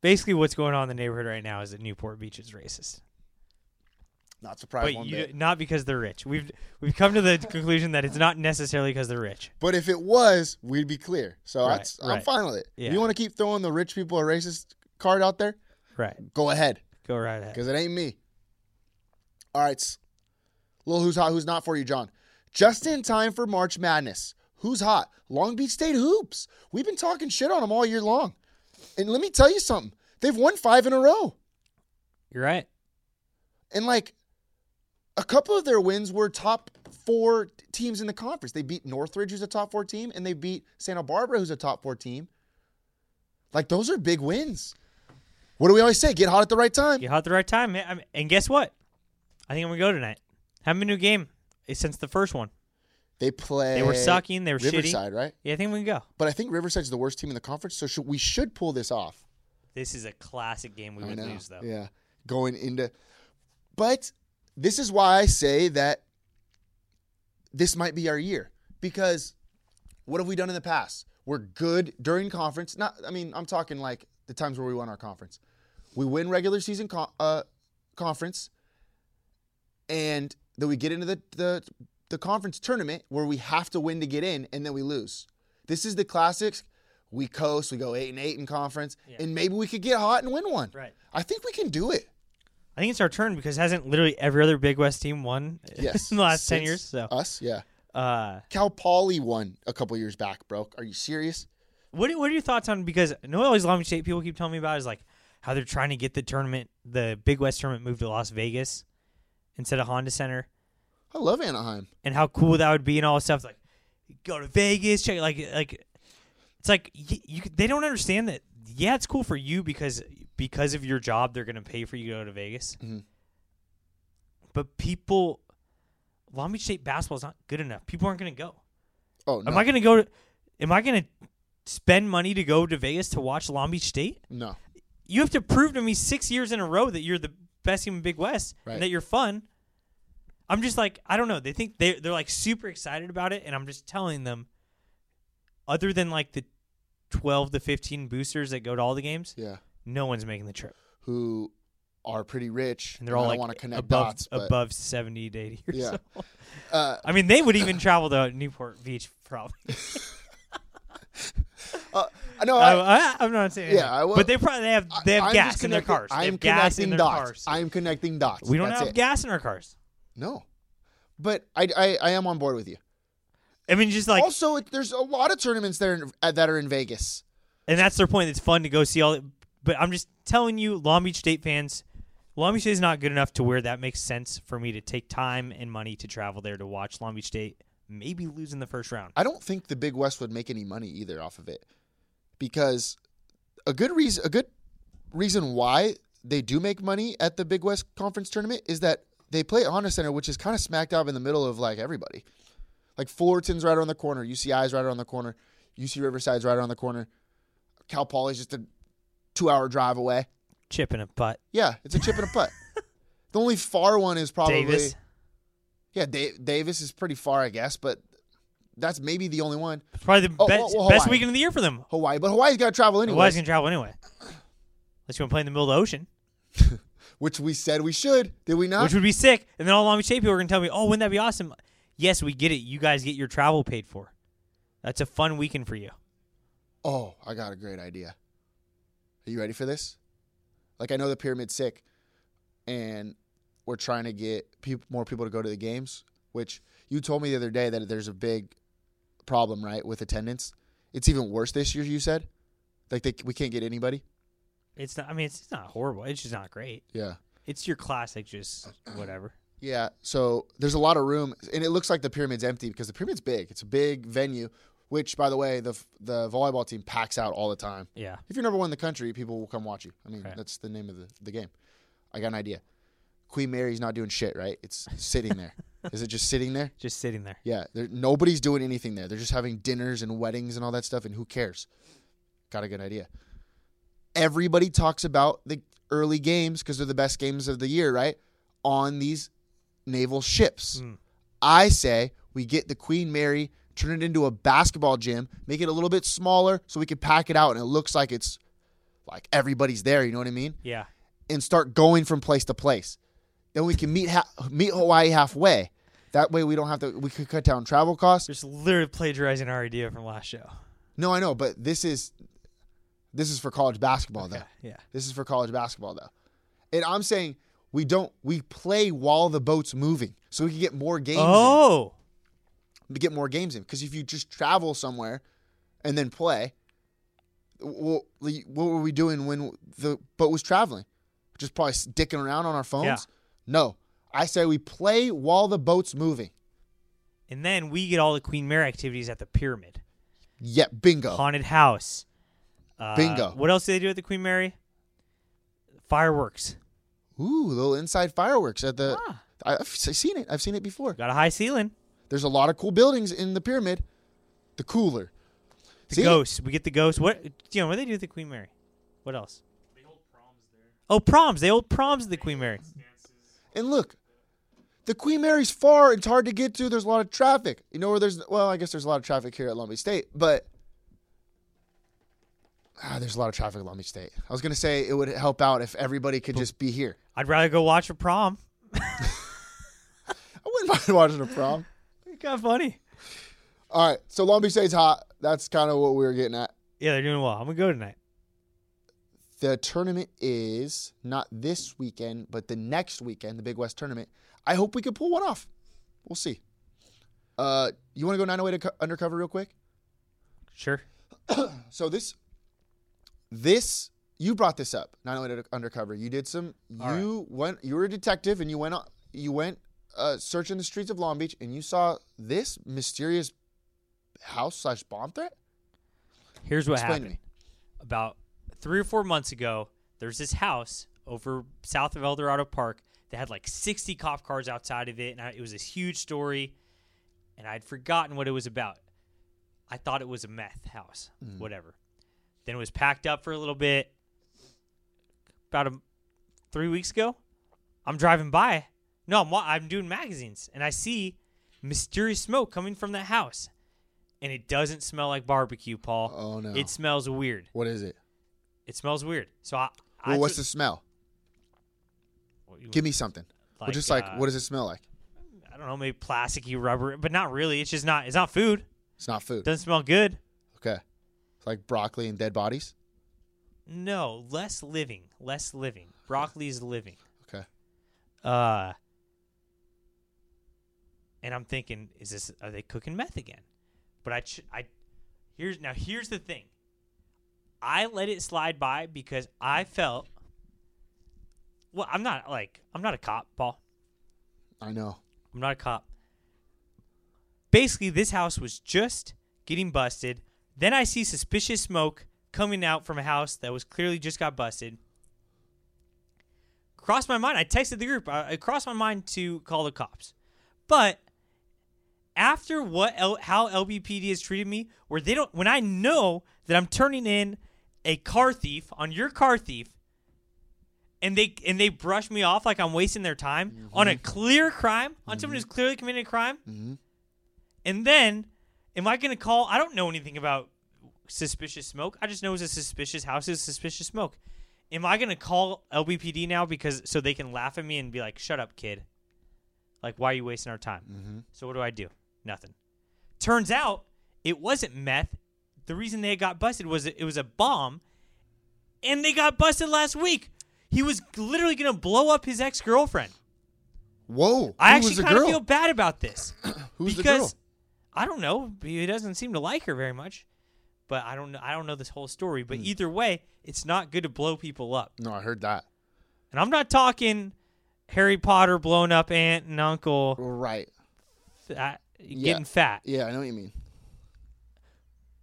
[SPEAKER 3] Basically, what's going on in the neighborhood right now is that Newport Beach is racist,
[SPEAKER 2] Not surprised
[SPEAKER 3] but
[SPEAKER 2] one
[SPEAKER 3] you,
[SPEAKER 2] bit.
[SPEAKER 3] not because they're rich. We've we've come to the conclusion that it's not necessarily because they're rich.
[SPEAKER 2] But if it was, we'd be clear. So
[SPEAKER 3] Right,
[SPEAKER 2] that's, I'm
[SPEAKER 3] right.
[SPEAKER 2] fine with it.
[SPEAKER 3] Yeah.
[SPEAKER 2] You want to keep throwing the rich people a racist card out there?
[SPEAKER 3] Right.
[SPEAKER 2] Go ahead,
[SPEAKER 3] Go right ahead.
[SPEAKER 2] because it ain't me. All right, s- little who's hot, who's not for you, John. Just in time for March Madness. Who's hot? Long Beach State hoops. We've been talking shit on them all year long, and let me tell you something. They've won five in a row,
[SPEAKER 3] You're right.
[SPEAKER 2] and like a couple of their wins were top four t- teams in the conference. They beat Northridge, who's a top four team, and they beat Santa Barbara, who's a top four team. Like those are big wins. What do we always say? Get hot at the right time.
[SPEAKER 3] You hot at the right time, man. I'm, and guess what? I think I'm gonna go tonight. Haven't been to a game eh, since the first one.
[SPEAKER 2] They play.
[SPEAKER 3] They were sucking. They were shitty.
[SPEAKER 2] Riverside, right?
[SPEAKER 3] Yeah, I think we can go.
[SPEAKER 2] But I think Riverside's the worst team in the conference, so should, we should pull this off.
[SPEAKER 3] This is a classic game we
[SPEAKER 2] I
[SPEAKER 3] would
[SPEAKER 2] know.
[SPEAKER 3] lose, though.
[SPEAKER 2] Yeah, going into. But this is why I say that this might be our year because what have we done in the past? We're good during conference. Not, I mean, I'm talking like the times where we won our conference. We win regular season con- uh, conference, and then we get into the, the the conference tournament where we have to win to get in, and then we lose. This is the classics. We coast. We go eight and eight in conference, and maybe we could get hot and win one.
[SPEAKER 3] Right.
[SPEAKER 2] I think we can do it.
[SPEAKER 3] I think it's our turn because hasn't literally every other Big West team won *laughs*
[SPEAKER 2] Yes.
[SPEAKER 3] in the last ten
[SPEAKER 2] Since
[SPEAKER 3] years? So,
[SPEAKER 2] us, yeah.
[SPEAKER 3] uh,
[SPEAKER 2] Cal Poly won a couple years back, bro. Are you serious?
[SPEAKER 3] what are- what are your thoughts on because I know all these Long Beach State people keep telling me about is like how they're trying to get the tournament, the Big West tournament, moved to Las Vegas instead of Honda Center,
[SPEAKER 2] I love Anaheim.
[SPEAKER 3] and how cool that would be, and all this stuff. Like, go to Vegas, check like like it's like you, you could- they don't understand that. Yeah, it's cool for you because because of your job, they're gonna pay for you to go to Vegas. But people, Long Beach State basketball is not good enough. People aren't gonna go.
[SPEAKER 2] Oh no,
[SPEAKER 3] Am I gonna go to? Am I gonna spend money to go to Vegas to watch Long Beach State?
[SPEAKER 2] no.
[SPEAKER 3] You have to prove to me six years in a row that you're the best team in Big West
[SPEAKER 2] Right.
[SPEAKER 3] and that you're fun. I'm just like I don't know. They think they they're like super excited about it, and I'm just telling them. Other than like the twelve to fifteen boosters that go to all the games,
[SPEAKER 2] Yeah,
[SPEAKER 3] no one's making the trip,
[SPEAKER 2] who are pretty rich
[SPEAKER 3] and they're all
[SPEAKER 2] I
[SPEAKER 3] like
[SPEAKER 2] want to connect
[SPEAKER 3] above
[SPEAKER 2] dots. But,
[SPEAKER 3] above seventy to eighty. Or
[SPEAKER 2] Yeah.
[SPEAKER 3] so.
[SPEAKER 2] Uh,
[SPEAKER 3] I mean, they would even travel to Newport Beach probably.
[SPEAKER 2] *laughs* no, I,
[SPEAKER 3] I, I, I'm not saying.
[SPEAKER 2] Yeah,
[SPEAKER 3] anything.
[SPEAKER 2] I will-
[SPEAKER 3] but they probably they have they have
[SPEAKER 2] I'm
[SPEAKER 3] gas
[SPEAKER 2] just
[SPEAKER 3] in their cars.
[SPEAKER 2] connecting-
[SPEAKER 3] They
[SPEAKER 2] I am
[SPEAKER 3] have gas in
[SPEAKER 2] connecting
[SPEAKER 3] their
[SPEAKER 2] dots.
[SPEAKER 3] cars.
[SPEAKER 2] I am connecting dots.
[SPEAKER 3] we don't
[SPEAKER 2] That's
[SPEAKER 3] have
[SPEAKER 2] it.
[SPEAKER 3] gas in our cars.
[SPEAKER 2] No, but I, I I am on board with you.
[SPEAKER 3] I mean, just like,
[SPEAKER 2] also, it, there's a lot of tournaments that are in, uh, that are in Vegas.
[SPEAKER 3] and that's their point. It's fun to go see all. But I'm just telling you, Long Beach State fans, Long Beach State is not good enough to where that makes sense for me to take time and money to travel there to watch Long Beach State maybe lose in the first round.
[SPEAKER 2] I don't think the Big West would make any money either off of it, because a good reason a good reason why they do make money at the Big West Conference tournament is that they play at Honda Center, which is kind of smack dab in the middle of like everybody. Like Fullerton's right around the corner, UCI's right around the corner, UC Riverside's right around the corner, Cal Poly's just a two-hour drive away.
[SPEAKER 3] Chip in a butt,
[SPEAKER 2] Yeah, it's a chip and a putt. The only far one is probably
[SPEAKER 3] Davis.
[SPEAKER 2] yeah. Da- Davis is pretty far, I guess, but that's maybe the only one.
[SPEAKER 3] It's probably the
[SPEAKER 2] Oh,
[SPEAKER 3] best,
[SPEAKER 2] well, well,
[SPEAKER 3] best
[SPEAKER 2] Hawaii.
[SPEAKER 3] weekend of the year for them.
[SPEAKER 2] Hawaii, but Hawaii's got to travel anyway.
[SPEAKER 3] Hawaii's gonna travel anyway, unless you want to play in the middle of the ocean.
[SPEAKER 2] which we said we should. Did we not?
[SPEAKER 3] which would be sick. And then all Long Beach State people are going to tell me, "Oh, wouldn't that be awesome?" Yes, we get it. You guys get your travel paid for. That's a fun weekend for you.
[SPEAKER 2] oh, I got a great idea. Are you ready for this? Like I know the pyramid's sick, and we're trying to get peop- more people to go to the games. Which you told me the other day that there's a big problem, right, with attendance. It's even worse this year. You said, like they, we can't get anybody.
[SPEAKER 3] It's not. I mean, it's, it's not horrible. It's just not great.
[SPEAKER 2] Yeah.
[SPEAKER 3] It's your classic, just whatever.
[SPEAKER 2] Yeah, so there's a lot of room, and it looks like the pyramid's empty because the pyramid's big. It's a big venue, which, by the way, the the volleyball team packs out all the time.
[SPEAKER 3] Yeah.
[SPEAKER 2] If you're number one in the country, people will come watch you. I mean,
[SPEAKER 3] Right.
[SPEAKER 2] that's the name of the, the game. I got an idea. Queen Mary's not doing shit, right? It's sitting there. Is it just sitting there?
[SPEAKER 3] Just sitting there.
[SPEAKER 2] Yeah, there, nobody's doing anything there. They're just having dinners and weddings and all that stuff, and who cares? Got a good idea. Everybody talks about the early games because they're the best games of the year, right? On these naval ships. I say we get the Queen Mary turn it into a basketball gym, make it a little bit smaller so we can pack it out and it looks like it's like everybody's there. You know what I mean?
[SPEAKER 3] Yeah.
[SPEAKER 2] and start going from place to place. Then we can meet ha- meet Hawaii halfway. That way we don't have to. We could cut down travel costs.
[SPEAKER 3] Just literally plagiarizing our idea from last show.
[SPEAKER 2] No, I know, but this is this is for college basketball though.
[SPEAKER 3] Yeah.
[SPEAKER 2] This is for college basketball though. And I'm saying we don't we play while the boat's moving, so we can get more games.
[SPEAKER 3] Oh.
[SPEAKER 2] in, get more games in because if you just travel somewhere and then play, well, what were we doing when the boat was traveling? Just probably dicking around on our phones.
[SPEAKER 3] Yeah.
[SPEAKER 2] No, I say we play while the boat's moving.
[SPEAKER 3] And then we get all the Queen Mary activities at the pyramid.
[SPEAKER 2] Yeah, bingo.
[SPEAKER 3] Haunted house. Uh,
[SPEAKER 2] Oh. Bingo.
[SPEAKER 3] What else do they do at the Queen Mary? Fireworks.
[SPEAKER 2] Ooh, little inside fireworks at the. I, I've seen it. I've seen it before.
[SPEAKER 3] Got a high ceiling.
[SPEAKER 2] There's a lot of cool buildings in the pyramid. The cooler.
[SPEAKER 3] The
[SPEAKER 2] See?
[SPEAKER 3] ghosts. We get the ghosts. What you know, what do they do at the Queen Mary? What else? They hold proms there. Oh, proms. They hold proms at the Queen Mary.
[SPEAKER 2] And look, the Queen Mary's far. It's hard to get to. There's a lot of traffic. You know where there's well, I guess there's a lot of traffic here at Long Beach State, but ah, there's a lot of traffic at Long Beach State. I was gonna say it would help out if everybody could just be here.
[SPEAKER 3] I'd rather go watch a prom.
[SPEAKER 2] I wouldn't *laughs* mind watching a prom.
[SPEAKER 3] kind of funny.
[SPEAKER 2] All right, so Long Beach State's hot. That's kind of what we were getting at.
[SPEAKER 3] Yeah, they're doing well. I'm gonna go tonight.
[SPEAKER 2] The tournament is not this weekend, but the next weekend, the Big West tournament. I hope we could pull one off. We'll see. Uh, you want to go 908 to undercover real quick?
[SPEAKER 3] Sure.
[SPEAKER 2] So this, this you brought this up. Not only did undercover, you did some.
[SPEAKER 3] right.
[SPEAKER 2] you went. You were a detective, and you went. on- You went uh, searching the streets of Long Beach, and you saw this mysterious house slash bomb threat.
[SPEAKER 3] Here's what
[SPEAKER 2] Explain to
[SPEAKER 3] happened.
[SPEAKER 2] me.
[SPEAKER 3] About three or four months ago, there's this house over south of El Dorado Park that had like 60 cop cars outside of it, and I, it was this huge story. And I'd forgotten what it was about. I thought it was a meth house,
[SPEAKER 2] Mm-hmm.
[SPEAKER 3] whatever. Then it was packed up for a little bit. About a, three weeks ago, I'm driving by. No, I'm wa- I'm doing magazines, and I see mysterious smoke coming from that house, and it doesn't smell like barbecue, Paul.
[SPEAKER 2] Oh, no.
[SPEAKER 3] It smells weird.
[SPEAKER 2] What is it?
[SPEAKER 3] It smells weird. So I. I
[SPEAKER 2] Well, what's
[SPEAKER 3] took-
[SPEAKER 2] the smell?
[SPEAKER 3] what you-
[SPEAKER 2] Give me something. Well, just like
[SPEAKER 3] uh,
[SPEAKER 2] what does it smell like?
[SPEAKER 3] I don't know, maybe plasticky rubber, but not really. It's just not. It's not food.
[SPEAKER 2] It's not food.
[SPEAKER 3] Doesn't smell good.
[SPEAKER 2] Okay, it's like broccoli and dead bodies.
[SPEAKER 3] No, less living, less living. Broccoli's living.
[SPEAKER 2] Okay,
[SPEAKER 3] Uh, and I'm thinking, is this are they cooking meth again? But I, ch- I, here's now here's the thing. I let it slide by because I felt. Well, I'm not like I'm not a cop, Paul.
[SPEAKER 2] I know.
[SPEAKER 3] I'm not a cop. Basically, this house was just getting busted. Then I see suspicious smoke coming out from a house that was clearly just got busted. Crossed my mind. I texted the group. I, I crossed my mind to call the cops, but after what L, how LBPD has treated me, where they don't when I know that I'm turning in a car thief on your car thief, and they and they brush me off like I'm wasting their time on a clear crime on someone who's clearly committed a crime, and then am I going to call? I don't know anything about suspicious smoke. I just know it's a suspicious house is suspicious smoke. Am I going to call LBPD now because so they can laugh at me and be like, "Shut up, kid." Like, why are you wasting our time? So what do I do? Nothing. Turns out it wasn't meth. The reason they got busted was it was a bomb, and they got busted last week. He was literally gonna blow up his ex girlfriend.
[SPEAKER 2] Whoa,
[SPEAKER 3] I
[SPEAKER 2] who was
[SPEAKER 3] actually
[SPEAKER 2] the
[SPEAKER 3] kind of
[SPEAKER 2] girl?
[SPEAKER 3] feel bad about this
[SPEAKER 2] *clears throat* Who's the
[SPEAKER 3] because
[SPEAKER 2] girl?
[SPEAKER 3] I don't know. He doesn't seem to like her very much, but I don't. know I don't know this whole story. But
[SPEAKER 2] Hmm.
[SPEAKER 3] either way, it's not good to blow people up.
[SPEAKER 2] No, I heard that.
[SPEAKER 3] And I'm not talking Harry Potter blown up aunt and uncle
[SPEAKER 2] Right.
[SPEAKER 3] uh, getting fat.
[SPEAKER 2] Yeah, I know what you mean.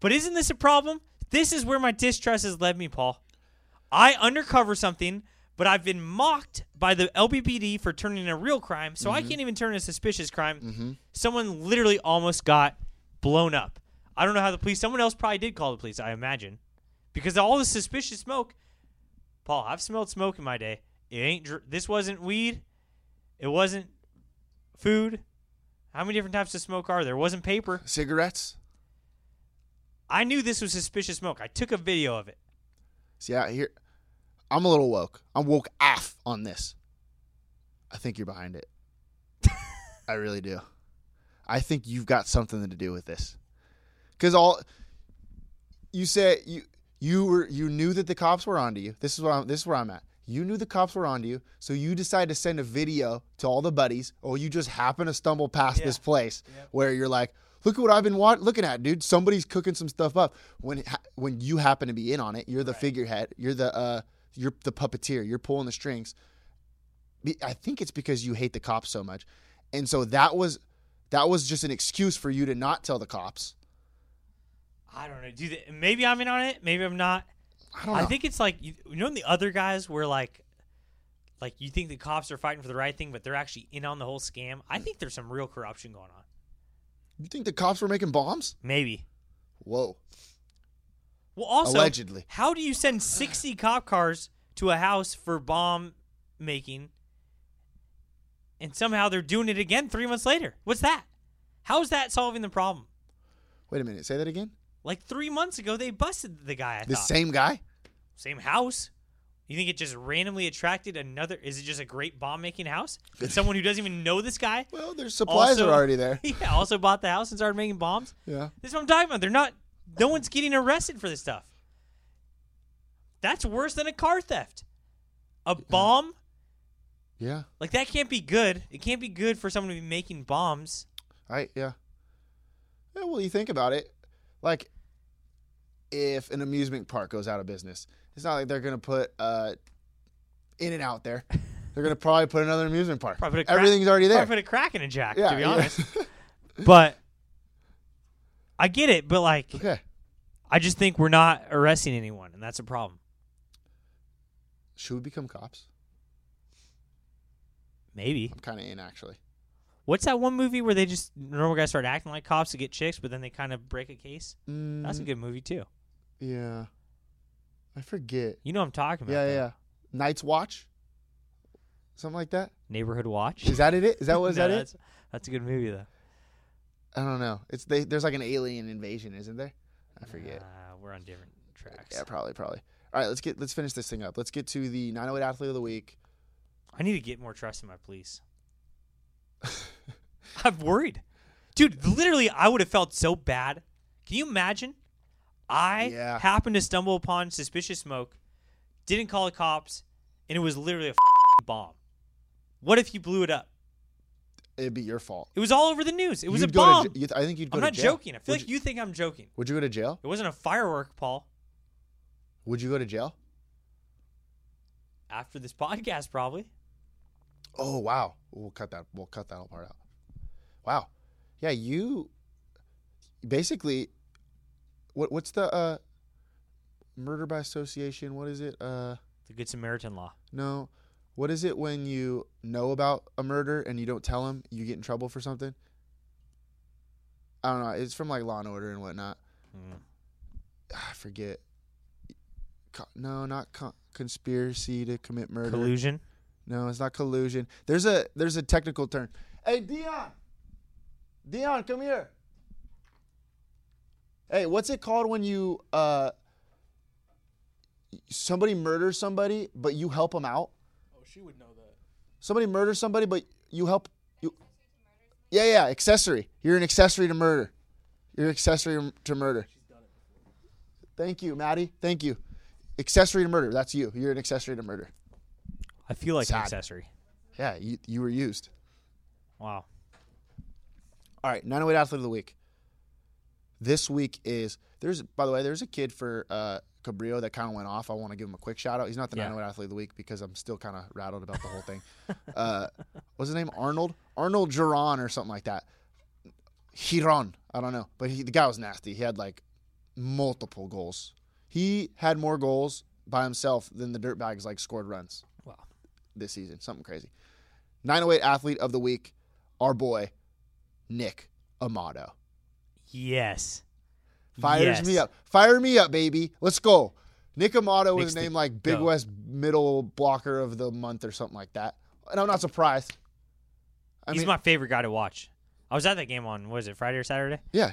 [SPEAKER 3] But isn't this a problem? This is where my distrust has led me, Paul. I undercover something, but I've been mocked by the LBPD for turning in a real crime, so I can't even turn in a suspicious crime. Someone literally almost got blown up. I don't know how the police. Someone else probably did call the police, I imagine, because all the suspicious smoke. Paul, I've smelled smoke in my day. It ain't. dr- This wasn't weed. It wasn't food. How many different types of smoke are there? Wasn't paper.
[SPEAKER 2] Cigarettes.
[SPEAKER 3] I knew this was suspicious smoke. I took a video of it.
[SPEAKER 2] See, I here, I'm a little woke. I'm woke off on this. I think you're behind it. I really do. I think you've got something to do with this, because all you said you you were you knew that the cops were onto you. This is where I'm, this is where I'm at. You knew the cops were onto you, so you decided to send a video to all the buddies, or you just happen to stumble past this place where you're like, "Look at what I've been wa- looking at, dude. Somebody's cooking some stuff up." When ha- when you happen to be in on it, you're the figurehead. You're the uh, you're the puppeteer. You're pulling the strings. Be- I think it's because you hate the cops so much, and so that was that was just an excuse for you to not tell the cops.
[SPEAKER 3] I don't know. Do they, maybe I'm in on it. Maybe I'm not.
[SPEAKER 2] I don't know.
[SPEAKER 3] I think it's like you, you know the other guys where like like you think the cops are fighting for the right thing, but they're actually in on the whole scam. I think there's some real corruption going on.
[SPEAKER 2] you think the cops were making bombs?
[SPEAKER 3] Maybe.
[SPEAKER 2] Whoa.
[SPEAKER 3] Well, also
[SPEAKER 2] Allegedly.
[SPEAKER 3] how do you
[SPEAKER 2] *sighs*
[SPEAKER 3] send 60 cop cars to a house for bomb making, and somehow they're doing it again three months later? What's that? How is that solving the problem?
[SPEAKER 2] Wait a minute. Say that again.
[SPEAKER 3] Like three months ago, they busted the guy. I
[SPEAKER 2] The
[SPEAKER 3] thought.
[SPEAKER 2] same guy?
[SPEAKER 3] same house. You think it just randomly attracted another? Is it just a great bomb
[SPEAKER 2] *laughs*
[SPEAKER 3] making house? Someone who doesn't even know this guy.
[SPEAKER 2] Well, their supplies
[SPEAKER 3] also-
[SPEAKER 2] are already there.
[SPEAKER 3] *laughs* yeah, also bought the house and started making bombs.
[SPEAKER 2] Yeah.
[SPEAKER 3] This is what I'm talking about. They're not. No one's getting arrested for this stuff. That's worse than a car theft. A bomb
[SPEAKER 2] Yeah.
[SPEAKER 3] like that can't be good. It can't be good for someone to be making bombs.
[SPEAKER 2] Right. Yeah. Yeah. Well, you think about it, like if an amusement park goes out of business, it's not like they're gonna put uh, in and out
[SPEAKER 3] *laughs*
[SPEAKER 2] there. They're gonna probably put another amusement park.
[SPEAKER 3] Probably put a crack,
[SPEAKER 2] Everything's already there.
[SPEAKER 3] Probably put a crack in a jack.
[SPEAKER 2] yeah.
[SPEAKER 3] to be
[SPEAKER 2] yeah.
[SPEAKER 3] honest,
[SPEAKER 2] *laughs*
[SPEAKER 3] but I get it. But like,
[SPEAKER 2] okay.
[SPEAKER 3] I just think we're not arresting anyone, and that's a problem.
[SPEAKER 2] Should we become cops?
[SPEAKER 3] Maybe.
[SPEAKER 2] I'm kind of in actually.
[SPEAKER 3] What's that one movie where they just normal guys start acting like cops to get chicks, but then they kind of break a case? That's a
[SPEAKER 2] Mm,
[SPEAKER 3] good movie too.
[SPEAKER 2] Yeah. I forget.
[SPEAKER 3] You know what I'm talking about.
[SPEAKER 2] Yeah.
[SPEAKER 3] though.
[SPEAKER 2] Yeah. Night's Watch. Something like that.
[SPEAKER 3] Neighborhood Watch.
[SPEAKER 2] Is that it? Is that what? Is
[SPEAKER 3] *laughs* No,
[SPEAKER 2] that it?
[SPEAKER 3] That's, that's a good movie though.
[SPEAKER 2] I don't know. It's they, there's like an alien invasion, isn't there? I forget.
[SPEAKER 3] Uh, we're on different tracks.
[SPEAKER 2] Yeah, probably, probably. All right, let's get let's finish this thing up. Let's get to the 908 athlete of the week.
[SPEAKER 3] I need to get more trust in my
[SPEAKER 2] *laughs*
[SPEAKER 3] police. I'm worried, dude. Literally, I would have felt so bad. Can you imagine? I
[SPEAKER 2] Yeah.
[SPEAKER 3] happened to stumble upon suspicious smoke, didn't call the cops, and it was literally a f***ing bomb. What if you blew it up?
[SPEAKER 2] It'd be your fault.
[SPEAKER 3] It was all over the news. It was
[SPEAKER 2] You'd
[SPEAKER 3] a
[SPEAKER 2] go to
[SPEAKER 3] bomb.
[SPEAKER 2] j- you'd- I think you'd go
[SPEAKER 3] I'm
[SPEAKER 2] to
[SPEAKER 3] not
[SPEAKER 2] jail.
[SPEAKER 3] joking. I feel
[SPEAKER 2] would
[SPEAKER 3] like
[SPEAKER 2] you,
[SPEAKER 3] you think I'm joking.
[SPEAKER 2] would you go to jail?
[SPEAKER 3] It wasn't a firework, Paul.
[SPEAKER 2] Would you go to jail?
[SPEAKER 3] After this *laughs* podcast, probably.
[SPEAKER 2] Oh wow, we'll cut that. We'll cut that whole part out. Wow, yeah, you basically what what's the uh murder by association? What is it? Uh
[SPEAKER 3] The Good Samaritan law.
[SPEAKER 2] No. What is it when you know about a murder and you don't tell them, you get in trouble for something? I don't know. It's from like Law and Order and whatnot. Ah, I forget. Co- no, not con- conspiracy to commit murder.
[SPEAKER 3] Collusion.
[SPEAKER 2] No, it's not collusion. There's a there's a technical term. Hey, Dion. Dion, come here. Hey, what's it called when you uh somebody murders somebody but you help them out?
[SPEAKER 6] Oh, she would know that.
[SPEAKER 2] Somebody murders somebody but you help you Yeah, yeah, accessory. You're an accessory to murder. You're accessory to murder. Thank you, Maddie. Thank you. Accessory to murder. That's you. You're an accessory to murder.
[SPEAKER 3] I feel like an
[SPEAKER 2] Sad.
[SPEAKER 3] accessory.
[SPEAKER 2] Yeah, you, you were used.
[SPEAKER 3] Wow.
[SPEAKER 2] All right, 908 athlete of the week. This week is there's by the way there's a kid for uh, Cabrillo that kind of went off. I want to give him a quick shout out. He's not the
[SPEAKER 3] Yeah.
[SPEAKER 2] 908 athlete of the week because I'm still kind of rattled about the whole thing. *laughs* uh, what's his name? Arnold Arnold Giron or something like that. Giron, I don't know, but he, the guy was nasty. He had like multiple goals. He had more goals by himself than the dirtbags like scored runs.
[SPEAKER 3] Wow.
[SPEAKER 2] this season, something crazy. 908 athlete of the week, our boy Nick Amato.
[SPEAKER 3] Yes.
[SPEAKER 2] Fires
[SPEAKER 3] Yes.
[SPEAKER 2] me up. Fire me up, baby. Let's go. Nick Amato
[SPEAKER 3] Makes
[SPEAKER 2] was
[SPEAKER 3] the
[SPEAKER 2] named like Big
[SPEAKER 3] go.
[SPEAKER 2] West middle blocker of the month or something like that. And I'm not surprised. I
[SPEAKER 3] He's
[SPEAKER 2] mean,
[SPEAKER 3] my favorite guy to watch. I was at that game on what is it Friday or Saturday?
[SPEAKER 2] Yeah.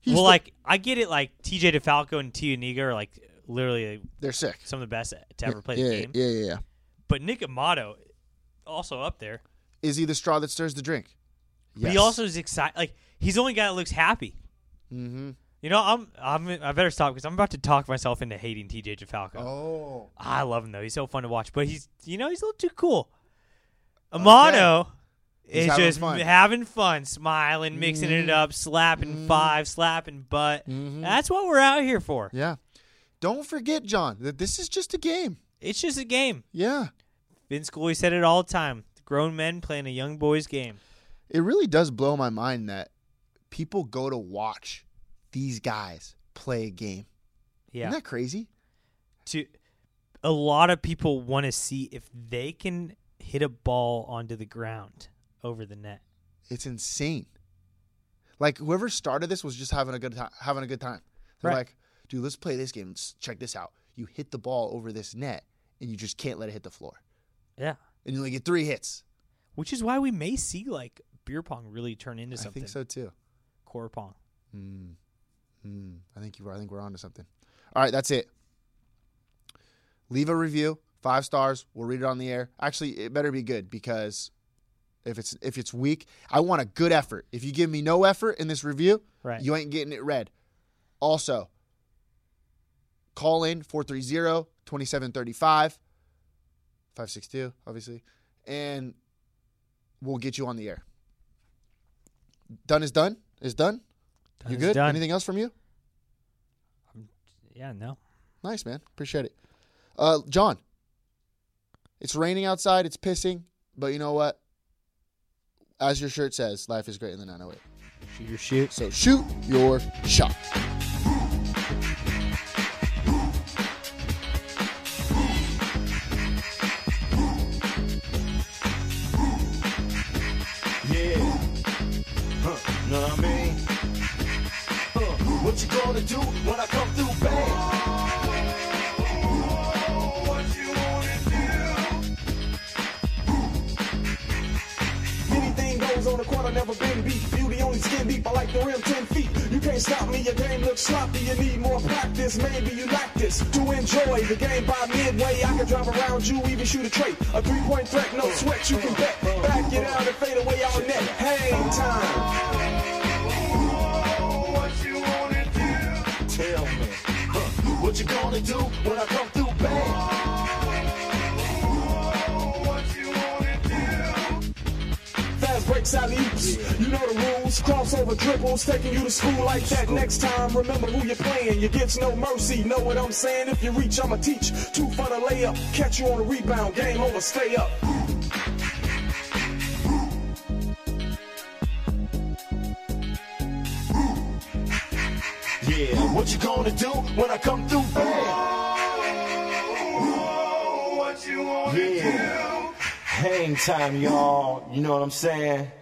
[SPEAKER 2] He's
[SPEAKER 3] well,
[SPEAKER 2] the-
[SPEAKER 3] like I get it. Like TJ DeFalco and Tianiga are like literally
[SPEAKER 2] they're sick.
[SPEAKER 3] some of the best to ever play
[SPEAKER 2] yeah,
[SPEAKER 3] the game.
[SPEAKER 2] yeah, yeah, yeah.
[SPEAKER 3] But Nick Amato, also up there.
[SPEAKER 2] Is he the straw that stirs the drink?
[SPEAKER 3] But he also is excited. Like he's the only guy that looks happy.
[SPEAKER 2] Mm-hmm.
[SPEAKER 3] You know, I'm I'm I better stop because I'm about to talk myself into hating TJ DeFalco.
[SPEAKER 2] Oh.
[SPEAKER 3] I love him though. He's so fun to watch, but he's you know he's a little too cool. Amano
[SPEAKER 2] He's
[SPEAKER 3] is
[SPEAKER 2] having
[SPEAKER 3] just
[SPEAKER 2] fun. Mm-hmm.
[SPEAKER 3] having fun, smiling, mixing it up, slapping five, slapping butt. That's what we're out here for.
[SPEAKER 2] Yeah. Don't forget, John, that this is just a game.
[SPEAKER 3] It's just a game.
[SPEAKER 2] Yeah.
[SPEAKER 3] Vince Scully said it all the time: grown men playing a young boys game.
[SPEAKER 2] It really does blow my mind that people go to watch these guys play a game.
[SPEAKER 3] Yeah,
[SPEAKER 2] Isn't that crazy?
[SPEAKER 3] to a lot of people want to see if they can hit a ball onto the ground over the net.
[SPEAKER 2] It's insane. Like whoever started this was just having a good time. Having a good time. They're
[SPEAKER 3] Right.
[SPEAKER 2] like, dude, let's play this game. Let's check this out. You hit the ball over this net, and you just can't let it hit the floor.
[SPEAKER 3] Yeah,
[SPEAKER 2] And you only get three hits.
[SPEAKER 3] which is why we may see like beer pong really turn into
[SPEAKER 2] I
[SPEAKER 3] something.
[SPEAKER 2] think so too.
[SPEAKER 3] Core pong.
[SPEAKER 2] Mm, I think you. are I think we're on to something. All right, that's it. Leave a review, five stars. We'll read it on the air. Actually, it better be good because if it's if it's weak, I want a good effort. If you give me no effort in this review,
[SPEAKER 3] Right.
[SPEAKER 2] you ain't getting it read. Also, call in 430-2735, 562, obviously, and we'll get you on the air. Done is done. Is done.
[SPEAKER 3] Done
[SPEAKER 2] you
[SPEAKER 3] is
[SPEAKER 2] good?
[SPEAKER 3] done.
[SPEAKER 2] Anything else from you?
[SPEAKER 3] Yeah, no.
[SPEAKER 2] Nice, man. Appreciate it. Uh, John, it's raining outside. It's pissing. But you know what? As your shirt says, life is greater than 908.
[SPEAKER 3] Shoot your shoot.
[SPEAKER 2] So shoot your shot.
[SPEAKER 6] Yeah. Huh, know what I mean? Huh, what you gonna do when I come through, bang? What you wanna do? Anything goes on the court, I never been beat. Beauty only skin deep, I like the rim 10 feet. You can't stop me, your game looks sloppy. You need more practice, maybe you like this. To enjoy the game by midway, I can drive around you, even shoot a trait. A three point threat, no sweat, you can bet. Back it out and fade away all net. Hang time. What you wanna do? Tell me. Huh. What you gonna do when I come through, bang? What you wanna do? Fast breaks, alley oops. You know the rules. Crossover dribbles, taking you to school like that. Next time, remember who you're playing. You get no mercy. Know what I'm saying? If you reach, I'ma teach. Two for the layup. Catch you on the rebound. Game over. Stay up. Yeah, what you gonna do when I come through? What you wanna do? Hang time, y'all. You know what I'm saying?